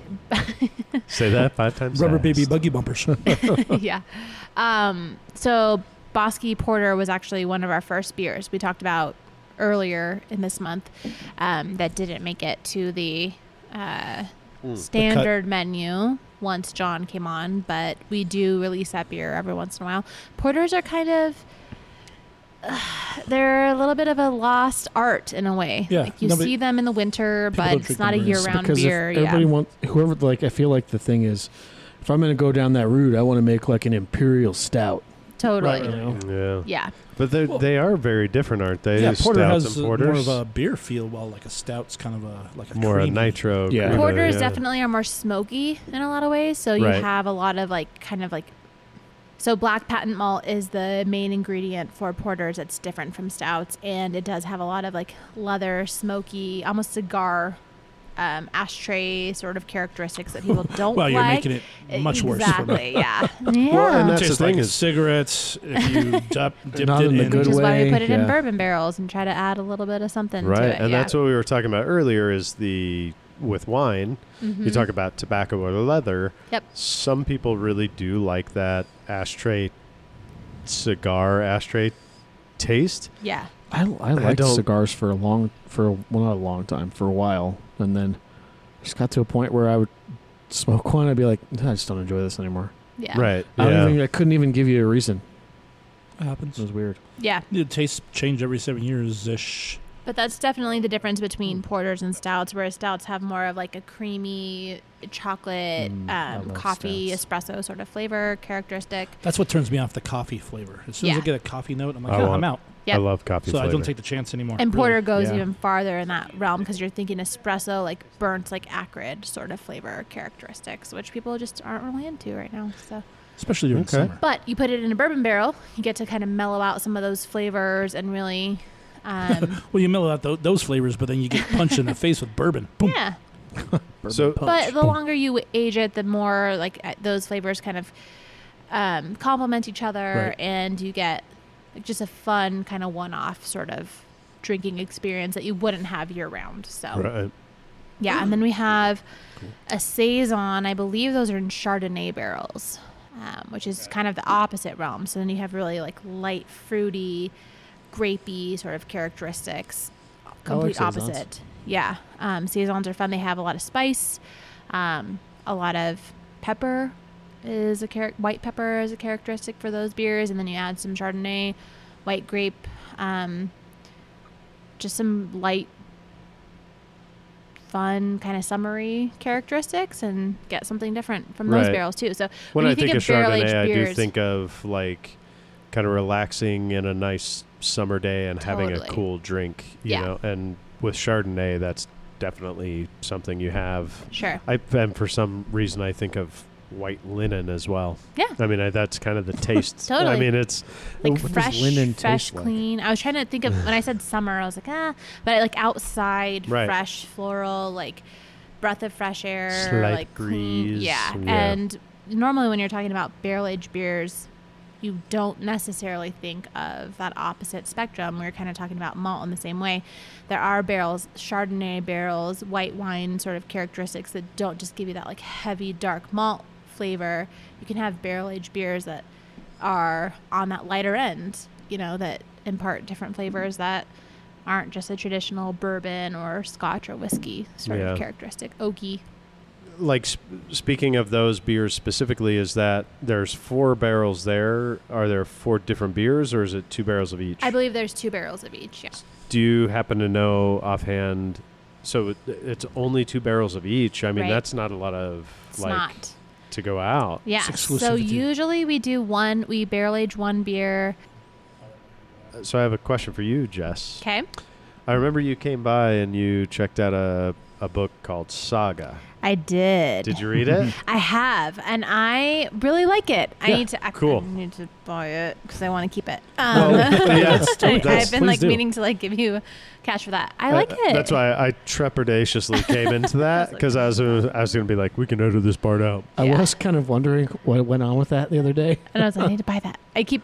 Speaker 1: say that five times?
Speaker 3: Rubber
Speaker 1: fast.
Speaker 3: baby buggy bumpers.
Speaker 4: yeah. Um, so Bosky Porter was actually one of our first beers we talked about earlier in this month um, that didn't make it to the
Speaker 3: Hmm,
Speaker 4: uh, standard menu once John came on, but we do release that beer every once in a while. Porters are kind of. They're a little bit of a lost art in a way.
Speaker 3: Yeah,
Speaker 4: like you
Speaker 3: nobody-
Speaker 4: see them in the winter,
Speaker 3: people
Speaker 4: but
Speaker 3: don't
Speaker 4: it's
Speaker 3: drink
Speaker 4: not a
Speaker 3: them very much.
Speaker 4: year-round
Speaker 2: because
Speaker 4: beer.
Speaker 2: if everybody
Speaker 4: yeah,
Speaker 2: wants whoever like I feel like the thing is, if I'm going to go down that route, I want to make like an imperial stout.
Speaker 4: totally.
Speaker 2: You know?
Speaker 1: Yeah,
Speaker 4: Yeah,
Speaker 1: but they are they are very different, aren't they?
Speaker 3: yeah, porter
Speaker 1: Stouts
Speaker 3: has
Speaker 1: and
Speaker 3: a- more
Speaker 1: porters,
Speaker 3: of a beer feel, while like a stout's kind of a like a
Speaker 1: more a
Speaker 3: creamy.
Speaker 1: nitro.
Speaker 2: Yeah.
Speaker 1: Gruner,
Speaker 4: Porters
Speaker 1: yeah.
Speaker 4: definitely are more smoky in a lot of ways. So you
Speaker 1: Right.
Speaker 4: have a lot of like kind of like so black patent malt is the main ingredient for porters. It's different from stouts, and it does have a lot of like leather, smoky, almost cigar, um, ashtray sort of characteristics that people don't
Speaker 3: Well,
Speaker 4: like. E,
Speaker 3: you're making it much worse. For me.
Speaker 4: Exactly. Yeah. yeah.
Speaker 1: Well, and that's
Speaker 3: Tastes
Speaker 1: the thing
Speaker 3: like
Speaker 1: is-
Speaker 3: cigarettes. If you dip, dipped
Speaker 2: Not
Speaker 3: it
Speaker 2: in the good
Speaker 4: which is why we
Speaker 2: way,
Speaker 4: put it in
Speaker 2: yeah.
Speaker 4: bourbon barrels and try to add a little bit of something
Speaker 1: right,
Speaker 4: to it.
Speaker 1: and
Speaker 4: uh, yeah.
Speaker 1: that's what we were talking about earlier. Is the with wine you
Speaker 4: Mhm.
Speaker 1: talk about tobacco or leather.
Speaker 4: Yep.
Speaker 1: Some people really do like that ashtray, cigar ashtray taste.
Speaker 4: Yeah.
Speaker 2: I, I liked
Speaker 1: don't-
Speaker 2: cigars for a long for a- well not a long time for a while, and then just got to a point where I would smoke one. I'd be like, I just don't enjoy this anymore.
Speaker 4: Yeah.
Speaker 1: Right.
Speaker 2: I
Speaker 1: yeah.
Speaker 2: don't even I couldn't even give you a reason.
Speaker 3: It happens.
Speaker 2: It was weird.
Speaker 4: Yeah.
Speaker 3: The tastes change every seven years ish.
Speaker 4: But that's definitely the difference
Speaker 2: Mm.
Speaker 4: between porters and stouts, where stouts have more of like a creamy chocolate,
Speaker 2: Mm, I
Speaker 4: um,
Speaker 2: love
Speaker 4: coffee, espresso sort of flavor characteristic.
Speaker 3: That's what turns me off the coffee flavor. As soon as I
Speaker 4: Yeah.
Speaker 3: get a coffee note, I'm like,
Speaker 1: I
Speaker 3: "No,
Speaker 1: want
Speaker 3: I'm out.
Speaker 4: Yep.
Speaker 1: I love coffee.
Speaker 3: So I don't
Speaker 1: flavor.
Speaker 3: take the chance anymore.
Speaker 4: And
Speaker 3: really.
Speaker 4: porter goes
Speaker 2: yeah.
Speaker 4: even farther in that realm because you're thinking espresso, like burnt, like acrid sort of flavor characteristics, which people just aren't really into right now. So,
Speaker 3: especially during
Speaker 1: Okay.
Speaker 3: summer.
Speaker 4: but you put it in a bourbon barrel, you get to kind of mellow out some of those flavors and really, um,
Speaker 3: Well, you mellow out tho- those flavors, but then you get punched in the face with bourbon. Boom.
Speaker 4: yeah.
Speaker 1: So-
Speaker 4: But the longer you age it, the more like uh, those flavors kind of um, complement each other,
Speaker 2: Right.
Speaker 4: and you get like, just a fun kind of one-off sort of drinking experience that you wouldn't have year-round. So
Speaker 1: Right.
Speaker 4: yeah, and then we have a saison. I believe those are in Chardonnay barrels, um, which is kind of the opposite realm. So then you have really like light, fruity, grapey sort of characteristics. Complete
Speaker 2: saisons.
Speaker 4: opposite. Yeah, um, saisons are fun. They have a lot of spice, um, a lot of pepper is a char- white pepper is a characteristic for those beers, and then you add some Chardonnay, white grape, um, just some light fun kind of summery characteristics and get something different from those
Speaker 1: Right.
Speaker 4: barrels too. So
Speaker 1: When,
Speaker 4: you
Speaker 1: I think, of
Speaker 4: barrel-aged
Speaker 1: Chardonnay, I do
Speaker 4: beers-
Speaker 1: think of like kind of relaxing in a nice summer day and having a
Speaker 4: Totally.
Speaker 1: cool drink, you
Speaker 4: Yeah.
Speaker 1: know. And with Chardonnay, that's definitely something you have.
Speaker 4: sure.
Speaker 1: I and for some reason I think of white linen as well.
Speaker 4: Yeah.
Speaker 1: I mean, I, that's kind of the taste. I
Speaker 4: Totally.
Speaker 1: mean, it's
Speaker 4: Like
Speaker 2: what does
Speaker 4: fresh,
Speaker 2: linen
Speaker 4: fresh,
Speaker 2: taste like?
Speaker 4: clean. I was trying to think of when I said summer, I was like, ah, but like outside,
Speaker 1: Right.
Speaker 4: fresh, floral, like breath of fresh air,
Speaker 1: Slight
Speaker 4: like clean-
Speaker 1: breeze,
Speaker 4: yeah.
Speaker 1: yeah.
Speaker 4: And normally when you're talking about barrel aged beers, you don't necessarily think of that opposite spectrum. We were kind of talking about malt in the same way. There are barrels, Chardonnay barrels, white wine sort of characteristics that don't just give you that like heavy dark malt flavor. You can have barrel aged beers that are on that lighter end, you know, that impart different flavors that aren't just a traditional bourbon or scotch or whiskey sort
Speaker 1: Yeah.
Speaker 4: of characteristic. Oaky.
Speaker 1: like sp- speaking of those beers specifically is that there's four barrels there are there four different beers or is it two barrels of each
Speaker 4: I believe there's two barrels of each. Yeah.
Speaker 1: do you happen to know offhand so it, it's only two barrels of each i mean
Speaker 4: Right.
Speaker 1: that's not a lot of
Speaker 4: It's
Speaker 1: like
Speaker 4: not.
Speaker 1: to go out
Speaker 4: Yeah.
Speaker 3: exclusive
Speaker 4: So
Speaker 3: to-
Speaker 4: usually we do one, we barrel age one beer.
Speaker 1: so i have a question for you jess
Speaker 4: Okay.
Speaker 1: i remember you came by and you checked out a, a book called saga
Speaker 4: I did.
Speaker 1: did you read it
Speaker 4: I have, and I really like it. I
Speaker 1: Yeah,
Speaker 4: need to. I,
Speaker 1: cool.
Speaker 4: I need to buy it because I want to keep it. Um,
Speaker 1: Well, yeah, that's-
Speaker 4: I,
Speaker 1: that's-
Speaker 4: have been
Speaker 1: please
Speaker 4: like
Speaker 1: do.
Speaker 4: meaning to like give you cash for that. I
Speaker 1: Uh,
Speaker 4: like it.
Speaker 1: That's why I trepidatiously came into that
Speaker 4: like-
Speaker 1: because I was I was going to be like, we can edit this part out.
Speaker 2: I
Speaker 4: Yeah.
Speaker 2: was kind of wondering what went on with that the other day.
Speaker 4: And I was like, I need to buy that. I keep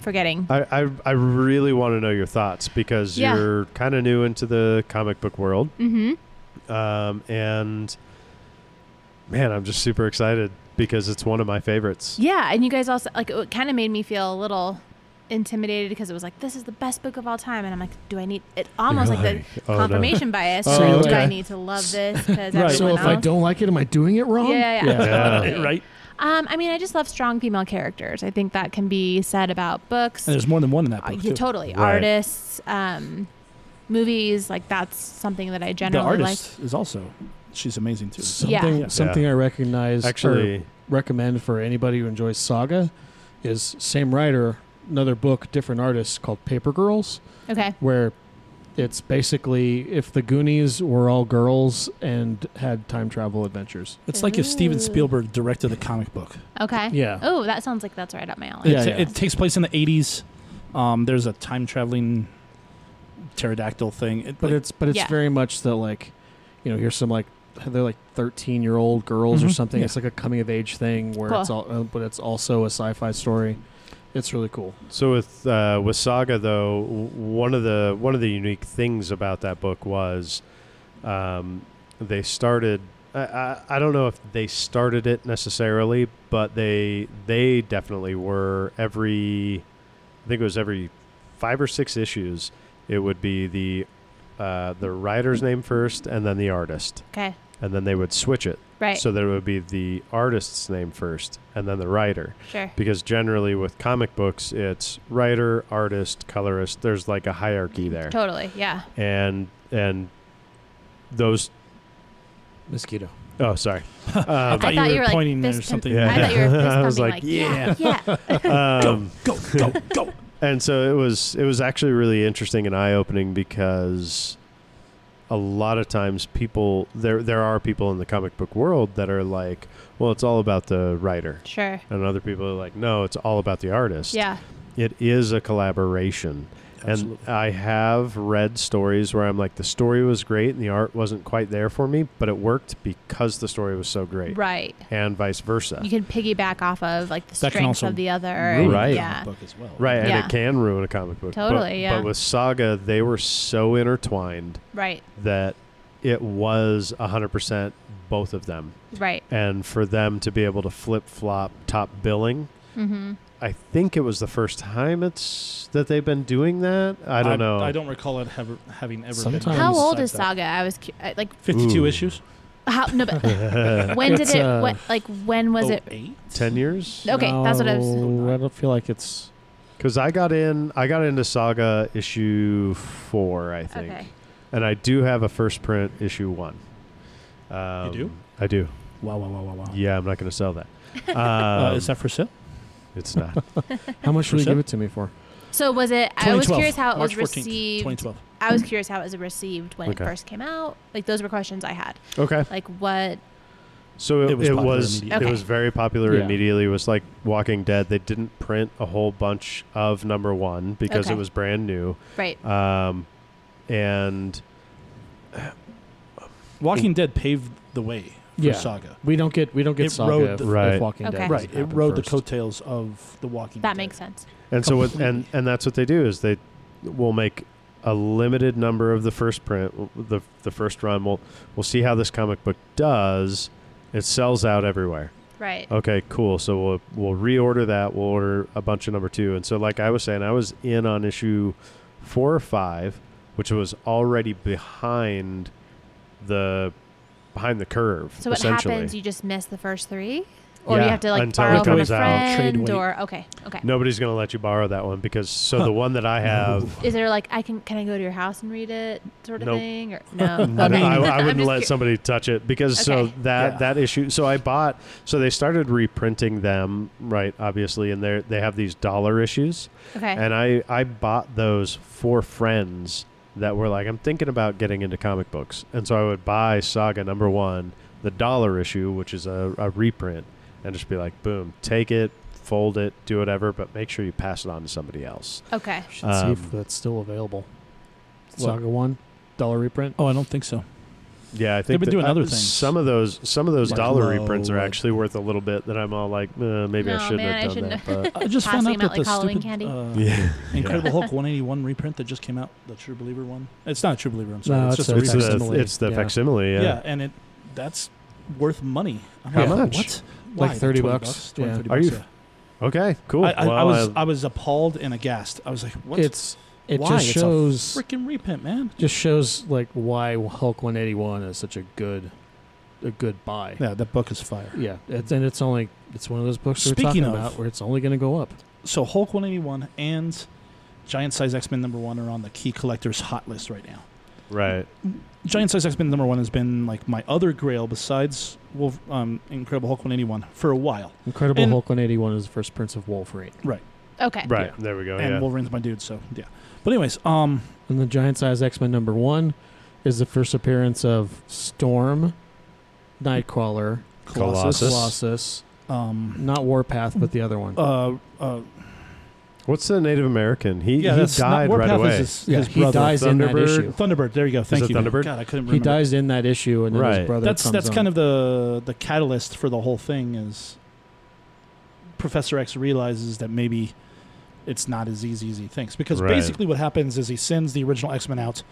Speaker 4: forgetting.
Speaker 1: I, I, I really want to know your thoughts because
Speaker 4: Yeah.
Speaker 1: you're kind of new into the comic book world.
Speaker 4: Mm-hmm.
Speaker 1: Um, and man, I'm just super excited because it's one of my favorites.
Speaker 4: Yeah, and you guys also like it kind of made me feel a little intimidated because it was like this is the best book of all time, and I'm like, do I need it? Almost like the
Speaker 1: oh, no.
Speaker 4: confirmation bias.
Speaker 2: So,
Speaker 4: like, do
Speaker 2: like-
Speaker 4: I need to love this? Because
Speaker 3: Right.
Speaker 2: So if
Speaker 4: else?
Speaker 2: I don't like it, am I doing it wrong?
Speaker 4: Yeah, yeah, yeah.
Speaker 1: Yeah.
Speaker 4: Totally.
Speaker 3: right?
Speaker 4: Um, I mean, I just love strong female characters. I think that can be said about books.
Speaker 3: And there's more than one in that
Speaker 4: Uh,
Speaker 3: book.
Speaker 4: yeah,
Speaker 3: too.
Speaker 4: totally.
Speaker 1: Right.
Speaker 4: Artists, um, movies, like that's something that I
Speaker 3: the
Speaker 4: generally like.
Speaker 3: artist is also she's amazing too.
Speaker 2: Something
Speaker 4: Yeah.
Speaker 2: something I recognize or
Speaker 1: Actually,
Speaker 2: recommend for anybody who enjoys Saga is same writer, another book, different artist called Paper Girls,
Speaker 4: Okay.
Speaker 2: where it's basically if the Goonies were all girls and had time travel adventures.
Speaker 3: It's like if Steven
Speaker 4: Ooh.
Speaker 3: Spielberg directed the comic book.
Speaker 4: Okay.
Speaker 2: Yeah.
Speaker 4: Oh, that sounds like that's right up my alley.
Speaker 3: It,
Speaker 2: Yeah,
Speaker 3: ta-
Speaker 2: yeah.
Speaker 3: it takes place in the 80s. Um, there's a time traveling pterodactyl thing. It,
Speaker 2: But
Speaker 3: like,
Speaker 2: it's but it's
Speaker 4: Yeah.
Speaker 2: very much the like, you know, here's some like they're like 13 year old girls or
Speaker 3: Mhm.
Speaker 2: something.
Speaker 3: Yeah.
Speaker 2: It's like a coming of age thing where
Speaker 4: Cool.
Speaker 2: it's all, uh, but it's also a sci-fi story. It's really cool.
Speaker 1: so with uh, with Saga though, w- one of the one of the unique things about that book was um, they started. I, I, I don't know if they started it necessarily, but they they definitely were every. I think it was every five or six issues. It would be the uh, the writer's name first, and then the artist,
Speaker 4: Okay.
Speaker 1: and then they would switch it
Speaker 4: Right.
Speaker 1: so that it would be the artist's name first, and then the writer
Speaker 4: sure.
Speaker 1: because generally with comic books it's writer artist colorist there's like a hierarchy there
Speaker 4: Totally. Yeah.
Speaker 1: and and those
Speaker 2: Mosquito.
Speaker 1: oh sorry
Speaker 4: I
Speaker 1: um,
Speaker 3: thought you were
Speaker 4: like,
Speaker 3: pointing
Speaker 4: fist
Speaker 3: or something.
Speaker 4: pump- I
Speaker 1: Yeah.
Speaker 4: thought you were fist
Speaker 1: I was
Speaker 4: pumping,
Speaker 1: like,
Speaker 4: like, yeah, yeah.
Speaker 1: um,
Speaker 3: go, go, go.
Speaker 1: and so it was it was actually really interesting and eye-opening because a lot of times people there there are people in the comic book world that are like well it's all about the writer
Speaker 4: Sure.
Speaker 1: and other people are like no it's all about the artist
Speaker 4: Yeah.
Speaker 1: It is a collaboration.
Speaker 3: Absolutely.
Speaker 1: And I have read stories where I'm like, the story was great and the art wasn't quite there for me, but it worked because the story was so great,
Speaker 4: Right.
Speaker 1: and vice versa.
Speaker 4: You can piggyback off of like the
Speaker 3: That can
Speaker 4: strengths
Speaker 3: also
Speaker 4: of the other.
Speaker 1: ruin
Speaker 4: and-
Speaker 1: Right.
Speaker 4: Yeah.
Speaker 3: book as well.
Speaker 1: right, and
Speaker 4: Yeah.
Speaker 1: it can ruin a comic book. But-
Speaker 4: Totally, yeah.
Speaker 1: But with Saga, they were so intertwined
Speaker 4: Right.
Speaker 1: that it was 100% both of them.
Speaker 4: Right.
Speaker 1: And for them to be able to flip flop top billing,
Speaker 4: Mm-hmm.
Speaker 1: I think it was the first time it's that they've been doing that. I don't know.
Speaker 3: I don't recall it have, having ever been.
Speaker 2: Sometimes-
Speaker 4: How old
Speaker 3: beside
Speaker 4: is
Speaker 3: that.
Speaker 4: Saga? I was cu- I- like,
Speaker 3: Fifty-two
Speaker 1: Ooh.
Speaker 3: issues.
Speaker 4: how? No, but when did
Speaker 2: It's,
Speaker 4: it?
Speaker 2: uh,
Speaker 4: what, like, when was it?
Speaker 3: Oh, eight?
Speaker 1: 10 years?
Speaker 4: Okay, that's what I was-
Speaker 2: No, I don't feel like it's.
Speaker 1: Because I got in, I got into Saga issue four, I think,
Speaker 4: Okay.
Speaker 1: and I do have a first print issue one. Um,
Speaker 3: do?
Speaker 1: I do.
Speaker 3: Wow! Wow! Wow! Wow! Wow!
Speaker 1: Yeah, I'm not going to sell that. Um,
Speaker 3: Uh, is that for sale?
Speaker 1: it's not.
Speaker 2: How much will you
Speaker 3: Percent?
Speaker 2: give it to me for?
Speaker 4: So was it? I was
Speaker 3: 2012,
Speaker 4: curious how it
Speaker 3: March
Speaker 4: was
Speaker 3: 14th,
Speaker 4: received.
Speaker 3: 2012.
Speaker 4: I was curious how it was received when
Speaker 1: Okay.
Speaker 4: it first came out. Like those were questions I had.
Speaker 1: okay.
Speaker 4: Like what?
Speaker 1: So it,
Speaker 3: It was
Speaker 1: it
Speaker 3: popular
Speaker 1: was it was,
Speaker 4: immediately. Okay.
Speaker 1: very popular
Speaker 2: Yeah.
Speaker 1: immediately. It was like Walking Dead. They didn't print a whole bunch of number one because it
Speaker 4: Okay.
Speaker 1: was brand new.
Speaker 4: Right.
Speaker 1: Um, and
Speaker 3: Walking Dead paved the way for
Speaker 2: Yeah.
Speaker 3: Saga.
Speaker 2: We don't get we don't get
Speaker 3: It
Speaker 2: Saga
Speaker 3: rode
Speaker 2: if-
Speaker 3: the-
Speaker 2: if
Speaker 1: Right.
Speaker 2: Walking Dead.
Speaker 4: Okay.
Speaker 2: doesn't
Speaker 3: Right, it
Speaker 2: happen
Speaker 3: rode
Speaker 2: first.
Speaker 3: the coattails of the Walking.
Speaker 4: That
Speaker 3: Dead.
Speaker 4: makes sense.
Speaker 1: and so what,
Speaker 3: Completely.
Speaker 1: and and that's what they do is they will make a limited number of the first print w- the the first run we'll we'll see how this comic book does it sells out everywhere
Speaker 4: Right.
Speaker 1: okay cool so we'll we'll reorder that we'll order a bunch of number 2 and so like I was saying I was in on issue 4 or 5 which was already behind the behind the curve
Speaker 4: So what
Speaker 1: essentially
Speaker 4: happens? You just miss the first three, or
Speaker 1: Yeah,
Speaker 4: you have to like
Speaker 1: until
Speaker 4: borrow
Speaker 1: it
Speaker 4: from a
Speaker 1: goes out.
Speaker 3: Trade
Speaker 4: friend,
Speaker 3: weight.
Speaker 4: or okay, okay.
Speaker 1: nobody's going to let you borrow that one because so the one that I have
Speaker 4: Is there like I can can I go to your house and read it sort of
Speaker 1: Nope.
Speaker 4: thing? Or no,
Speaker 1: No,
Speaker 4: Okay.
Speaker 1: I, I
Speaker 4: I'm
Speaker 1: wouldn't
Speaker 4: just
Speaker 1: let
Speaker 4: cur-
Speaker 1: somebody touch it because so
Speaker 4: Okay.
Speaker 1: that
Speaker 3: Yeah.
Speaker 1: that issue. So I bought. So they started reprinting them, right? Obviously, and they they have these dollar issues,
Speaker 4: Okay,
Speaker 1: and I I bought those for friends that were like, I'm thinking about getting into comic books, and so I would buy Saga number one, the dollar issue, which is a, a reprint, and just be like, boom, take it, fold it, do whatever, but make sure you pass it on to somebody else.
Speaker 4: okay.
Speaker 2: Should see
Speaker 1: Um,
Speaker 2: if that's still available.
Speaker 3: What?
Speaker 2: Saga one dollar reprint.
Speaker 3: Oh, I don't think so.
Speaker 1: Yeah, I think
Speaker 3: They've been
Speaker 1: that-
Speaker 3: doing
Speaker 1: uh,
Speaker 3: other things.
Speaker 1: Some of those, some of those
Speaker 3: Like
Speaker 1: dollar
Speaker 3: low,
Speaker 1: reprints are
Speaker 3: like-
Speaker 1: actually worth a little bit. That I'm all like, uh, maybe I
Speaker 4: No,
Speaker 1: shouldn't
Speaker 4: man, I
Speaker 1: have done
Speaker 4: shouldn't
Speaker 1: that.
Speaker 3: I just found
Speaker 4: Passing
Speaker 3: out
Speaker 4: them
Speaker 3: that
Speaker 4: out
Speaker 3: the
Speaker 4: like Halloween
Speaker 3: stupid
Speaker 4: candy.
Speaker 3: uh,
Speaker 1: But yeah,
Speaker 3: Incredible Hulk 181 reprint that just came out, the True Believer one. It's not a True Believer. I'm sorry.
Speaker 2: No,
Speaker 3: it's,
Speaker 2: it's
Speaker 3: just a,
Speaker 2: a-
Speaker 1: it's
Speaker 3: reprint.
Speaker 1: the,
Speaker 2: facsimile,
Speaker 1: it's the
Speaker 2: yeah.
Speaker 1: facsimile.
Speaker 3: yeah.
Speaker 1: Yeah.
Speaker 3: and it that's worth money. I'm
Speaker 1: How
Speaker 3: like,
Speaker 1: much?
Speaker 3: What?
Speaker 2: Like
Speaker 3: Why?
Speaker 2: 30
Speaker 3: 20
Speaker 2: bucks?
Speaker 3: bucks 20,
Speaker 2: Yeah.
Speaker 1: Are
Speaker 3: 30 bucks,
Speaker 1: you-
Speaker 3: yeah.
Speaker 1: Okay. Cool.
Speaker 3: I, I,
Speaker 1: well,
Speaker 3: I was I was appalled and aghast. I was like, what?
Speaker 2: It's it
Speaker 3: Why?
Speaker 2: just
Speaker 3: It's a
Speaker 2: shows
Speaker 3: freaking reprint, man.
Speaker 2: just shows like why Hulk one eighty one is such a good a good buy.
Speaker 3: Yeah, that book is fire.
Speaker 2: Yeah, it's, and it's only it's one of those books we we're
Speaker 3: Speaking
Speaker 2: talking
Speaker 3: of-
Speaker 2: about where it's only going to go up.
Speaker 3: So Hulk 181 and Giant Size X Men number one are on the key collectors hot list right now.
Speaker 1: right.
Speaker 3: Giant Size X Men number one has been like my other grail besides Wolf, um, Incredible Hulk 181 for a while.
Speaker 2: Incredible
Speaker 3: And-
Speaker 2: Hulk 181 is the first Prince of Wolverine,
Speaker 4: Okay.
Speaker 1: Right. There we go.
Speaker 3: and
Speaker 1: Oh, yeah.
Speaker 3: Wolverine's my dude, so yeah. But anyways, um,
Speaker 2: and the Giant Size X Men number one is the first appearance of Storm, Nightcrawler,
Speaker 1: Colossus.
Speaker 3: Colossus,
Speaker 2: Colossus,
Speaker 3: um,
Speaker 2: not Warpath, but the other
Speaker 1: Oh,
Speaker 2: one.
Speaker 3: uh, uh,
Speaker 1: What's the Native American? He,
Speaker 3: yeah,
Speaker 1: he
Speaker 3: that's
Speaker 1: died
Speaker 3: not,
Speaker 1: right
Speaker 3: Warpath
Speaker 1: away.
Speaker 3: Is his,
Speaker 2: yeah,
Speaker 3: his
Speaker 2: he
Speaker 3: brother.
Speaker 2: dies in that
Speaker 1: Thunderbird.
Speaker 2: issue.
Speaker 3: Thunderbird. There you go. Thank
Speaker 1: it
Speaker 3: you.
Speaker 1: Thunderbird?
Speaker 3: God, I couldn't remember.
Speaker 2: He dies in that issue, and then
Speaker 1: Right.
Speaker 2: his brother
Speaker 3: That's
Speaker 2: comes
Speaker 3: that's
Speaker 2: on.
Speaker 3: kind of the the catalyst for the whole thing is Professor X realizes that maybe it's not as easy as he thinks because
Speaker 1: Right.
Speaker 3: basically what happens is he sends the original X Men out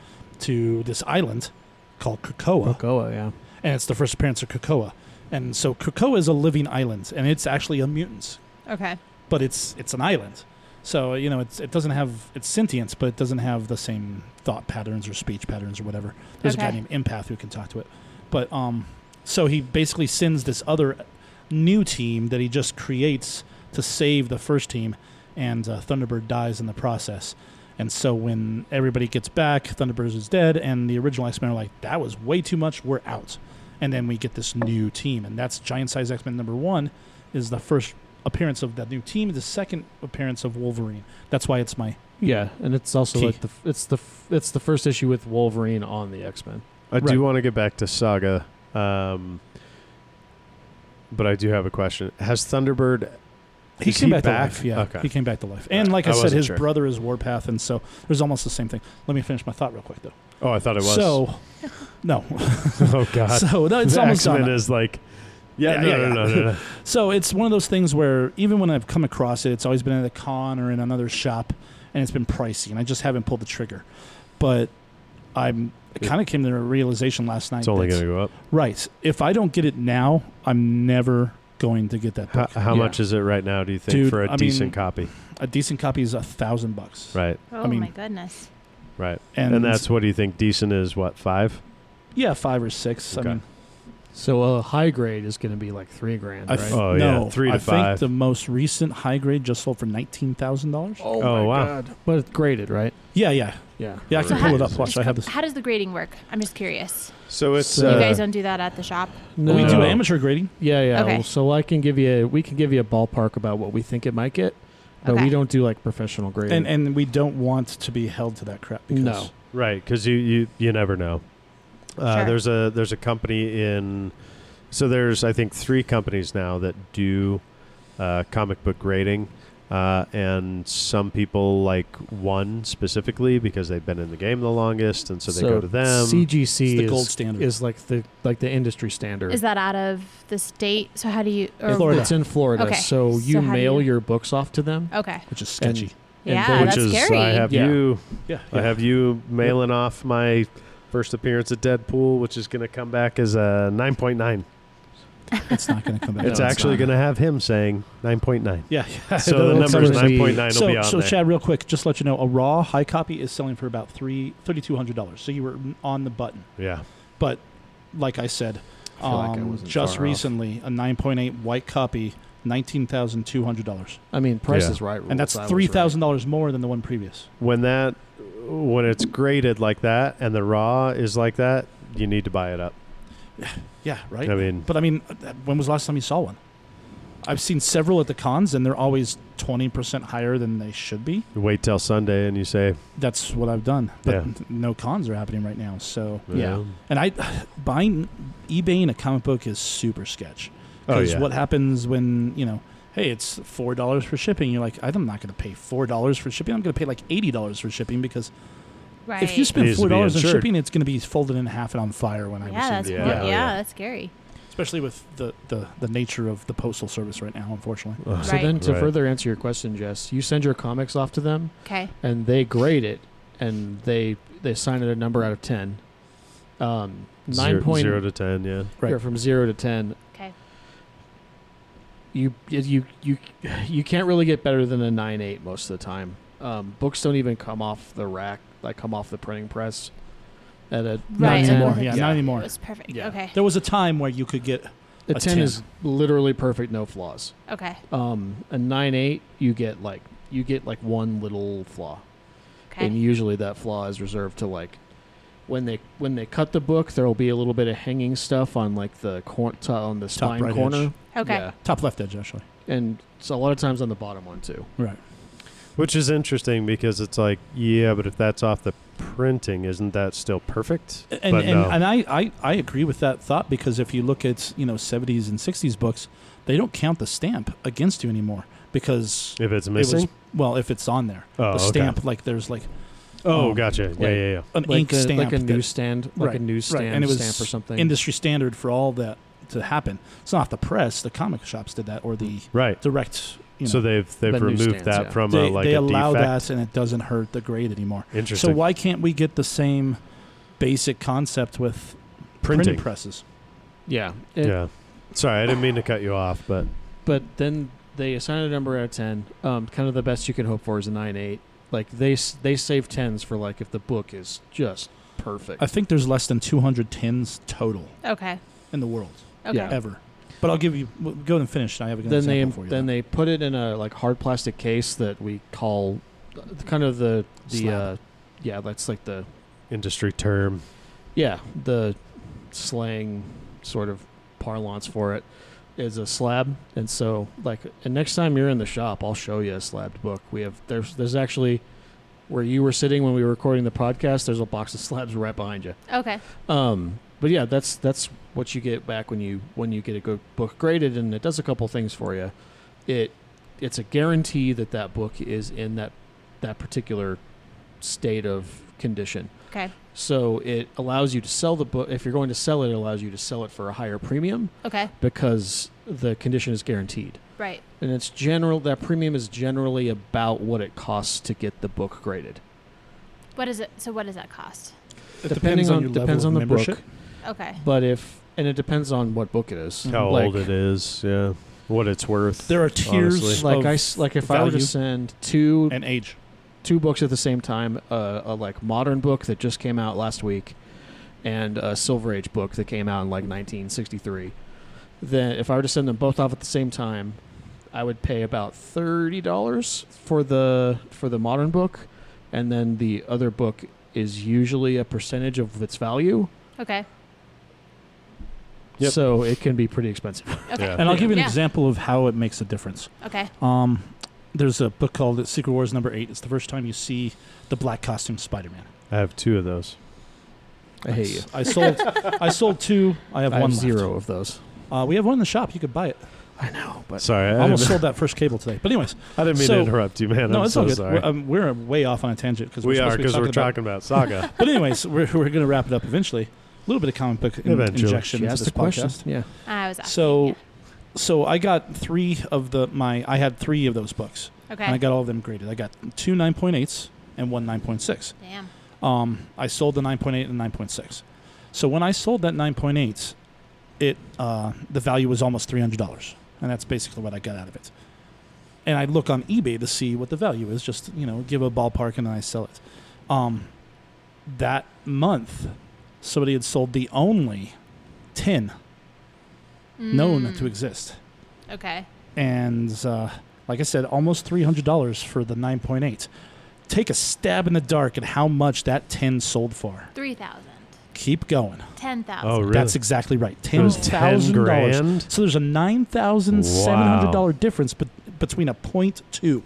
Speaker 3: to this island called Krakoa,
Speaker 2: Krakoa, yeah.
Speaker 3: and it's the first appearance of Krakoa, and so Krakoa is a living island, and it's actually a mutant
Speaker 4: Okay.
Speaker 3: but it's it's an island. So you know, it's it doesn't have it's sentience, but it doesn't have the same thought patterns or speech patterns or whatever. There's a guy
Speaker 4: Okay.
Speaker 3: named Empath who can talk to it, but um, so he basically sends this other new team that he just creates to save the first team, and uh, Thunderbird dies in the process. And so when everybody gets back, Thunderbird is dead, and the original X Men are like, "That was way too much. We're out." And then we get this new team, and that's Giant Size X Men number one, is the first appearance of that new team, the second appearance of Wolverine. That's why it's my
Speaker 2: Yeah, and it's also
Speaker 3: Key.
Speaker 2: like the f- it's the f- it's the first issue with Wolverine on the X Men.
Speaker 1: I do
Speaker 3: Right.
Speaker 1: want to get back to Saga, um, but I do have a question. Has Thunderbird
Speaker 3: He
Speaker 1: Is
Speaker 3: came
Speaker 1: he
Speaker 3: back,
Speaker 1: back?
Speaker 3: to life. Yeah,
Speaker 1: Okay.
Speaker 3: he came back to life. And like I,
Speaker 1: I
Speaker 3: said,
Speaker 1: wasn't
Speaker 3: his
Speaker 1: sure.
Speaker 3: brother is Warpath, and so there's almost the same thing. Let me finish my thought real quick, though.
Speaker 1: Oh, I thought it was.
Speaker 3: So, no,
Speaker 1: oh God.
Speaker 3: so no, it's
Speaker 1: the
Speaker 3: almost done.
Speaker 1: accident is like.
Speaker 3: Yeah,
Speaker 1: Yeah, no,
Speaker 3: yeah,
Speaker 1: no,
Speaker 3: yeah.
Speaker 1: no, no, no.
Speaker 3: So it's one of those things where even when I've come across it, it's always been at a con or in another shop, and it's been pricey, and I just haven't pulled the trigger. But I'm I kind of came to a realization last night.
Speaker 1: It's only
Speaker 3: that's-
Speaker 1: going to go up.
Speaker 3: right. If I don't get it now, I'm never going to get that
Speaker 1: How,
Speaker 3: book.
Speaker 1: how
Speaker 2: Yeah.
Speaker 1: much is it right now? Do you think
Speaker 3: Dude,
Speaker 1: for a
Speaker 3: I mean-
Speaker 1: decent copy?
Speaker 3: a decent copy is a thousand bucks,
Speaker 1: Right,
Speaker 4: Oh
Speaker 3: mean-
Speaker 4: my goodness.
Speaker 1: right. And, that's what do you think decent is? What five?
Speaker 3: yeah, five or six.
Speaker 1: Okay.
Speaker 3: I mean,
Speaker 2: So a high grade is going to be like three grand,
Speaker 3: I
Speaker 2: right?
Speaker 3: th-
Speaker 1: Oh, yeah,
Speaker 3: no,
Speaker 1: three to
Speaker 3: I
Speaker 1: five.
Speaker 3: think the most recent high grade just sold for nineteen thousand dollars.
Speaker 1: Oh, wow.
Speaker 2: but it's graded, right?
Speaker 3: Yeah, yeah,
Speaker 2: Yeah.
Speaker 3: yeah. I can
Speaker 1: Crazy.
Speaker 3: pull it up. Watch, I have this.
Speaker 4: How does the grading work? I'm just curious.
Speaker 1: So it's
Speaker 3: So-
Speaker 1: uh,
Speaker 4: you guys don't do that at the shop.
Speaker 2: No.
Speaker 3: We do
Speaker 1: No.
Speaker 3: amateur grading.
Speaker 2: Yeah, yeah.
Speaker 4: Okay.
Speaker 2: Well, so I can give you we can give you a ballpark about what we think it might get, but
Speaker 4: Okay.
Speaker 2: we don't do like professional grade.
Speaker 3: and and we don't want to be held to that crap because
Speaker 2: No.
Speaker 1: Right, because you, you you never know. Uh,
Speaker 4: Sure.
Speaker 1: There's a there's a company in, so there's I think three companies now that do uh, comic book grading, uh, and some people like one specifically because they've been in the game the longest, and so they go to them.
Speaker 3: it's
Speaker 2: CGC
Speaker 3: the gold
Speaker 2: is,
Speaker 3: standard.
Speaker 2: is like the like the industry standard.
Speaker 4: Is that out of the state? So how do you? Or
Speaker 3: It's Florida.
Speaker 2: It's in Florida,
Speaker 4: Okay.
Speaker 2: so
Speaker 4: So
Speaker 2: you
Speaker 4: how do
Speaker 2: mail
Speaker 4: you-
Speaker 2: your books off to them.
Speaker 4: Okay.
Speaker 3: which is sketchy.
Speaker 4: Yeah,
Speaker 1: which
Speaker 4: that's
Speaker 1: is
Speaker 4: scary.
Speaker 1: I have
Speaker 2: Yeah.
Speaker 1: you
Speaker 3: yeah,
Speaker 1: I have you mailing off my first appearance at Deadpool, which is going to come back as a nine point nine.
Speaker 3: it's not going to come back.
Speaker 2: No,
Speaker 1: it's
Speaker 2: it's
Speaker 1: actually
Speaker 2: not.
Speaker 1: going to have him saying nine point nine.
Speaker 3: yeah. yeah.
Speaker 1: So the
Speaker 2: That's
Speaker 1: number is
Speaker 2: gonna
Speaker 1: nine
Speaker 2: be-
Speaker 1: point nine. Will
Speaker 3: so,
Speaker 1: be on
Speaker 3: so
Speaker 1: there.
Speaker 3: Chad, real quick, just to let you know, a raw high copy is selling for about three thirty two hundred dollars. So you were on the button,
Speaker 1: yeah.
Speaker 3: but like I said,
Speaker 2: I feel like I
Speaker 3: um,
Speaker 2: wasn't
Speaker 3: just
Speaker 2: far off.
Speaker 3: recently a nine point eight white copy, nineteen thousand two hundred dollars,
Speaker 2: I mean, Price
Speaker 1: Yeah.
Speaker 2: is Right, rules,
Speaker 3: and that's
Speaker 2: I was
Speaker 3: three
Speaker 2: right.
Speaker 3: thousand dollars more than the one previous.
Speaker 1: when that when it's graded like that and the raw is like that you need to buy it up
Speaker 3: Yeah, right.
Speaker 1: i mean
Speaker 3: But I mean, uh, when was the last time you saw one? I've seen several at the cons, and they're always twenty percent higher than they should be.
Speaker 1: wait till sunday and you say
Speaker 3: That's what I've done. But
Speaker 1: Yeah.
Speaker 3: no cons are happening right now. So
Speaker 2: Yeah.
Speaker 1: Oh,
Speaker 3: and I buying eBaying a comic book is super sketch.
Speaker 1: oh
Speaker 3: Because
Speaker 1: yeah
Speaker 3: what happens when you know, hey, it's four dollars for shipping. You're like, I'm not going to pay four dollars for shipping. I'm going to pay like eighty dollars for shipping because
Speaker 4: Right.
Speaker 3: if you
Speaker 1: It
Speaker 3: spend
Speaker 1: needs to
Speaker 3: four
Speaker 1: be
Speaker 3: dollars on
Speaker 1: insured.
Speaker 3: shipping, it's going to be folded in half and on fire when I
Speaker 4: yeah,
Speaker 3: receive
Speaker 4: that's
Speaker 3: it.
Speaker 1: Yeah.
Speaker 4: yeah,
Speaker 1: Yeah.
Speaker 4: yeah, that's scary.
Speaker 3: Especially with the, the the nature of the postal service right now, unfortunately.
Speaker 1: Ugh.
Speaker 2: So
Speaker 4: Right.
Speaker 2: then, to
Speaker 1: Right.
Speaker 2: further answer your question, Jess, you send your comics off to them,
Speaker 4: Okay.
Speaker 2: and they grade it, and they they assign it a number out of ten. Um,
Speaker 1: Zero-
Speaker 2: nine point
Speaker 1: zero to ten yeah
Speaker 3: Right.
Speaker 2: yeah, from zero to ten.
Speaker 4: Okay.
Speaker 2: You you you you can't really get better than a nine eight most of the time. Um, books don't even come off the rack, like come off the printing press. At a
Speaker 3: Not
Speaker 4: Right.
Speaker 3: anymore.
Speaker 4: okay.
Speaker 3: Yeah,
Speaker 2: Yeah.
Speaker 3: not anymore.
Speaker 4: It was perfect.
Speaker 2: Yeah.
Speaker 4: Okay.
Speaker 3: There was a time where you could get
Speaker 2: a,
Speaker 3: A
Speaker 2: 10,
Speaker 3: 10.
Speaker 2: is literally perfect, no flaws.
Speaker 4: Okay.
Speaker 2: Um, a nine eight, you get like you get like one little flaw.
Speaker 4: Okay.
Speaker 2: and usually that flaw is reserved to like when they when they cut the book there will be a little bit of hanging stuff on like the cor- to- on the spine
Speaker 3: right
Speaker 2: corner
Speaker 3: edge.
Speaker 4: okay.
Speaker 2: yeah
Speaker 3: top left edge actually.
Speaker 2: and so a lot of times on the bottom one too
Speaker 3: Right.
Speaker 1: which is interesting because it's like yeah but if that's off the printing isn't that still perfect
Speaker 3: And
Speaker 1: but
Speaker 3: and,
Speaker 1: no
Speaker 3: and I, I, I agree with that thought because if you look at, you know, seventies and sixties books, they don't count the stamp against you anymore because
Speaker 1: if it's
Speaker 3: it was
Speaker 1: missing
Speaker 3: well, if it's on there.
Speaker 1: oh
Speaker 3: the
Speaker 1: okay.
Speaker 3: stamp like there's like
Speaker 1: oh
Speaker 3: um,
Speaker 1: gotcha yeah yeah yeah
Speaker 3: an
Speaker 2: like,
Speaker 3: ink
Speaker 2: a,
Speaker 3: stamp
Speaker 2: like a
Speaker 3: that-
Speaker 2: newsstand like
Speaker 3: Right,
Speaker 2: a newsstand
Speaker 3: and it was
Speaker 2: stamp or something
Speaker 3: industry standard for all that to happen. It's not the press, the comic shops did that or the
Speaker 1: right
Speaker 3: direct you know
Speaker 1: so they've they've
Speaker 2: The
Speaker 1: removed
Speaker 2: newsstands,
Speaker 1: that
Speaker 2: yeah.
Speaker 1: from
Speaker 3: they,
Speaker 1: a like
Speaker 3: they
Speaker 1: a
Speaker 3: allow
Speaker 1: defect
Speaker 3: that and it doesn't hurt the grade anymore. So
Speaker 1: interesting
Speaker 3: why can't we get the same basic concept with
Speaker 1: printing
Speaker 3: printing presses?
Speaker 2: yeah It-
Speaker 1: yeah sorry i didn't mean to cut you off but
Speaker 2: but then they assign a number out of 10 um, kind of the best you can hope for is a 9 8 like they s- they save 10s for like if the book is just perfect
Speaker 3: I think there's less than 200 tins total
Speaker 4: Okay.
Speaker 3: in the world
Speaker 4: Okay.
Speaker 2: Yeah.
Speaker 3: ever. But I'll give you w- go ahead and finish. I have a good
Speaker 2: then they
Speaker 3: example for you.
Speaker 2: then they put it in a like hard plastic case that we call uh, kind of the the
Speaker 3: Slab.
Speaker 2: uh, yeah that's like the
Speaker 1: industry term
Speaker 2: yeah the slang sort of parlance for it is a slab and so like and next time you're in the shop I'll show you a slabbed book we have there's there's actually where you were sitting when we were recording the podcast there's a box of slabs right behind you
Speaker 4: Okay.
Speaker 2: um, but yeah, that's that's what you get back when you when you get a good book graded, and it does a couple things for you. It it's a guarantee that that book is in that that particular state of condition.
Speaker 4: Okay.
Speaker 2: So it allows you to sell the book if you're going to sell it. It allows you to sell it for a higher premium
Speaker 4: Okay.
Speaker 2: because the condition is guaranteed.
Speaker 4: Right.
Speaker 2: And it's general that premium is generally about what it costs to get the book graded.
Speaker 4: What is it? So what does that cost?
Speaker 3: It
Speaker 2: Depending
Speaker 3: depends on,
Speaker 2: on-
Speaker 3: your
Speaker 2: depends
Speaker 3: level
Speaker 2: on the
Speaker 3: of membership.
Speaker 2: book.
Speaker 4: Okay.
Speaker 2: But if and it depends on what book it is.
Speaker 1: how
Speaker 2: Like-
Speaker 1: old it is, yeah, what it's worth.
Speaker 3: Mm-hmm. There are tiers
Speaker 1: Honestly.
Speaker 2: Like
Speaker 3: of
Speaker 2: I s- like if I were to
Speaker 3: value.
Speaker 2: send two
Speaker 3: and age.
Speaker 2: two books at the same time, uh, a like modern book that just came out last week, and a Silver Age book that came out in like 1963. Then, if I were to send them both off at the same time, I would pay about thirty dollars for the for the modern book, and then the other book is usually a percentage of its value.
Speaker 4: Okay.
Speaker 1: Yep.
Speaker 2: So it can be pretty expensive.
Speaker 4: Okay.
Speaker 1: Yeah.
Speaker 3: And I'll give you an
Speaker 4: Yeah.
Speaker 3: example of how it makes a difference.
Speaker 4: Okay.
Speaker 3: Um, there's a book called Secret Wars number eight. It's the first time you see the black costume Spider-Man.
Speaker 1: I have two of those.
Speaker 2: I hate you.
Speaker 3: I sold. I sold two. I have
Speaker 2: I
Speaker 3: one
Speaker 2: have
Speaker 3: left.
Speaker 2: zero of those.
Speaker 3: Uh, we have one in the shop. You could buy it.
Speaker 2: I know, but
Speaker 1: Sorry,
Speaker 3: I
Speaker 1: I
Speaker 3: almost
Speaker 1: didn't,
Speaker 3: sold that first cable today. But anyways,
Speaker 1: I didn't mean
Speaker 3: so-
Speaker 1: to interrupt you, man.
Speaker 3: no,
Speaker 1: I'm
Speaker 3: it's
Speaker 1: so
Speaker 3: all good.
Speaker 1: sorry.
Speaker 3: We're, um, we're way off on a tangent because
Speaker 1: we
Speaker 3: we're
Speaker 1: are
Speaker 3: supposed
Speaker 1: because
Speaker 3: to be
Speaker 1: we're
Speaker 3: talking about-
Speaker 1: talking about Saga.
Speaker 3: But anyways, we're, we're going to wrap it up eventually. A little bit of comic book in-
Speaker 1: Eventually.
Speaker 3: injection
Speaker 2: she
Speaker 3: into
Speaker 2: asked
Speaker 3: this
Speaker 2: the question.
Speaker 3: podcast.
Speaker 2: Yeah,
Speaker 4: I was asking.
Speaker 3: So, so I got three of the my I had three of those books,
Speaker 4: yeah. okay.
Speaker 3: and I got all of them graded. I got two 9.8s and one 9.6.
Speaker 4: Damn.
Speaker 3: Um, I sold the 9.8 and 9.6. So when I sold that 9.8, it uh, the value was almost $300, and that's basically what I got out of it. And I look on eBay to see what the value is, just you know, give a ballpark, and then I sell it. Um, that month, somebody had sold the only 10 known
Speaker 4: Mm.
Speaker 3: to exist,
Speaker 4: Okay.
Speaker 3: and uh, like I said, almost $300 for the 9.8. Take a stab in the dark at how much that 10 sold for.
Speaker 4: Three thousand.
Speaker 3: Keep going.
Speaker 4: Ten thousand.
Speaker 1: Oh, really?
Speaker 3: That's exactly right.
Speaker 1: it
Speaker 3: Ten
Speaker 1: was ten
Speaker 3: thousand dollars.
Speaker 1: grand.
Speaker 3: So there's a nine thousand seven hundred dollar
Speaker 1: Wow.
Speaker 3: difference, but between a point two.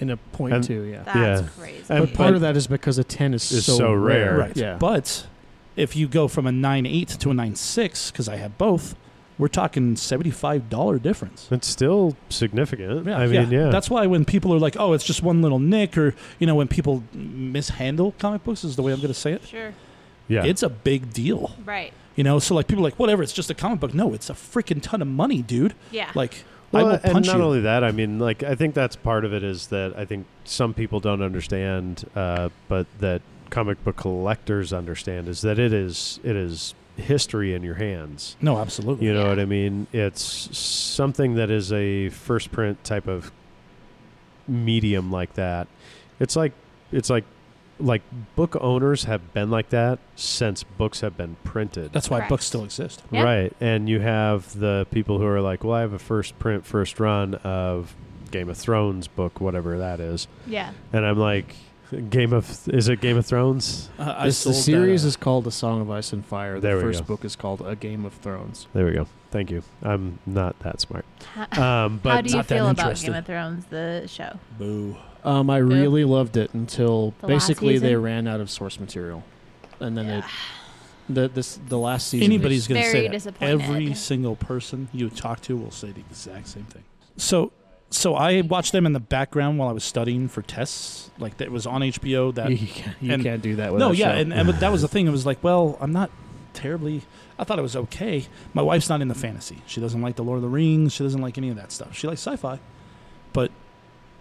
Speaker 2: in a point
Speaker 1: And-
Speaker 2: two. Yeah,
Speaker 4: That's
Speaker 1: Yeah.
Speaker 4: crazy.
Speaker 1: And
Speaker 2: but part of that is because a ten is
Speaker 1: It's so rare.
Speaker 3: Right.
Speaker 2: Yeah.
Speaker 3: But if you go from a nine eight to a nine six, because I have both, we're talking seventy five dollar difference.
Speaker 1: It's still significant. I mean, yeah.
Speaker 3: That's why when people are like, "Oh, it's just one little nick," or you know, when people mishandle comic books is the way I'm going to say it.
Speaker 4: sure.
Speaker 1: yeah.
Speaker 3: It's a big deal,
Speaker 4: Right.
Speaker 3: you know. So like people are like, "Whatever, it's just a comic book." No, it's a freaking ton of money, dude.
Speaker 4: Yeah.
Speaker 3: Like
Speaker 1: Well,
Speaker 3: I will
Speaker 1: and
Speaker 3: punch
Speaker 1: not
Speaker 3: you.
Speaker 1: only that, I mean, like I think that's part of it is that I think some people don't understand, uh, but that comic book collectors understand is that it is it is history in your hands.
Speaker 3: no, absolutely.
Speaker 1: You know
Speaker 4: Yeah.
Speaker 1: what I mean? It's something that is a first print type of medium like that. It's like it's like like book owners have been like that since books have been printed.
Speaker 3: That's why
Speaker 4: Correct.
Speaker 3: books still exist.
Speaker 4: Yeah.
Speaker 1: Right. And you have the people who are like, well, I have a first print, first run of Game of Thrones book, whatever that is.
Speaker 4: yeah.
Speaker 1: And I'm like, Game of, is it Game of Thrones?
Speaker 3: Uh, I
Speaker 2: This, the
Speaker 3: sold that,
Speaker 2: series
Speaker 3: uh,
Speaker 2: is called A Song of Ice and Fire. The
Speaker 1: There we
Speaker 2: first
Speaker 1: go.
Speaker 2: book is called A Game of Thrones.
Speaker 1: There we go. Thank you. I'm not that smart.
Speaker 4: How,
Speaker 1: Um, but
Speaker 4: how do you
Speaker 3: not that
Speaker 4: feel about
Speaker 3: interested.
Speaker 4: Game of Thrones, the show?
Speaker 3: boo.
Speaker 2: Um, I really loved it until
Speaker 4: The last
Speaker 2: basically they
Speaker 4: season?
Speaker 2: ran out of source material, and then
Speaker 4: Yeah.
Speaker 2: it, the this the last season.
Speaker 3: Anybody's
Speaker 4: was
Speaker 3: going to
Speaker 4: very
Speaker 3: say that.
Speaker 4: disappointed.
Speaker 3: Every single person you talk to will say the exact same thing. So, so I watched them in the background while I was studying for tests. Like that was on HBO. That
Speaker 2: you, can't, you
Speaker 3: and-
Speaker 2: can't do that with
Speaker 3: no,
Speaker 2: that
Speaker 3: yeah,
Speaker 2: show.
Speaker 3: and, and that was the thing. It was like, well, I'm not terribly. I thought it was okay. My wife's not into fantasy. She doesn't like the Lord of the Rings. She doesn't like any of that stuff. She likes sci-fi, but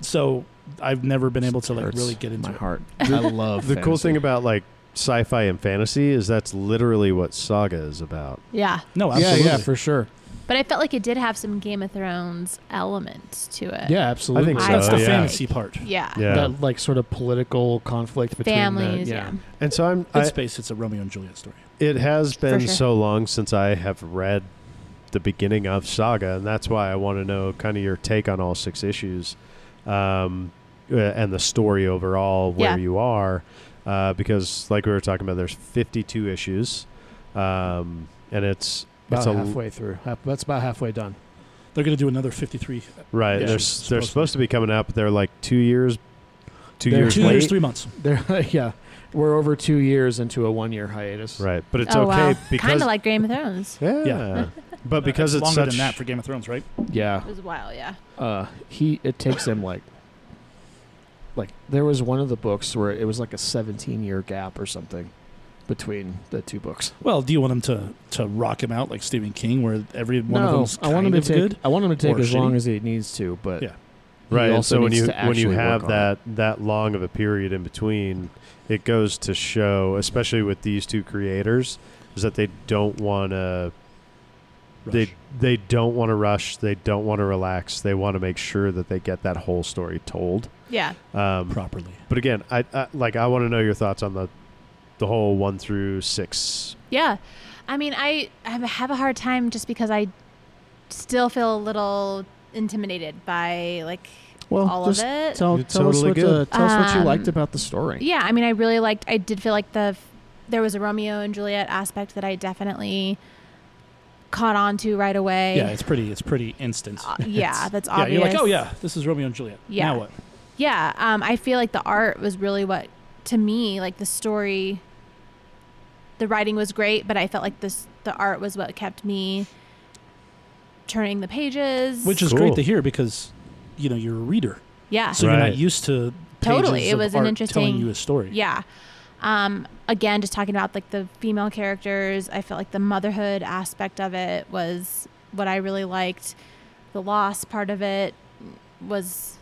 Speaker 3: so I've never been able to like
Speaker 2: Hurts
Speaker 3: really get into
Speaker 2: my
Speaker 3: it.
Speaker 2: heart. I love
Speaker 1: the cool
Speaker 2: fantasy.
Speaker 1: thing about like sci fi and fantasy is that's literally what Saga is about.
Speaker 4: Yeah.
Speaker 3: No,
Speaker 2: yeah,
Speaker 3: absolutely.
Speaker 2: yeah, for sure.
Speaker 4: But I felt like it did have some Game of Thrones elements to it.
Speaker 2: Yeah, absolutely.
Speaker 1: think
Speaker 4: so,
Speaker 3: That's the
Speaker 4: yeah.
Speaker 3: fantasy part.
Speaker 4: Yeah.
Speaker 1: Yeah.
Speaker 2: That like sort of political conflict between the-
Speaker 4: Families.
Speaker 2: yeah.
Speaker 4: yeah.
Speaker 1: And so I'm,
Speaker 3: In
Speaker 1: I,
Speaker 3: space, it's a Romeo and Juliet story.
Speaker 1: it has been
Speaker 4: sure.
Speaker 1: so long since I have read the beginning of Saga, and that's why I want to know kind of your take on all six issues um, uh, and the story overall, where
Speaker 4: Yeah.
Speaker 1: you are, uh, because like we were talking about, there's 52 issues, um, and it's
Speaker 2: About
Speaker 1: it's a
Speaker 2: halfway through. Half- that's about halfway done.
Speaker 3: They're going to do another 53.
Speaker 1: right.
Speaker 3: Yeah.
Speaker 1: they're
Speaker 3: Issues,
Speaker 1: s- they're
Speaker 3: supposedly.
Speaker 1: supposed to be coming out, but they're like two years two
Speaker 2: They're
Speaker 1: years
Speaker 3: Two
Speaker 1: late.
Speaker 3: years, three months.
Speaker 2: They're yeah, we're over two years into a one-year hiatus.
Speaker 1: Right, but it's
Speaker 4: oh
Speaker 1: okay
Speaker 4: wow,
Speaker 1: because
Speaker 4: kind of like Game of Thrones.
Speaker 1: yeah. but because
Speaker 3: Uh,
Speaker 1: it's
Speaker 3: longer
Speaker 1: such
Speaker 3: than that for Game of Thrones, right?
Speaker 2: Yeah,
Speaker 4: It was wild, yeah.
Speaker 2: uh, he it takes him like like there was one of the books where it was like a 17 year gap or something between the two books.
Speaker 3: Well, do you want them to to rock him out like Stephen King, where every one of
Speaker 2: No,
Speaker 3: them's kind
Speaker 2: I want him to
Speaker 3: of
Speaker 2: take
Speaker 3: good?
Speaker 2: I want him to take
Speaker 3: or
Speaker 2: as long
Speaker 3: shitty.
Speaker 2: as he needs to, but
Speaker 3: Yeah.
Speaker 2: he
Speaker 1: right. And
Speaker 2: also
Speaker 1: so when
Speaker 2: needs
Speaker 1: you
Speaker 2: to
Speaker 1: when you
Speaker 2: actually
Speaker 1: have
Speaker 2: work on it.
Speaker 1: that that long of a period in between, it goes to show, especially with these two creators, is that they don't want to they
Speaker 3: Rush.
Speaker 1: they don't want to rush. They don't want to relax. They want to make sure that they get that whole story told.
Speaker 4: Yeah.
Speaker 1: Um,
Speaker 3: properly.
Speaker 1: But again, I, I like I want to know your thoughts on the the whole one through six.
Speaker 4: Yeah. I mean, I, I have a hard time just because I still feel a little intimidated by like
Speaker 2: well,
Speaker 4: all
Speaker 2: just
Speaker 4: of it.
Speaker 2: Tell,
Speaker 1: You're
Speaker 2: tell us
Speaker 1: totally
Speaker 2: what the,
Speaker 1: good.
Speaker 2: tell us what you
Speaker 4: Um,
Speaker 2: liked about the story.
Speaker 4: yeah, I mean, I really liked I did feel like the there was a Romeo and Juliet aspect that I definitely caught on to right away.
Speaker 3: Yeah, it's pretty. It's pretty instant.
Speaker 4: Uh, yeah,
Speaker 3: It's-
Speaker 4: that's
Speaker 3: yeah,
Speaker 4: obvious.
Speaker 3: you're like, oh yeah, this is Romeo and Juliet.
Speaker 4: Yeah.
Speaker 3: Now what?
Speaker 4: Yeah, um, I feel like the art was really what, to me, like the story. The writing was great, but I felt like this the art was what kept me turning the pages.
Speaker 3: Which is
Speaker 1: Cool.
Speaker 3: great to hear because, you know, you're a reader,
Speaker 4: yeah,
Speaker 3: so you're
Speaker 1: Right.
Speaker 3: not used to pages
Speaker 4: Totally, it
Speaker 3: of
Speaker 4: was an
Speaker 3: art telling
Speaker 4: interesting-
Speaker 3: you a story.
Speaker 4: yeah. Um, again, just talking about like the female characters, I felt like the motherhood aspect of it was what I really liked. The loss part of it was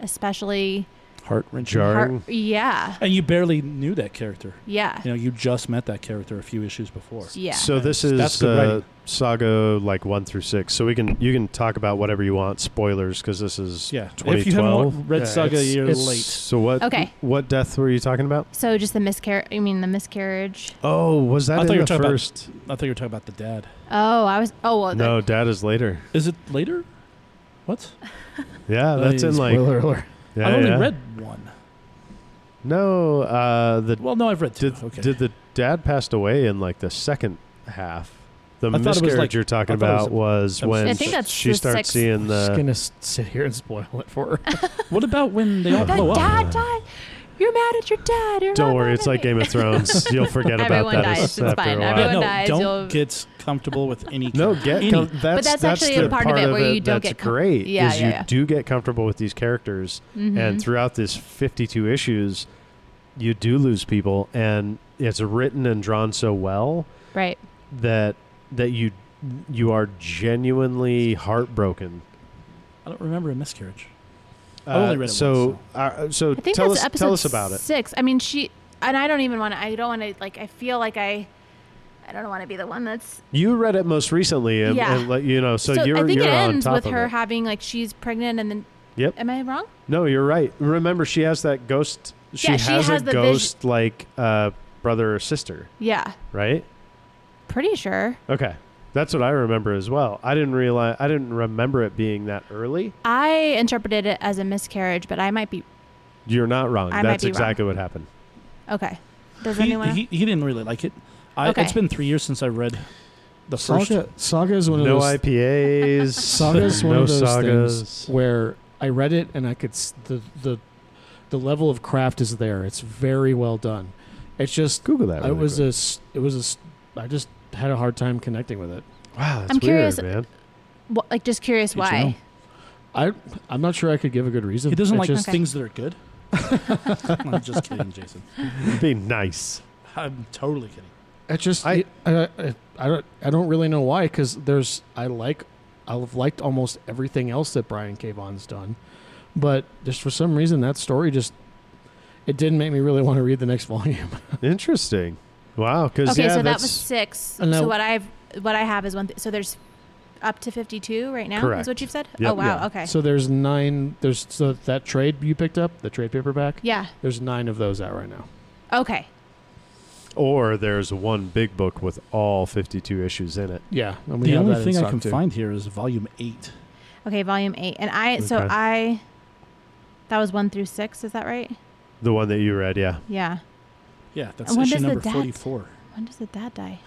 Speaker 4: especially
Speaker 3: heart wrenching.
Speaker 1: Jar-
Speaker 4: heart-
Speaker 1: Jarring.
Speaker 4: yeah,
Speaker 3: And you barely knew that character.
Speaker 4: yeah,
Speaker 3: You know, you just met that character a few issues before.
Speaker 4: yeah.
Speaker 1: So this is
Speaker 3: That's good
Speaker 1: uh,
Speaker 3: writing.
Speaker 1: saga like one through six. So we can you can talk about whatever you want. Spoilers because this is
Speaker 3: Yeah. If you
Speaker 1: 2012?
Speaker 3: haven't read
Speaker 1: Yeah,
Speaker 3: Saga,
Speaker 1: it's-
Speaker 3: you're
Speaker 2: it's-
Speaker 3: late.
Speaker 1: So what?
Speaker 4: Okay.
Speaker 1: What death were you talking about?
Speaker 4: So just the miscarriage. I mean, the miscarriage.
Speaker 1: Oh, was that
Speaker 3: I thought
Speaker 1: in
Speaker 3: you were
Speaker 1: the
Speaker 3: talking about-
Speaker 1: first?
Speaker 3: I thought you were talking about the dad.
Speaker 4: Oh, I was. Oh, well,
Speaker 1: no, dad is later.
Speaker 3: Is it later? What?
Speaker 1: Yeah,
Speaker 3: Oh,
Speaker 1: that's
Speaker 3: yeah,
Speaker 1: in like.
Speaker 2: Spoiler alert.
Speaker 1: Yeah,
Speaker 3: I only
Speaker 1: yeah.
Speaker 3: read one.
Speaker 1: No, uh, the
Speaker 3: Well, no, I've read two.
Speaker 1: did
Speaker 3: okay.
Speaker 1: did the dad passed away in like the second half. The
Speaker 3: thought it was,
Speaker 1: miscarriage
Speaker 3: like-
Speaker 1: you're talking
Speaker 3: I thought it
Speaker 1: about was,
Speaker 3: that was
Speaker 1: when
Speaker 3: I
Speaker 4: think that's
Speaker 1: she
Speaker 4: the
Speaker 1: starts
Speaker 4: sixth.
Speaker 1: seeing
Speaker 2: just
Speaker 1: the.
Speaker 2: gonna s- sit here and spoil it for her.
Speaker 3: what about when they all
Speaker 1: That
Speaker 3: blow up?
Speaker 4: dad died. You're mad at your dad. You're
Speaker 1: oh, Don't
Speaker 4: not
Speaker 1: worry,
Speaker 4: mad
Speaker 1: it's
Speaker 4: at
Speaker 1: like
Speaker 4: me.
Speaker 1: Game of Thrones. You'll forget about
Speaker 4: Everyone
Speaker 1: that
Speaker 4: dies,
Speaker 1: as-
Speaker 4: it's
Speaker 1: after
Speaker 4: fine.
Speaker 1: a while.
Speaker 3: Yeah,
Speaker 4: Everyone
Speaker 3: no,
Speaker 4: dies,
Speaker 3: don't
Speaker 4: you'll-
Speaker 3: get comfortable with any.
Speaker 1: No,
Speaker 3: character.
Speaker 1: get
Speaker 3: Any-
Speaker 1: com- that's,
Speaker 4: that's actually
Speaker 1: the
Speaker 4: a part of it where you don't
Speaker 1: that's
Speaker 4: get com-
Speaker 1: great.
Speaker 4: Yeah,
Speaker 1: is
Speaker 4: yeah,
Speaker 1: you
Speaker 4: yeah.
Speaker 1: do get comfortable with these characters,
Speaker 4: Mhm.
Speaker 1: and throughout this 52 issues, you do lose people, and it's written and drawn so well
Speaker 4: right.
Speaker 1: that that you you are genuinely heartbroken.
Speaker 3: I don't remember a miscarriage. I only read it
Speaker 1: so
Speaker 3: once,
Speaker 1: uh, so
Speaker 4: I think
Speaker 1: tell
Speaker 4: that's
Speaker 1: us
Speaker 4: episode
Speaker 1: tell us about it.
Speaker 4: Six. I mean, she and I don't even want to. I don't want to. Like, I feel like I. I don't want to be the one that's.
Speaker 1: You read it most recently, and,
Speaker 4: Yeah.
Speaker 1: and let- you know, so,
Speaker 4: So,
Speaker 1: you're
Speaker 4: I think
Speaker 1: you're
Speaker 4: it
Speaker 1: on
Speaker 4: ends
Speaker 1: top
Speaker 4: with
Speaker 1: of
Speaker 4: her
Speaker 1: it.
Speaker 4: having like she's pregnant and then.
Speaker 1: Yep.
Speaker 4: Am I wrong?
Speaker 1: No, you're right. Remember, she has that ghost. She
Speaker 4: Yeah,
Speaker 1: has
Speaker 4: she has
Speaker 1: a
Speaker 4: the vis-
Speaker 1: ghost like uh, brother or sister,
Speaker 4: Yeah.
Speaker 1: right?
Speaker 4: Pretty sure.
Speaker 1: Okay. That's what I remember as well. I didn't realize I didn't remember it being that early.
Speaker 4: I interpreted it as a miscarriage, but I might be
Speaker 1: You're not wrong.
Speaker 4: I might
Speaker 1: That's
Speaker 4: be
Speaker 1: exactly what happened.
Speaker 4: okay. Does
Speaker 3: he,
Speaker 4: anyone?
Speaker 3: he, he didn't really like it. I,
Speaker 4: Okay.
Speaker 3: It's been three years since I read the first.
Speaker 2: Saga, saga is one of
Speaker 1: No
Speaker 2: those
Speaker 1: IPAs.
Speaker 2: Saga's one
Speaker 1: no
Speaker 2: of those
Speaker 1: sagas.
Speaker 2: things where I read it and I could s- the the the level of craft is there. It's very well done. It's just
Speaker 1: Google that.
Speaker 2: it was a s- it was a s- I just had a hard time connecting with it.
Speaker 1: a wow. That's
Speaker 4: I'm
Speaker 1: weird,
Speaker 4: curious-
Speaker 1: man.
Speaker 4: Wha- like, just curious
Speaker 3: Did you
Speaker 4: why.
Speaker 3: know?
Speaker 2: I I'm not sure I could give a good reason.
Speaker 3: He doesn't
Speaker 2: It
Speaker 3: like
Speaker 2: just,
Speaker 4: Okay.
Speaker 3: things that are good. I'm just kidding, Jason.
Speaker 1: Be nice.
Speaker 3: I'm totally kidding.
Speaker 2: It just
Speaker 1: I-
Speaker 2: I, I, I, I don't I don't really know why because there's I like I've liked almost everything else that Brian K. Vaughan's done, but just for some reason that story just it didn't make me really want to read the next volume.
Speaker 1: Interesting. Wow. Because
Speaker 4: Okay,
Speaker 1: yeah,
Speaker 4: so that
Speaker 1: that's
Speaker 4: was six.
Speaker 2: And
Speaker 4: so
Speaker 2: now-
Speaker 4: what I've what I have is one. Th- so there's up to fifty-two right now. Is
Speaker 1: Correct.
Speaker 4: what you've said.
Speaker 1: Yep.
Speaker 4: Oh wow.
Speaker 2: Yeah.
Speaker 4: Okay.
Speaker 2: So there's nine. There's so that trade you picked up, the trade paperback.
Speaker 4: yeah.
Speaker 2: There's nine of those out right now.
Speaker 4: Okay.
Speaker 1: or there's one big book with all 52 issues in it.
Speaker 2: Yeah, and
Speaker 3: the
Speaker 2: have
Speaker 3: only
Speaker 2: that in
Speaker 3: thing I
Speaker 2: stock,
Speaker 3: can
Speaker 2: too.
Speaker 3: find here is volume eight.
Speaker 4: Okay. Volume eight. And I. So
Speaker 1: Okay.
Speaker 4: I. That was one through six. Is that right?
Speaker 1: The one that you read, yeah,
Speaker 4: Yeah.
Speaker 3: Yeah, that's
Speaker 4: And when
Speaker 3: issue
Speaker 4: does the
Speaker 3: number
Speaker 4: dad-
Speaker 3: 44.
Speaker 4: When does the dad die?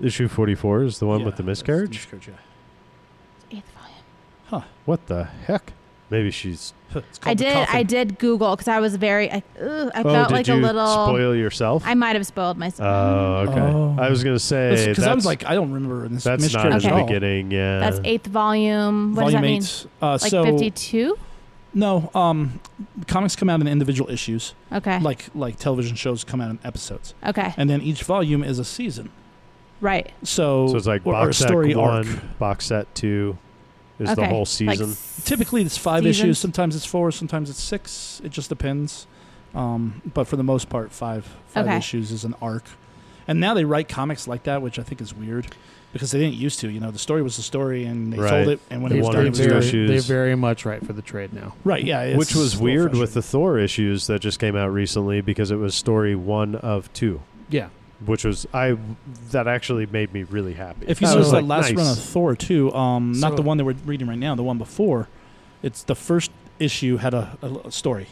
Speaker 1: issue 44 is the one
Speaker 3: Yeah,
Speaker 1: with the
Speaker 3: that's
Speaker 1: miscarriage.
Speaker 3: miscarriage, yeah.
Speaker 4: Eighth volume.
Speaker 1: What the heck? Maybe she's.
Speaker 3: It's called
Speaker 4: I
Speaker 3: the
Speaker 4: did.
Speaker 3: coffin.
Speaker 4: I did Google because I was very. I, ugh, I
Speaker 1: oh,
Speaker 4: felt
Speaker 1: did
Speaker 4: like
Speaker 1: you
Speaker 4: a little.
Speaker 1: spoil yourself?
Speaker 4: I might have spoiled
Speaker 1: Oh,
Speaker 4: myself.
Speaker 1: okay.
Speaker 3: Oh.
Speaker 1: I was gonna say
Speaker 3: Because
Speaker 1: that's
Speaker 3: I was like, I don't remember this
Speaker 1: that's not in
Speaker 3: miscarriage
Speaker 4: at
Speaker 1: the
Speaker 4: all.
Speaker 1: beginning. Yeah,
Speaker 4: That's eighth volume. What
Speaker 3: Volume
Speaker 4: does that mean?
Speaker 3: eight. Uh,
Speaker 4: Like
Speaker 3: so
Speaker 4: fifty-two.
Speaker 3: no, um, comics come out in individual issues,
Speaker 4: Okay.
Speaker 3: like like television shows come out in episodes,
Speaker 4: okay.
Speaker 3: and then each volume is a season.
Speaker 4: Right.
Speaker 3: So,
Speaker 1: So it's like
Speaker 3: or, or a
Speaker 1: box set
Speaker 3: story
Speaker 1: one,
Speaker 3: arc.
Speaker 1: box set two, is the
Speaker 4: Okay.
Speaker 1: whole
Speaker 4: Like
Speaker 1: season.
Speaker 4: s-
Speaker 3: Typically, it's five issues.
Speaker 4: Seasons?
Speaker 3: Sometimes it's four. Sometimes it's six. It just depends. Um, but for the most part, five five
Speaker 4: Okay.
Speaker 3: issues is an arc. And now they write comics like that, which I think is weird because they didn't used to. You know, the story was the story, and they
Speaker 1: Right.
Speaker 3: told it. And when
Speaker 1: They
Speaker 3: it was
Speaker 1: wanted
Speaker 3: done,
Speaker 1: or
Speaker 2: they,
Speaker 3: it was
Speaker 1: two
Speaker 2: very,
Speaker 3: done.
Speaker 1: issues.
Speaker 2: they very much right for the trade now.
Speaker 3: right? Yeah, it's
Speaker 1: which
Speaker 3: a
Speaker 1: was
Speaker 3: little
Speaker 1: weird with the
Speaker 3: frustrating.
Speaker 1: Thor issues that just came out recently because it was story one of two,
Speaker 2: Yeah.
Speaker 1: which was I that actually made me really happy.
Speaker 3: If you
Speaker 1: I
Speaker 3: notice
Speaker 1: was
Speaker 3: that
Speaker 1: like,
Speaker 3: last
Speaker 1: nice.
Speaker 3: run of Thor too, um,
Speaker 2: So-
Speaker 3: not the one that we're reading right now, the one before, it's the first issue had a, a l- story,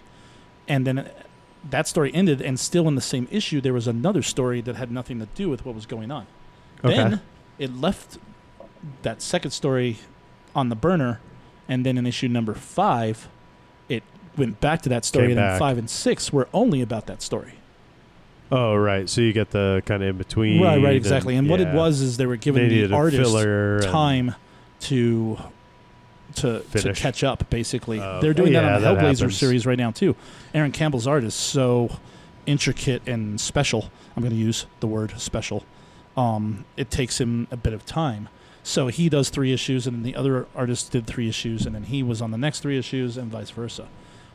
Speaker 3: and then uh, that story ended, and still in the same issue there was another story that had nothing to do with what was going on.
Speaker 1: Okay.
Speaker 3: Then it left that second story on the burner, and then in issue number five, it went back to that story,
Speaker 1: Came
Speaker 3: and then
Speaker 1: back.
Speaker 3: five and six were only about that story.
Speaker 1: oh right, so you get the kind of in between,
Speaker 3: Right, right, exactly. And what it
Speaker 1: yeah.
Speaker 3: was is they were
Speaker 1: they
Speaker 3: giving
Speaker 1: needed
Speaker 3: the
Speaker 1: a
Speaker 3: artist
Speaker 1: filler and-
Speaker 3: time to to
Speaker 1: Finish.
Speaker 3: to catch up. Basically,
Speaker 1: Oh,
Speaker 3: they're
Speaker 1: okay.
Speaker 3: doing
Speaker 1: Yeah,
Speaker 3: that on the
Speaker 1: that
Speaker 3: Hellblazer
Speaker 1: happens.
Speaker 3: series right now too. Aaron Campbell's art is so intricate and special. I'm going to use the word special. Um, it takes him a bit of time. So he does three issues, and then the other artist did three issues, and then he was on the next three issues, and vice versa.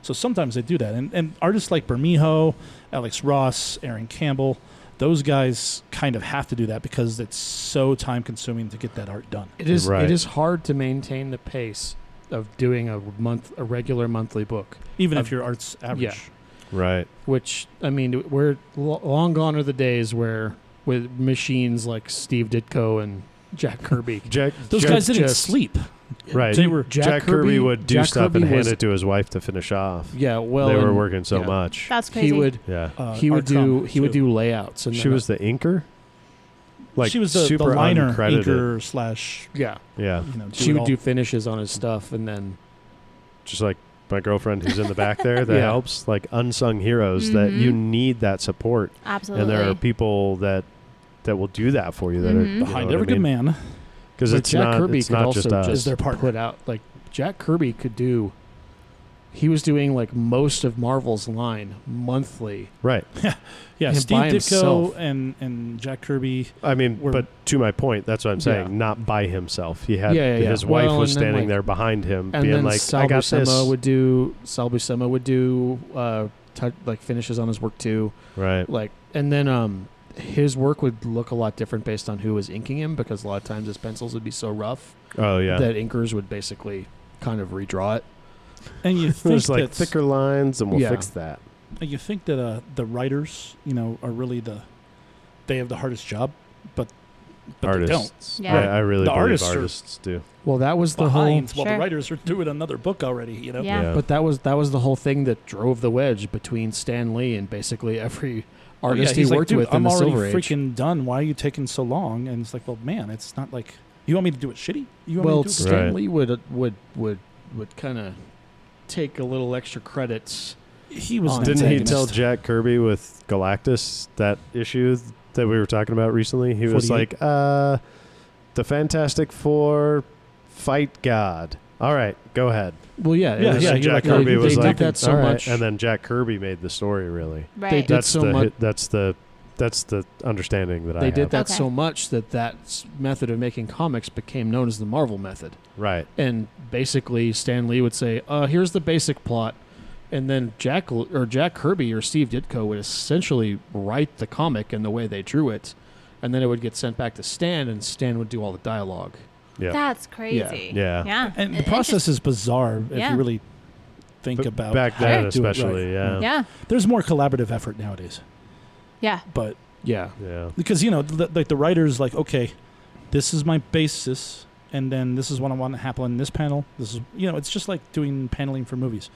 Speaker 3: So sometimes they do that, and, and artists like Bermejo, Alex Ross, Aaron Campbell, those guys kind of have to do that because it's so time consuming to get that art done.
Speaker 2: It is
Speaker 1: Right.
Speaker 2: it is hard to maintain the pace of doing a month a regular monthly book,
Speaker 3: even
Speaker 2: Uh,
Speaker 1: Um,
Speaker 3: if your art's average.
Speaker 2: yeah.
Speaker 1: right.
Speaker 2: which I mean we're lo- long gone are the days where with machines like Steve Ditko and Jack Kirby.
Speaker 1: Jack,
Speaker 3: Those
Speaker 1: Jack,
Speaker 3: guys didn't
Speaker 2: just-
Speaker 3: sleep.
Speaker 1: right.
Speaker 3: they were-
Speaker 1: Jack, Kirby, would do
Speaker 2: Jack
Speaker 1: stuff
Speaker 2: Kirby
Speaker 1: and hand
Speaker 2: was-
Speaker 1: it to his wife to finish off.
Speaker 2: Yeah, well,
Speaker 1: they were
Speaker 2: and
Speaker 1: working so
Speaker 2: yeah.
Speaker 1: much.
Speaker 4: That's crazy.
Speaker 2: He would
Speaker 1: Yeah,
Speaker 3: Uh,
Speaker 2: he would
Speaker 3: Art Crumb,
Speaker 2: do he would
Speaker 3: too.
Speaker 2: do layouts and
Speaker 1: she
Speaker 2: then-
Speaker 1: was the inker. Like
Speaker 3: she was the,
Speaker 1: super
Speaker 3: the liner
Speaker 1: uncredited.
Speaker 3: anchor slash.
Speaker 2: yeah
Speaker 1: Yeah,
Speaker 3: You know, do
Speaker 2: she
Speaker 3: it
Speaker 2: would
Speaker 3: all.
Speaker 2: do finishes on his stuff and then
Speaker 1: just like my girlfriend who's in the back there that
Speaker 2: Yeah.
Speaker 1: helps like unsung heroes that
Speaker 4: Mhm.
Speaker 1: you need that support
Speaker 4: Absolutely.
Speaker 1: and there are people that that will do that for you that
Speaker 4: Mhm.
Speaker 1: are
Speaker 3: behind every good man.
Speaker 1: because
Speaker 2: But
Speaker 1: it's
Speaker 2: Jack
Speaker 1: not
Speaker 2: Kirby
Speaker 1: it's
Speaker 2: could
Speaker 1: not
Speaker 2: also
Speaker 1: just uh, us
Speaker 2: just
Speaker 3: Is their partner.
Speaker 2: put out like Jack Kirby could do. He was doing like most of Marvel's line monthly.
Speaker 1: right
Speaker 3: Yeah,
Speaker 2: him
Speaker 3: Steve
Speaker 2: by
Speaker 3: Ditko
Speaker 2: himself.
Speaker 3: and and Jack Kirby.
Speaker 1: I mean
Speaker 3: We're-
Speaker 1: but to my point that's what I'm saying
Speaker 2: Yeah.
Speaker 1: not by himself he had
Speaker 2: Yeah, yeah, yeah.
Speaker 1: his
Speaker 2: Well,
Speaker 1: wife was
Speaker 2: and then,
Speaker 1: standing
Speaker 2: like-
Speaker 1: there behind him
Speaker 2: And
Speaker 1: being
Speaker 2: then
Speaker 1: like
Speaker 2: Sal
Speaker 1: I got
Speaker 2: Buscema
Speaker 1: this
Speaker 2: would do Sal Buscema would do uh, tou- like finishes on his work too.
Speaker 1: right
Speaker 2: Like and then um his work would look a lot different based on who was inking him because a lot of times his pencils would be so rough
Speaker 1: oh yeah
Speaker 2: that inkers would basically kind of redraw it.
Speaker 3: And you think
Speaker 1: there's
Speaker 3: that
Speaker 1: like thicker lines and we'll
Speaker 2: Yeah.
Speaker 1: fix that
Speaker 3: you think that uh, the writers, you know, are really the they have the hardest job, but but they don't.
Speaker 1: artists
Speaker 4: Yeah.
Speaker 1: I, I really
Speaker 3: The
Speaker 1: believe
Speaker 3: artists
Speaker 1: artists,
Speaker 3: are-
Speaker 1: do
Speaker 2: Well, that was the whole
Speaker 3: Behind while
Speaker 4: Sure.
Speaker 3: the writers are doing another book already. You know.
Speaker 4: Yeah.
Speaker 2: But that was that was the whole thing that drove the wedge between Stan Lee and basically every
Speaker 3: Oh, yeah,
Speaker 2: artist
Speaker 3: he's
Speaker 2: he
Speaker 3: like,
Speaker 2: worked
Speaker 3: "Dude,
Speaker 2: with in
Speaker 3: I'm
Speaker 2: the
Speaker 3: already
Speaker 2: Silver Age.
Speaker 3: freaking done. Why are you taking so long? And it's like, well, man, it's not like you want me to do it shitty. You want
Speaker 2: Well,
Speaker 3: me to do it
Speaker 1: Right.
Speaker 2: Stan Lee would would would would kind of take a little extra credits.
Speaker 3: He was
Speaker 2: Oh,
Speaker 3: an
Speaker 1: Didn't he
Speaker 3: antagonist.
Speaker 1: tell Jack Kirby with Galactus that issue th- that we were talking about recently? He was
Speaker 3: 48?
Speaker 1: like, uh, the Fantastic Four fight God. All right, go ahead.
Speaker 2: Well, yeah, it
Speaker 3: Yeah,
Speaker 2: was-
Speaker 3: yeah,
Speaker 1: And
Speaker 3: you're
Speaker 1: Jack
Speaker 3: like,
Speaker 1: Kirby
Speaker 2: they,
Speaker 1: was
Speaker 2: they
Speaker 1: like,
Speaker 2: did that so
Speaker 1: "All right,"
Speaker 2: much,
Speaker 1: and then Jack Kirby made the story really.
Speaker 4: right.
Speaker 2: did
Speaker 1: that's
Speaker 2: so
Speaker 1: the
Speaker 2: much-
Speaker 1: hi- that's the that's the understanding that I
Speaker 2: they did
Speaker 1: have.
Speaker 2: that
Speaker 4: Okay.
Speaker 2: so much that that s- method of making comics became known as the Marvel method.
Speaker 1: Right.
Speaker 2: and basically Stan Lee would say, uh, "Here's the basic plot," and then Jack L- or Jack Kirby or Steve Ditko would essentially write the comic in the way they drew it, and then it would get sent back to Stan, and Stan would do all the dialogue.
Speaker 1: Yeah.
Speaker 4: That's crazy.
Speaker 1: Yeah.
Speaker 4: Yeah.
Speaker 3: and the
Speaker 4: It-
Speaker 3: process is bizarre if
Speaker 4: Yeah.
Speaker 3: you really think
Speaker 1: But
Speaker 3: about
Speaker 1: back
Speaker 3: how
Speaker 1: then
Speaker 3: to do it right.
Speaker 1: especially, yeah.
Speaker 4: it's- Yeah.
Speaker 3: There's more collaborative effort nowadays,
Speaker 4: Yeah.
Speaker 3: but
Speaker 2: Yeah,
Speaker 1: Yeah.
Speaker 3: because you know, the, like the writers, like okay, this is my basis, and then this is what I want to happen in this panel. This is you know, it's just like doing paneling for movies.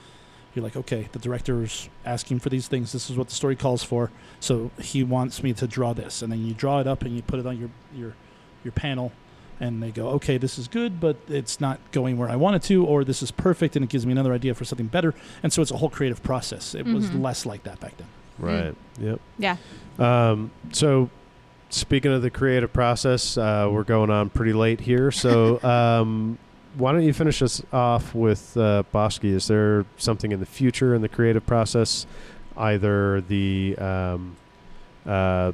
Speaker 3: You're like, okay, the director's asking for these things. This is what the story calls for. So he wants me to draw this, and then you draw it up and you put it on your your your panel, and they go, okay, this is good, but it's not going where I want it to, or this is perfect and it gives me another idea for something better. And so it's a whole creative process. It was
Speaker 4: Mhm.
Speaker 3: less like that back then.
Speaker 1: Right. Yep.
Speaker 4: Mm. Yeah.
Speaker 1: Um, so, speaking of the creative process, uh, we're going on pretty late here. So, um, why don't you finish us off with uh, Bosky? Is there something in the future in the creative process, either the um, uh,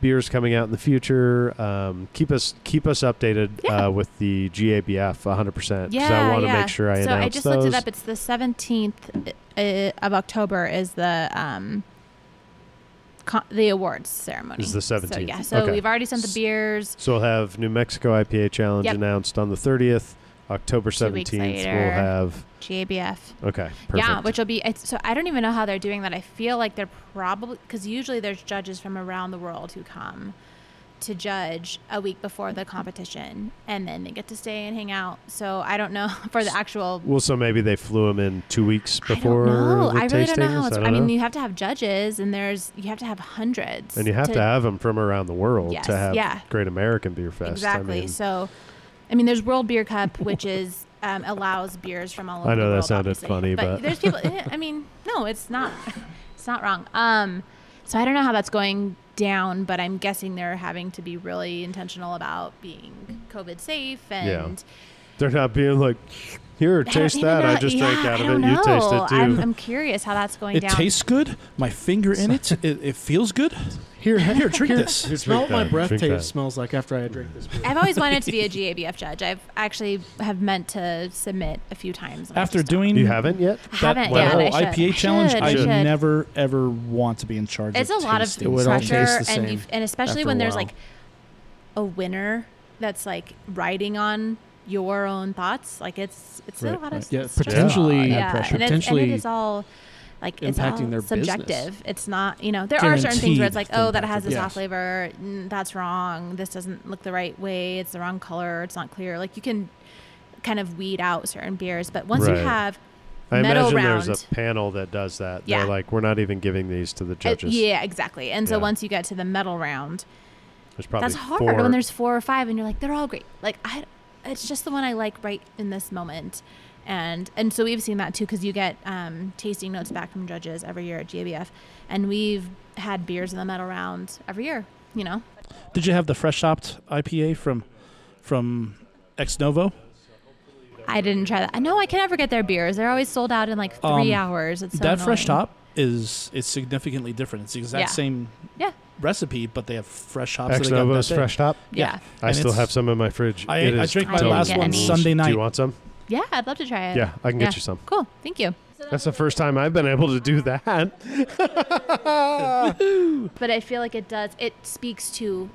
Speaker 1: beers coming out in the future? Um, keep us keep us updated
Speaker 4: Yeah.
Speaker 1: uh, with the GABF 100. percent Because
Speaker 4: Yeah,
Speaker 1: I want to
Speaker 4: yeah.
Speaker 1: make sure I
Speaker 4: so
Speaker 1: announce
Speaker 4: I just
Speaker 1: those.
Speaker 4: looked it up. It's the 17th uh, of October is the um, co- the awards ceremony.
Speaker 1: Is the
Speaker 4: So
Speaker 1: 17th.
Speaker 4: yeah. So
Speaker 1: Okay.
Speaker 4: we've already sent the
Speaker 1: S-
Speaker 4: beers.
Speaker 1: So we'll have New Mexico IPA Challenge
Speaker 4: Yep.
Speaker 1: announced on the 30th. October
Speaker 4: Two weeks
Speaker 1: 17th, we'll
Speaker 4: later.
Speaker 1: have.
Speaker 4: GABF.
Speaker 1: Okay, perfect.
Speaker 4: Yeah, which will be it's, so. I don't even know how they're doing that. I feel like they're probably because usually there's judges from around the world who come to judge a week before the competition, and then they get to stay and hang out. So I don't know for the actual.
Speaker 1: well, so maybe they flew him in two weeks before
Speaker 4: I don't know.
Speaker 1: the
Speaker 4: I really
Speaker 1: tastings.
Speaker 4: don't know how it's.
Speaker 1: I
Speaker 4: I,
Speaker 1: don't
Speaker 4: mean,
Speaker 1: know.
Speaker 4: you have to have judges, and there's you have to have hundreds,
Speaker 1: and you have to, have him from around the world
Speaker 4: Yes,
Speaker 1: to have
Speaker 4: yeah.
Speaker 1: Great American Beer Fest.
Speaker 4: exactly.
Speaker 1: I mean,
Speaker 4: so, I mean, there's World Beer Cup, which is um, allows beers from all over.
Speaker 1: I know
Speaker 4: the
Speaker 1: that
Speaker 4: world,
Speaker 1: sounded
Speaker 4: obviously.
Speaker 1: funny, but-
Speaker 4: there's people. eh, I mean, no, it's not. It's not wrong. Um, so I don't know how that's going down, but I'm guessing they're having to be really intentional about being COVID safe and
Speaker 1: they're not being like, here,
Speaker 4: I don't
Speaker 1: taste
Speaker 4: even
Speaker 1: that. I
Speaker 4: know-
Speaker 1: just
Speaker 4: yeah,
Speaker 1: drank out
Speaker 4: I
Speaker 1: of it.
Speaker 4: don't
Speaker 1: You taste
Speaker 4: know.
Speaker 1: it too.
Speaker 4: I'm, I'm curious how that's going
Speaker 3: It
Speaker 4: down.
Speaker 3: tastes good. My finger in it, it, it feels good.
Speaker 2: Here,
Speaker 3: Here, drink this.
Speaker 2: Smell what my
Speaker 1: that,
Speaker 2: breath
Speaker 1: drink
Speaker 2: taste
Speaker 1: that.
Speaker 2: smells like after I drink this beer.
Speaker 4: I've always wanted to be a GABF judge. I've actually have meant to submit a few times. and I
Speaker 3: After
Speaker 4: just don't.
Speaker 3: doing
Speaker 1: you haven't yet?
Speaker 4: I
Speaker 3: that
Speaker 4: haven't
Speaker 1: my
Speaker 4: yet.
Speaker 3: whole
Speaker 4: and I should.
Speaker 3: IPA
Speaker 4: I
Speaker 3: challenge,
Speaker 4: should,
Speaker 3: Oh, I
Speaker 1: should.
Speaker 3: never ever want to be in charge.
Speaker 4: It's a
Speaker 3: of
Speaker 4: lot of
Speaker 3: tasting
Speaker 2: It would all
Speaker 3: something.
Speaker 4: pressure,
Speaker 2: taste the
Speaker 4: and
Speaker 2: same
Speaker 4: you, and especially
Speaker 2: after
Speaker 4: when
Speaker 2: a
Speaker 4: there's
Speaker 2: while.
Speaker 4: like a winner that's like riding on your own thoughts. Like it's it's a
Speaker 3: Right,
Speaker 4: lot
Speaker 3: right.
Speaker 4: of
Speaker 2: Yeah,
Speaker 4: stress.
Speaker 2: potentially-
Speaker 4: yeah,
Speaker 2: Add pressure.
Speaker 4: And, it's, and it
Speaker 2: Potentially
Speaker 4: is all like it's
Speaker 2: impacting
Speaker 4: all
Speaker 2: their business.
Speaker 4: subjective. It's not you know there are certain things where it's like
Speaker 3: Guaranteed
Speaker 4: oh that has
Speaker 3: impacted
Speaker 4: this
Speaker 2: business.
Speaker 4: off flavor mm, that's wrong. This doesn't look the right way. It's the wrong color. It's not clear. Like you can kind of weed out certain beers, but once
Speaker 1: Right.
Speaker 4: you have uh,
Speaker 1: I
Speaker 4: Medal
Speaker 1: imagine
Speaker 4: round.
Speaker 1: there's a panel that does that.
Speaker 4: Yeah.
Speaker 1: They're like, we're not even giving these to the
Speaker 4: uh,
Speaker 1: judges.
Speaker 4: yeah exactly, and so
Speaker 1: Yeah.
Speaker 4: once you get to the medal round.
Speaker 1: There's probably
Speaker 4: That's hard
Speaker 1: four.
Speaker 4: when there's four or five and you're like they're all great. Like I it's just the one I like right in this moment. And and so we've seen that too cuz you get um, tasting notes back from judges every year at GABF and we've had beers in the medal round every year, you know.
Speaker 3: Did you have the fresh hopped IPA from from Ex Novo?
Speaker 4: I didn't try that. I know I can never get their beers. They're always sold out in like 3
Speaker 3: Um,
Speaker 4: hours. It's so
Speaker 3: that fresh
Speaker 4: annoying.
Speaker 3: hop is is significantly different. It's the exact
Speaker 4: Yeah.
Speaker 3: same
Speaker 4: Yeah.
Speaker 3: recipe, but they have fresh hops.
Speaker 1: Ex
Speaker 3: that they got
Speaker 1: Novo's
Speaker 3: that day.
Speaker 1: fresh top.
Speaker 4: Yeah.
Speaker 1: I
Speaker 3: And
Speaker 1: still
Speaker 3: it's-
Speaker 1: have some in my fridge.
Speaker 3: I-
Speaker 1: It
Speaker 3: I
Speaker 1: is
Speaker 3: drank
Speaker 4: my last
Speaker 1: delicious.
Speaker 4: one Sunday
Speaker 1: Do
Speaker 3: night.
Speaker 1: you want some?
Speaker 4: yeah. I'd love to try it.
Speaker 1: Yeah, I can
Speaker 4: Yeah.
Speaker 1: get you some.
Speaker 4: Cool. Thank you.
Speaker 1: That's the first time I've been able to do that.
Speaker 4: But I feel like it does it speaks to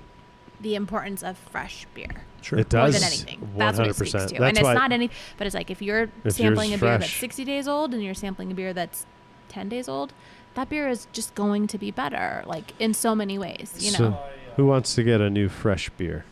Speaker 4: the importance of fresh beer.
Speaker 3: Sure.
Speaker 1: It
Speaker 4: more
Speaker 1: does.
Speaker 4: than anything. That's what it speaks to.
Speaker 1: 100%.
Speaker 4: and
Speaker 1: That's
Speaker 4: it's
Speaker 1: why-
Speaker 4: not any, but it's like if you're
Speaker 1: yours
Speaker 4: sampling
Speaker 1: is
Speaker 4: a beer that's
Speaker 1: fresh.
Speaker 4: 60 days old and you're sampling a beer that's 10 days old, that beer is just going to be better, like in so many ways, you know.
Speaker 1: So, who wants to get a new fresh beer?